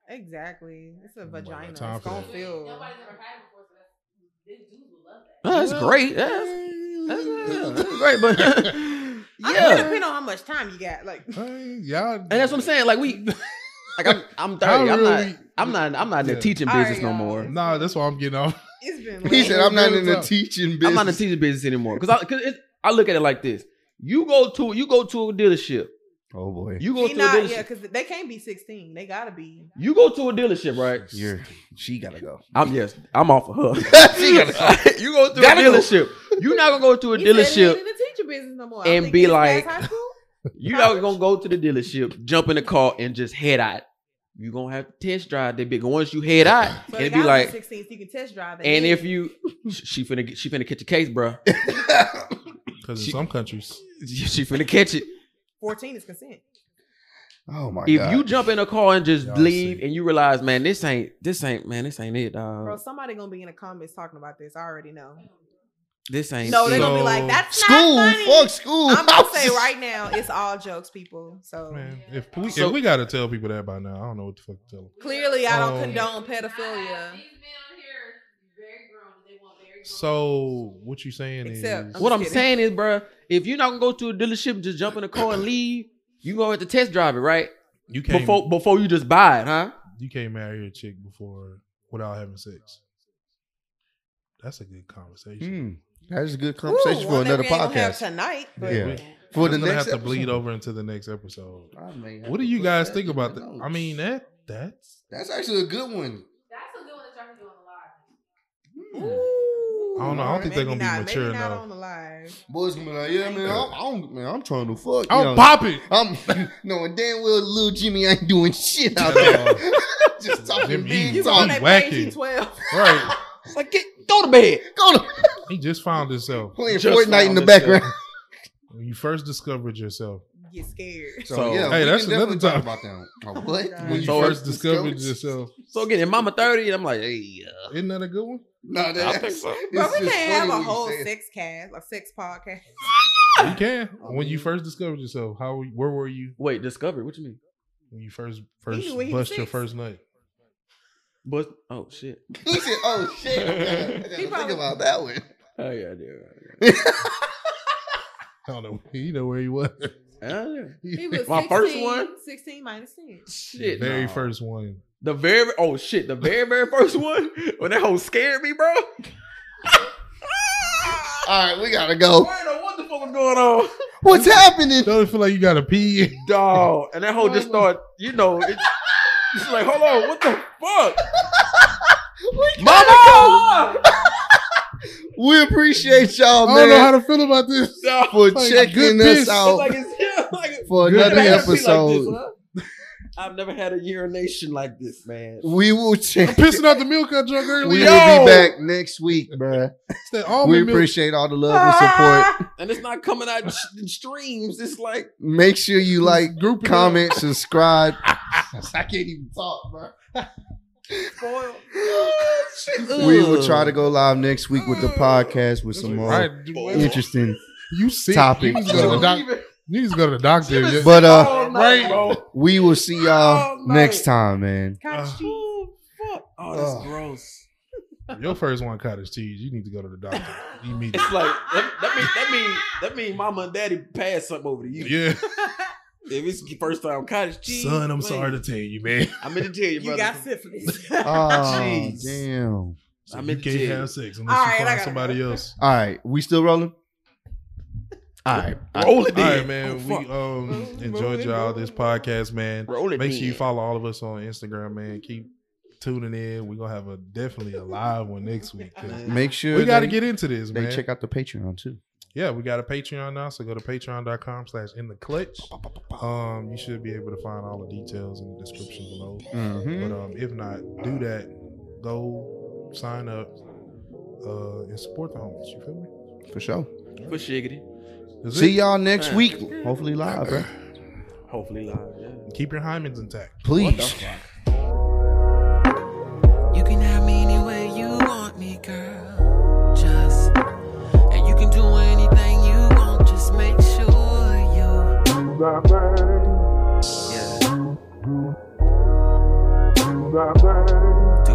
[SPEAKER 5] Exactly. It's a
[SPEAKER 4] Nobody got
[SPEAKER 5] vagina. It's
[SPEAKER 4] time for
[SPEAKER 5] gonna
[SPEAKER 4] that.
[SPEAKER 5] feel.
[SPEAKER 8] Nobody's ever had it before, so that's these dudes will love that.
[SPEAKER 7] Oh, that's great. That's, that's, that's great, but
[SPEAKER 5] Yeah. It
[SPEAKER 7] yeah,
[SPEAKER 5] depends on how much time you got. Like,
[SPEAKER 4] Hey, y'all.
[SPEAKER 7] and that's what I'm saying. Like we, like I'm, I'm thirty. I'm not, I'm not, I'm not in
[SPEAKER 4] Yeah.
[SPEAKER 7] the teaching
[SPEAKER 5] All right,
[SPEAKER 7] business no
[SPEAKER 5] y'all.
[SPEAKER 7] more.
[SPEAKER 4] Nah, that's why I'm getting off.
[SPEAKER 5] it's been.
[SPEAKER 6] He
[SPEAKER 5] long.
[SPEAKER 6] said, "I'm not in the
[SPEAKER 4] Business.
[SPEAKER 6] teaching business."
[SPEAKER 7] I'm not in the teaching business anymore because I, cause it, I look at it like this: you go to, you go to a dealership,
[SPEAKER 6] Oh boy,
[SPEAKER 7] you go
[SPEAKER 5] He
[SPEAKER 7] to a
[SPEAKER 5] not,
[SPEAKER 7] dealership,
[SPEAKER 5] yeah, because they can't be 16. They gotta be.
[SPEAKER 7] you go to a dealership, right?
[SPEAKER 6] you're she gotta go.
[SPEAKER 7] I'm yes, I'm off of her.
[SPEAKER 6] she gotta go.
[SPEAKER 7] you go to a
[SPEAKER 6] Gotta go.
[SPEAKER 7] dealership. You're not gonna go to a
[SPEAKER 5] He said he ain't
[SPEAKER 7] dealership.
[SPEAKER 5] in the teacher business no more. I
[SPEAKER 7] and
[SPEAKER 5] think
[SPEAKER 7] be
[SPEAKER 5] he's past
[SPEAKER 7] like-
[SPEAKER 5] high school?
[SPEAKER 7] You're not gonna go to the dealership, jump in the car, and just head out. You're gonna have to test drive that bitch. Once you head out,
[SPEAKER 5] So
[SPEAKER 7] and
[SPEAKER 5] they
[SPEAKER 7] it'd
[SPEAKER 5] gotta
[SPEAKER 7] be like,
[SPEAKER 5] 16, so you can test drive. it.
[SPEAKER 7] and if you, she finna, get- she finna catch a case, bro.
[SPEAKER 4] Because in
[SPEAKER 7] She-
[SPEAKER 4] some countries,
[SPEAKER 7] she finna catch it.
[SPEAKER 5] 14 is consent.
[SPEAKER 6] Oh my
[SPEAKER 7] If
[SPEAKER 6] god.
[SPEAKER 7] you jump in a car and just
[SPEAKER 4] Y'all
[SPEAKER 7] leave,
[SPEAKER 4] see.
[SPEAKER 7] and you realize, man, this ain't, this ain't, man, this ain't it, dog.
[SPEAKER 5] Bro, somebody gonna be in the comments talking about this. I already know.
[SPEAKER 7] this ain't.
[SPEAKER 5] No,
[SPEAKER 7] it.
[SPEAKER 5] they
[SPEAKER 4] don't-
[SPEAKER 5] gonna be
[SPEAKER 4] So-
[SPEAKER 5] like, that's
[SPEAKER 6] school,
[SPEAKER 5] not funny.
[SPEAKER 6] fuck school.
[SPEAKER 5] I'm gonna say right now, it's all jokes, people. So
[SPEAKER 4] man, if we,
[SPEAKER 7] So-
[SPEAKER 4] if we gotta tell people that by now, I don't know what the fuck to tell them.
[SPEAKER 5] clearly, I don't
[SPEAKER 4] Um,
[SPEAKER 5] condone
[SPEAKER 8] Nah,
[SPEAKER 5] pedophilia.
[SPEAKER 8] These men on here are very grown. They want very grown.
[SPEAKER 4] So what you saying
[SPEAKER 5] Except-
[SPEAKER 4] is
[SPEAKER 7] what I'm
[SPEAKER 5] kidding.
[SPEAKER 7] saying is, bro, if you're not gonna go to a dealership, and just jump in a car and leave. You gonna have to test drive it, right?
[SPEAKER 4] you can't
[SPEAKER 7] Before, before you just buy it, huh?
[SPEAKER 4] you can't marry a chick before without having sex. That's a good conversation.
[SPEAKER 6] Hmm. That is a good
[SPEAKER 5] Ooh,
[SPEAKER 6] conversation for
[SPEAKER 5] one that
[SPEAKER 6] another
[SPEAKER 5] we ain't gonna have
[SPEAKER 6] podcast.
[SPEAKER 5] tonight. But
[SPEAKER 6] Yeah.
[SPEAKER 4] We-
[SPEAKER 6] For the
[SPEAKER 4] We're gonna
[SPEAKER 6] next
[SPEAKER 4] have to bleed
[SPEAKER 6] episode.
[SPEAKER 4] over into the next episode.
[SPEAKER 6] I may have
[SPEAKER 4] What do
[SPEAKER 6] to
[SPEAKER 4] you
[SPEAKER 6] put
[SPEAKER 4] guys
[SPEAKER 6] that
[SPEAKER 4] think
[SPEAKER 6] in
[SPEAKER 4] about
[SPEAKER 6] the
[SPEAKER 4] that?
[SPEAKER 6] notes.
[SPEAKER 4] I mean that that's
[SPEAKER 6] that's actually a good one.
[SPEAKER 8] That's a good one that y'all can do on the live.
[SPEAKER 4] I don't know. I don't think they're gonna
[SPEAKER 5] Maybe
[SPEAKER 4] be
[SPEAKER 5] not,
[SPEAKER 4] mature
[SPEAKER 5] maybe not
[SPEAKER 4] enough.
[SPEAKER 5] on the live.
[SPEAKER 6] Boys gonna be like, yeah, man, I'm, I'm, man, I'm trying to fuck.
[SPEAKER 4] I'm
[SPEAKER 6] you know.
[SPEAKER 4] popping.
[SPEAKER 6] I'm no, and damn well, little Jimmy ain't doing shit out there. Just talking
[SPEAKER 4] Jimmy,
[SPEAKER 6] big
[SPEAKER 4] you
[SPEAKER 5] You on
[SPEAKER 4] gonna-
[SPEAKER 6] talk.
[SPEAKER 5] that
[SPEAKER 4] wacky.
[SPEAKER 5] page, he 12.
[SPEAKER 4] Right.
[SPEAKER 7] It's like get go to bed.
[SPEAKER 6] Go to
[SPEAKER 4] He just found himself.
[SPEAKER 6] playing
[SPEAKER 7] Just
[SPEAKER 6] Fortnite in
[SPEAKER 7] found
[SPEAKER 6] the
[SPEAKER 7] this
[SPEAKER 6] background.
[SPEAKER 4] When you first discovered yourself.
[SPEAKER 5] Get scared.
[SPEAKER 6] So,
[SPEAKER 7] So-
[SPEAKER 6] yeah,
[SPEAKER 4] Hey,
[SPEAKER 6] we
[SPEAKER 4] that's
[SPEAKER 6] can
[SPEAKER 4] another
[SPEAKER 6] definitely talk
[SPEAKER 4] time.
[SPEAKER 6] about that. one. Oh, what?
[SPEAKER 5] God.
[SPEAKER 4] When you
[SPEAKER 7] So
[SPEAKER 4] first discovered yourself.
[SPEAKER 7] So again, and mama thirty, and I'm like, hey, uh,
[SPEAKER 4] Isn't that a good one?
[SPEAKER 6] No,
[SPEAKER 7] I
[SPEAKER 6] that,
[SPEAKER 7] think so.
[SPEAKER 6] it's
[SPEAKER 5] But we
[SPEAKER 6] just funny
[SPEAKER 5] can't have a
[SPEAKER 6] when you
[SPEAKER 5] whole
[SPEAKER 6] say it.
[SPEAKER 5] sex cast, a sex podcast.
[SPEAKER 4] You can.
[SPEAKER 6] I
[SPEAKER 4] When you
[SPEAKER 6] mean-
[SPEAKER 4] first discovered yourself, how were you- where were you
[SPEAKER 7] wait, discovery. What you mean?
[SPEAKER 4] when you first first
[SPEAKER 5] knew when he was
[SPEAKER 4] bust your
[SPEAKER 5] six.
[SPEAKER 4] first nut?
[SPEAKER 7] But oh shit.
[SPEAKER 6] He said, "Oh shit, I gotta, I gotta think
[SPEAKER 5] probably-
[SPEAKER 6] about that one."
[SPEAKER 7] Oh yeah, yeah.
[SPEAKER 4] I don't know. You know where you was.
[SPEAKER 7] Oh, yeah.
[SPEAKER 5] He was
[SPEAKER 7] My
[SPEAKER 5] 16,
[SPEAKER 7] first one?
[SPEAKER 5] 16 minus 10.
[SPEAKER 4] The
[SPEAKER 7] Shit.
[SPEAKER 4] very
[SPEAKER 7] no.
[SPEAKER 4] first one.
[SPEAKER 7] The very oh shit. The very very first one when that hoe scared me, bro.
[SPEAKER 6] All right, we gotta go.
[SPEAKER 7] Man, oh, what the fuck was going on,
[SPEAKER 6] What's happening?
[SPEAKER 4] Don't it feel like you gotta pee.
[SPEAKER 7] dog? And that hoe just started. You know, it, it's like, hold on, what the fuck, mama?
[SPEAKER 6] We appreciate y'all,
[SPEAKER 4] I don't know how
[SPEAKER 6] Oh, man,
[SPEAKER 4] to feel about this.
[SPEAKER 7] Dog,
[SPEAKER 6] for
[SPEAKER 4] like,
[SPEAKER 6] checking
[SPEAKER 4] good
[SPEAKER 6] us
[SPEAKER 4] piss.
[SPEAKER 6] out
[SPEAKER 7] Like it's yeah, like
[SPEAKER 6] for
[SPEAKER 4] good
[SPEAKER 6] another
[SPEAKER 4] piss.
[SPEAKER 7] Be like this,
[SPEAKER 6] episode.
[SPEAKER 7] huh? I've never had a urination like this, man.
[SPEAKER 6] we will check.
[SPEAKER 4] Pissing out the milk I drunk
[SPEAKER 6] We will
[SPEAKER 4] earlier.
[SPEAKER 6] be
[SPEAKER 7] Yo!
[SPEAKER 6] back next week, bruh.
[SPEAKER 4] It's that almond
[SPEAKER 6] We
[SPEAKER 4] milk. Ah!
[SPEAKER 6] appreciate all the love and support.
[SPEAKER 7] and it's not coming out in streams. It's like
[SPEAKER 6] Make sure you like,
[SPEAKER 4] Group it
[SPEAKER 6] comment, subscribe. I can't even talk, bro.
[SPEAKER 7] spoiled.
[SPEAKER 6] We will try to go live next week with the podcast with some
[SPEAKER 4] All
[SPEAKER 6] more
[SPEAKER 4] Ah! right,
[SPEAKER 6] interesting.
[SPEAKER 4] you sick.
[SPEAKER 6] Topic,
[SPEAKER 4] You need to go to the,
[SPEAKER 6] so-
[SPEAKER 4] doc- you need to, go to the doctor. Yeah.
[SPEAKER 6] But uh,
[SPEAKER 7] Oh, no,
[SPEAKER 4] Right.
[SPEAKER 7] bro.
[SPEAKER 6] we will see
[SPEAKER 7] Oh,
[SPEAKER 6] y'all
[SPEAKER 7] no.
[SPEAKER 6] next time, man.
[SPEAKER 5] Cottage
[SPEAKER 4] Uh.
[SPEAKER 5] cheese.
[SPEAKER 7] Oh, fuck. Oh, that's
[SPEAKER 6] Ugh.
[SPEAKER 7] gross.
[SPEAKER 4] Your first one cottage cheese. You need to go to the doctor immediately.
[SPEAKER 7] It's like that, that mean that mean that mean mama and daddy passed something over to you.
[SPEAKER 4] Yeah,
[SPEAKER 7] If it's your first time cottage cheese,
[SPEAKER 4] son, I'm
[SPEAKER 7] man,
[SPEAKER 4] sorry to tell you, man.
[SPEAKER 7] I'm gonna tell you,
[SPEAKER 5] You
[SPEAKER 7] brother.
[SPEAKER 5] got syphilis.
[SPEAKER 6] Oh
[SPEAKER 5] All
[SPEAKER 4] Ah,
[SPEAKER 7] Jeez.
[SPEAKER 6] damn!
[SPEAKER 4] So
[SPEAKER 7] I'm
[SPEAKER 4] you
[SPEAKER 7] in
[SPEAKER 4] can't
[SPEAKER 7] jail.
[SPEAKER 4] have sex unless
[SPEAKER 5] All
[SPEAKER 4] you
[SPEAKER 5] right, I
[SPEAKER 4] find
[SPEAKER 5] gotta
[SPEAKER 4] somebody
[SPEAKER 5] go.
[SPEAKER 4] else.
[SPEAKER 6] All right, we still rolling. All right,
[SPEAKER 7] Roll it
[SPEAKER 4] All right,
[SPEAKER 7] in,
[SPEAKER 4] man.
[SPEAKER 7] Oh,
[SPEAKER 4] we
[SPEAKER 7] fuck.
[SPEAKER 4] um enjoyed y'all this podcast, man.
[SPEAKER 7] roll it.
[SPEAKER 4] Make sure you
[SPEAKER 7] in.
[SPEAKER 4] follow all of us on Instagram, man. Keep tuning in. We're gonna have a definitely a live one next week. 'cause
[SPEAKER 6] make sure
[SPEAKER 4] We got to
[SPEAKER 6] they-
[SPEAKER 4] get into this,
[SPEAKER 6] They
[SPEAKER 4] man.
[SPEAKER 6] check out the Patreon too.
[SPEAKER 4] yeah, we got a Patreon now, so go to patreon.com slash in the clutch. Um, you should be able to find all the details in the description below. But um, if not, do that. Go sign up uh, and support the homies. You feel
[SPEAKER 6] For sure.
[SPEAKER 7] for shiggity.
[SPEAKER 4] me? That's
[SPEAKER 6] See
[SPEAKER 4] it.
[SPEAKER 6] y'all next week. Hopefully live, bro.
[SPEAKER 7] Hopefully live. Yeah.
[SPEAKER 4] Keep your hymens intact.
[SPEAKER 6] Please.
[SPEAKER 9] You can have me any way you want me, girl. Just, and you can do anything you want. Just make sure you
[SPEAKER 10] got bang,
[SPEAKER 7] Yeah.
[SPEAKER 10] you got bang.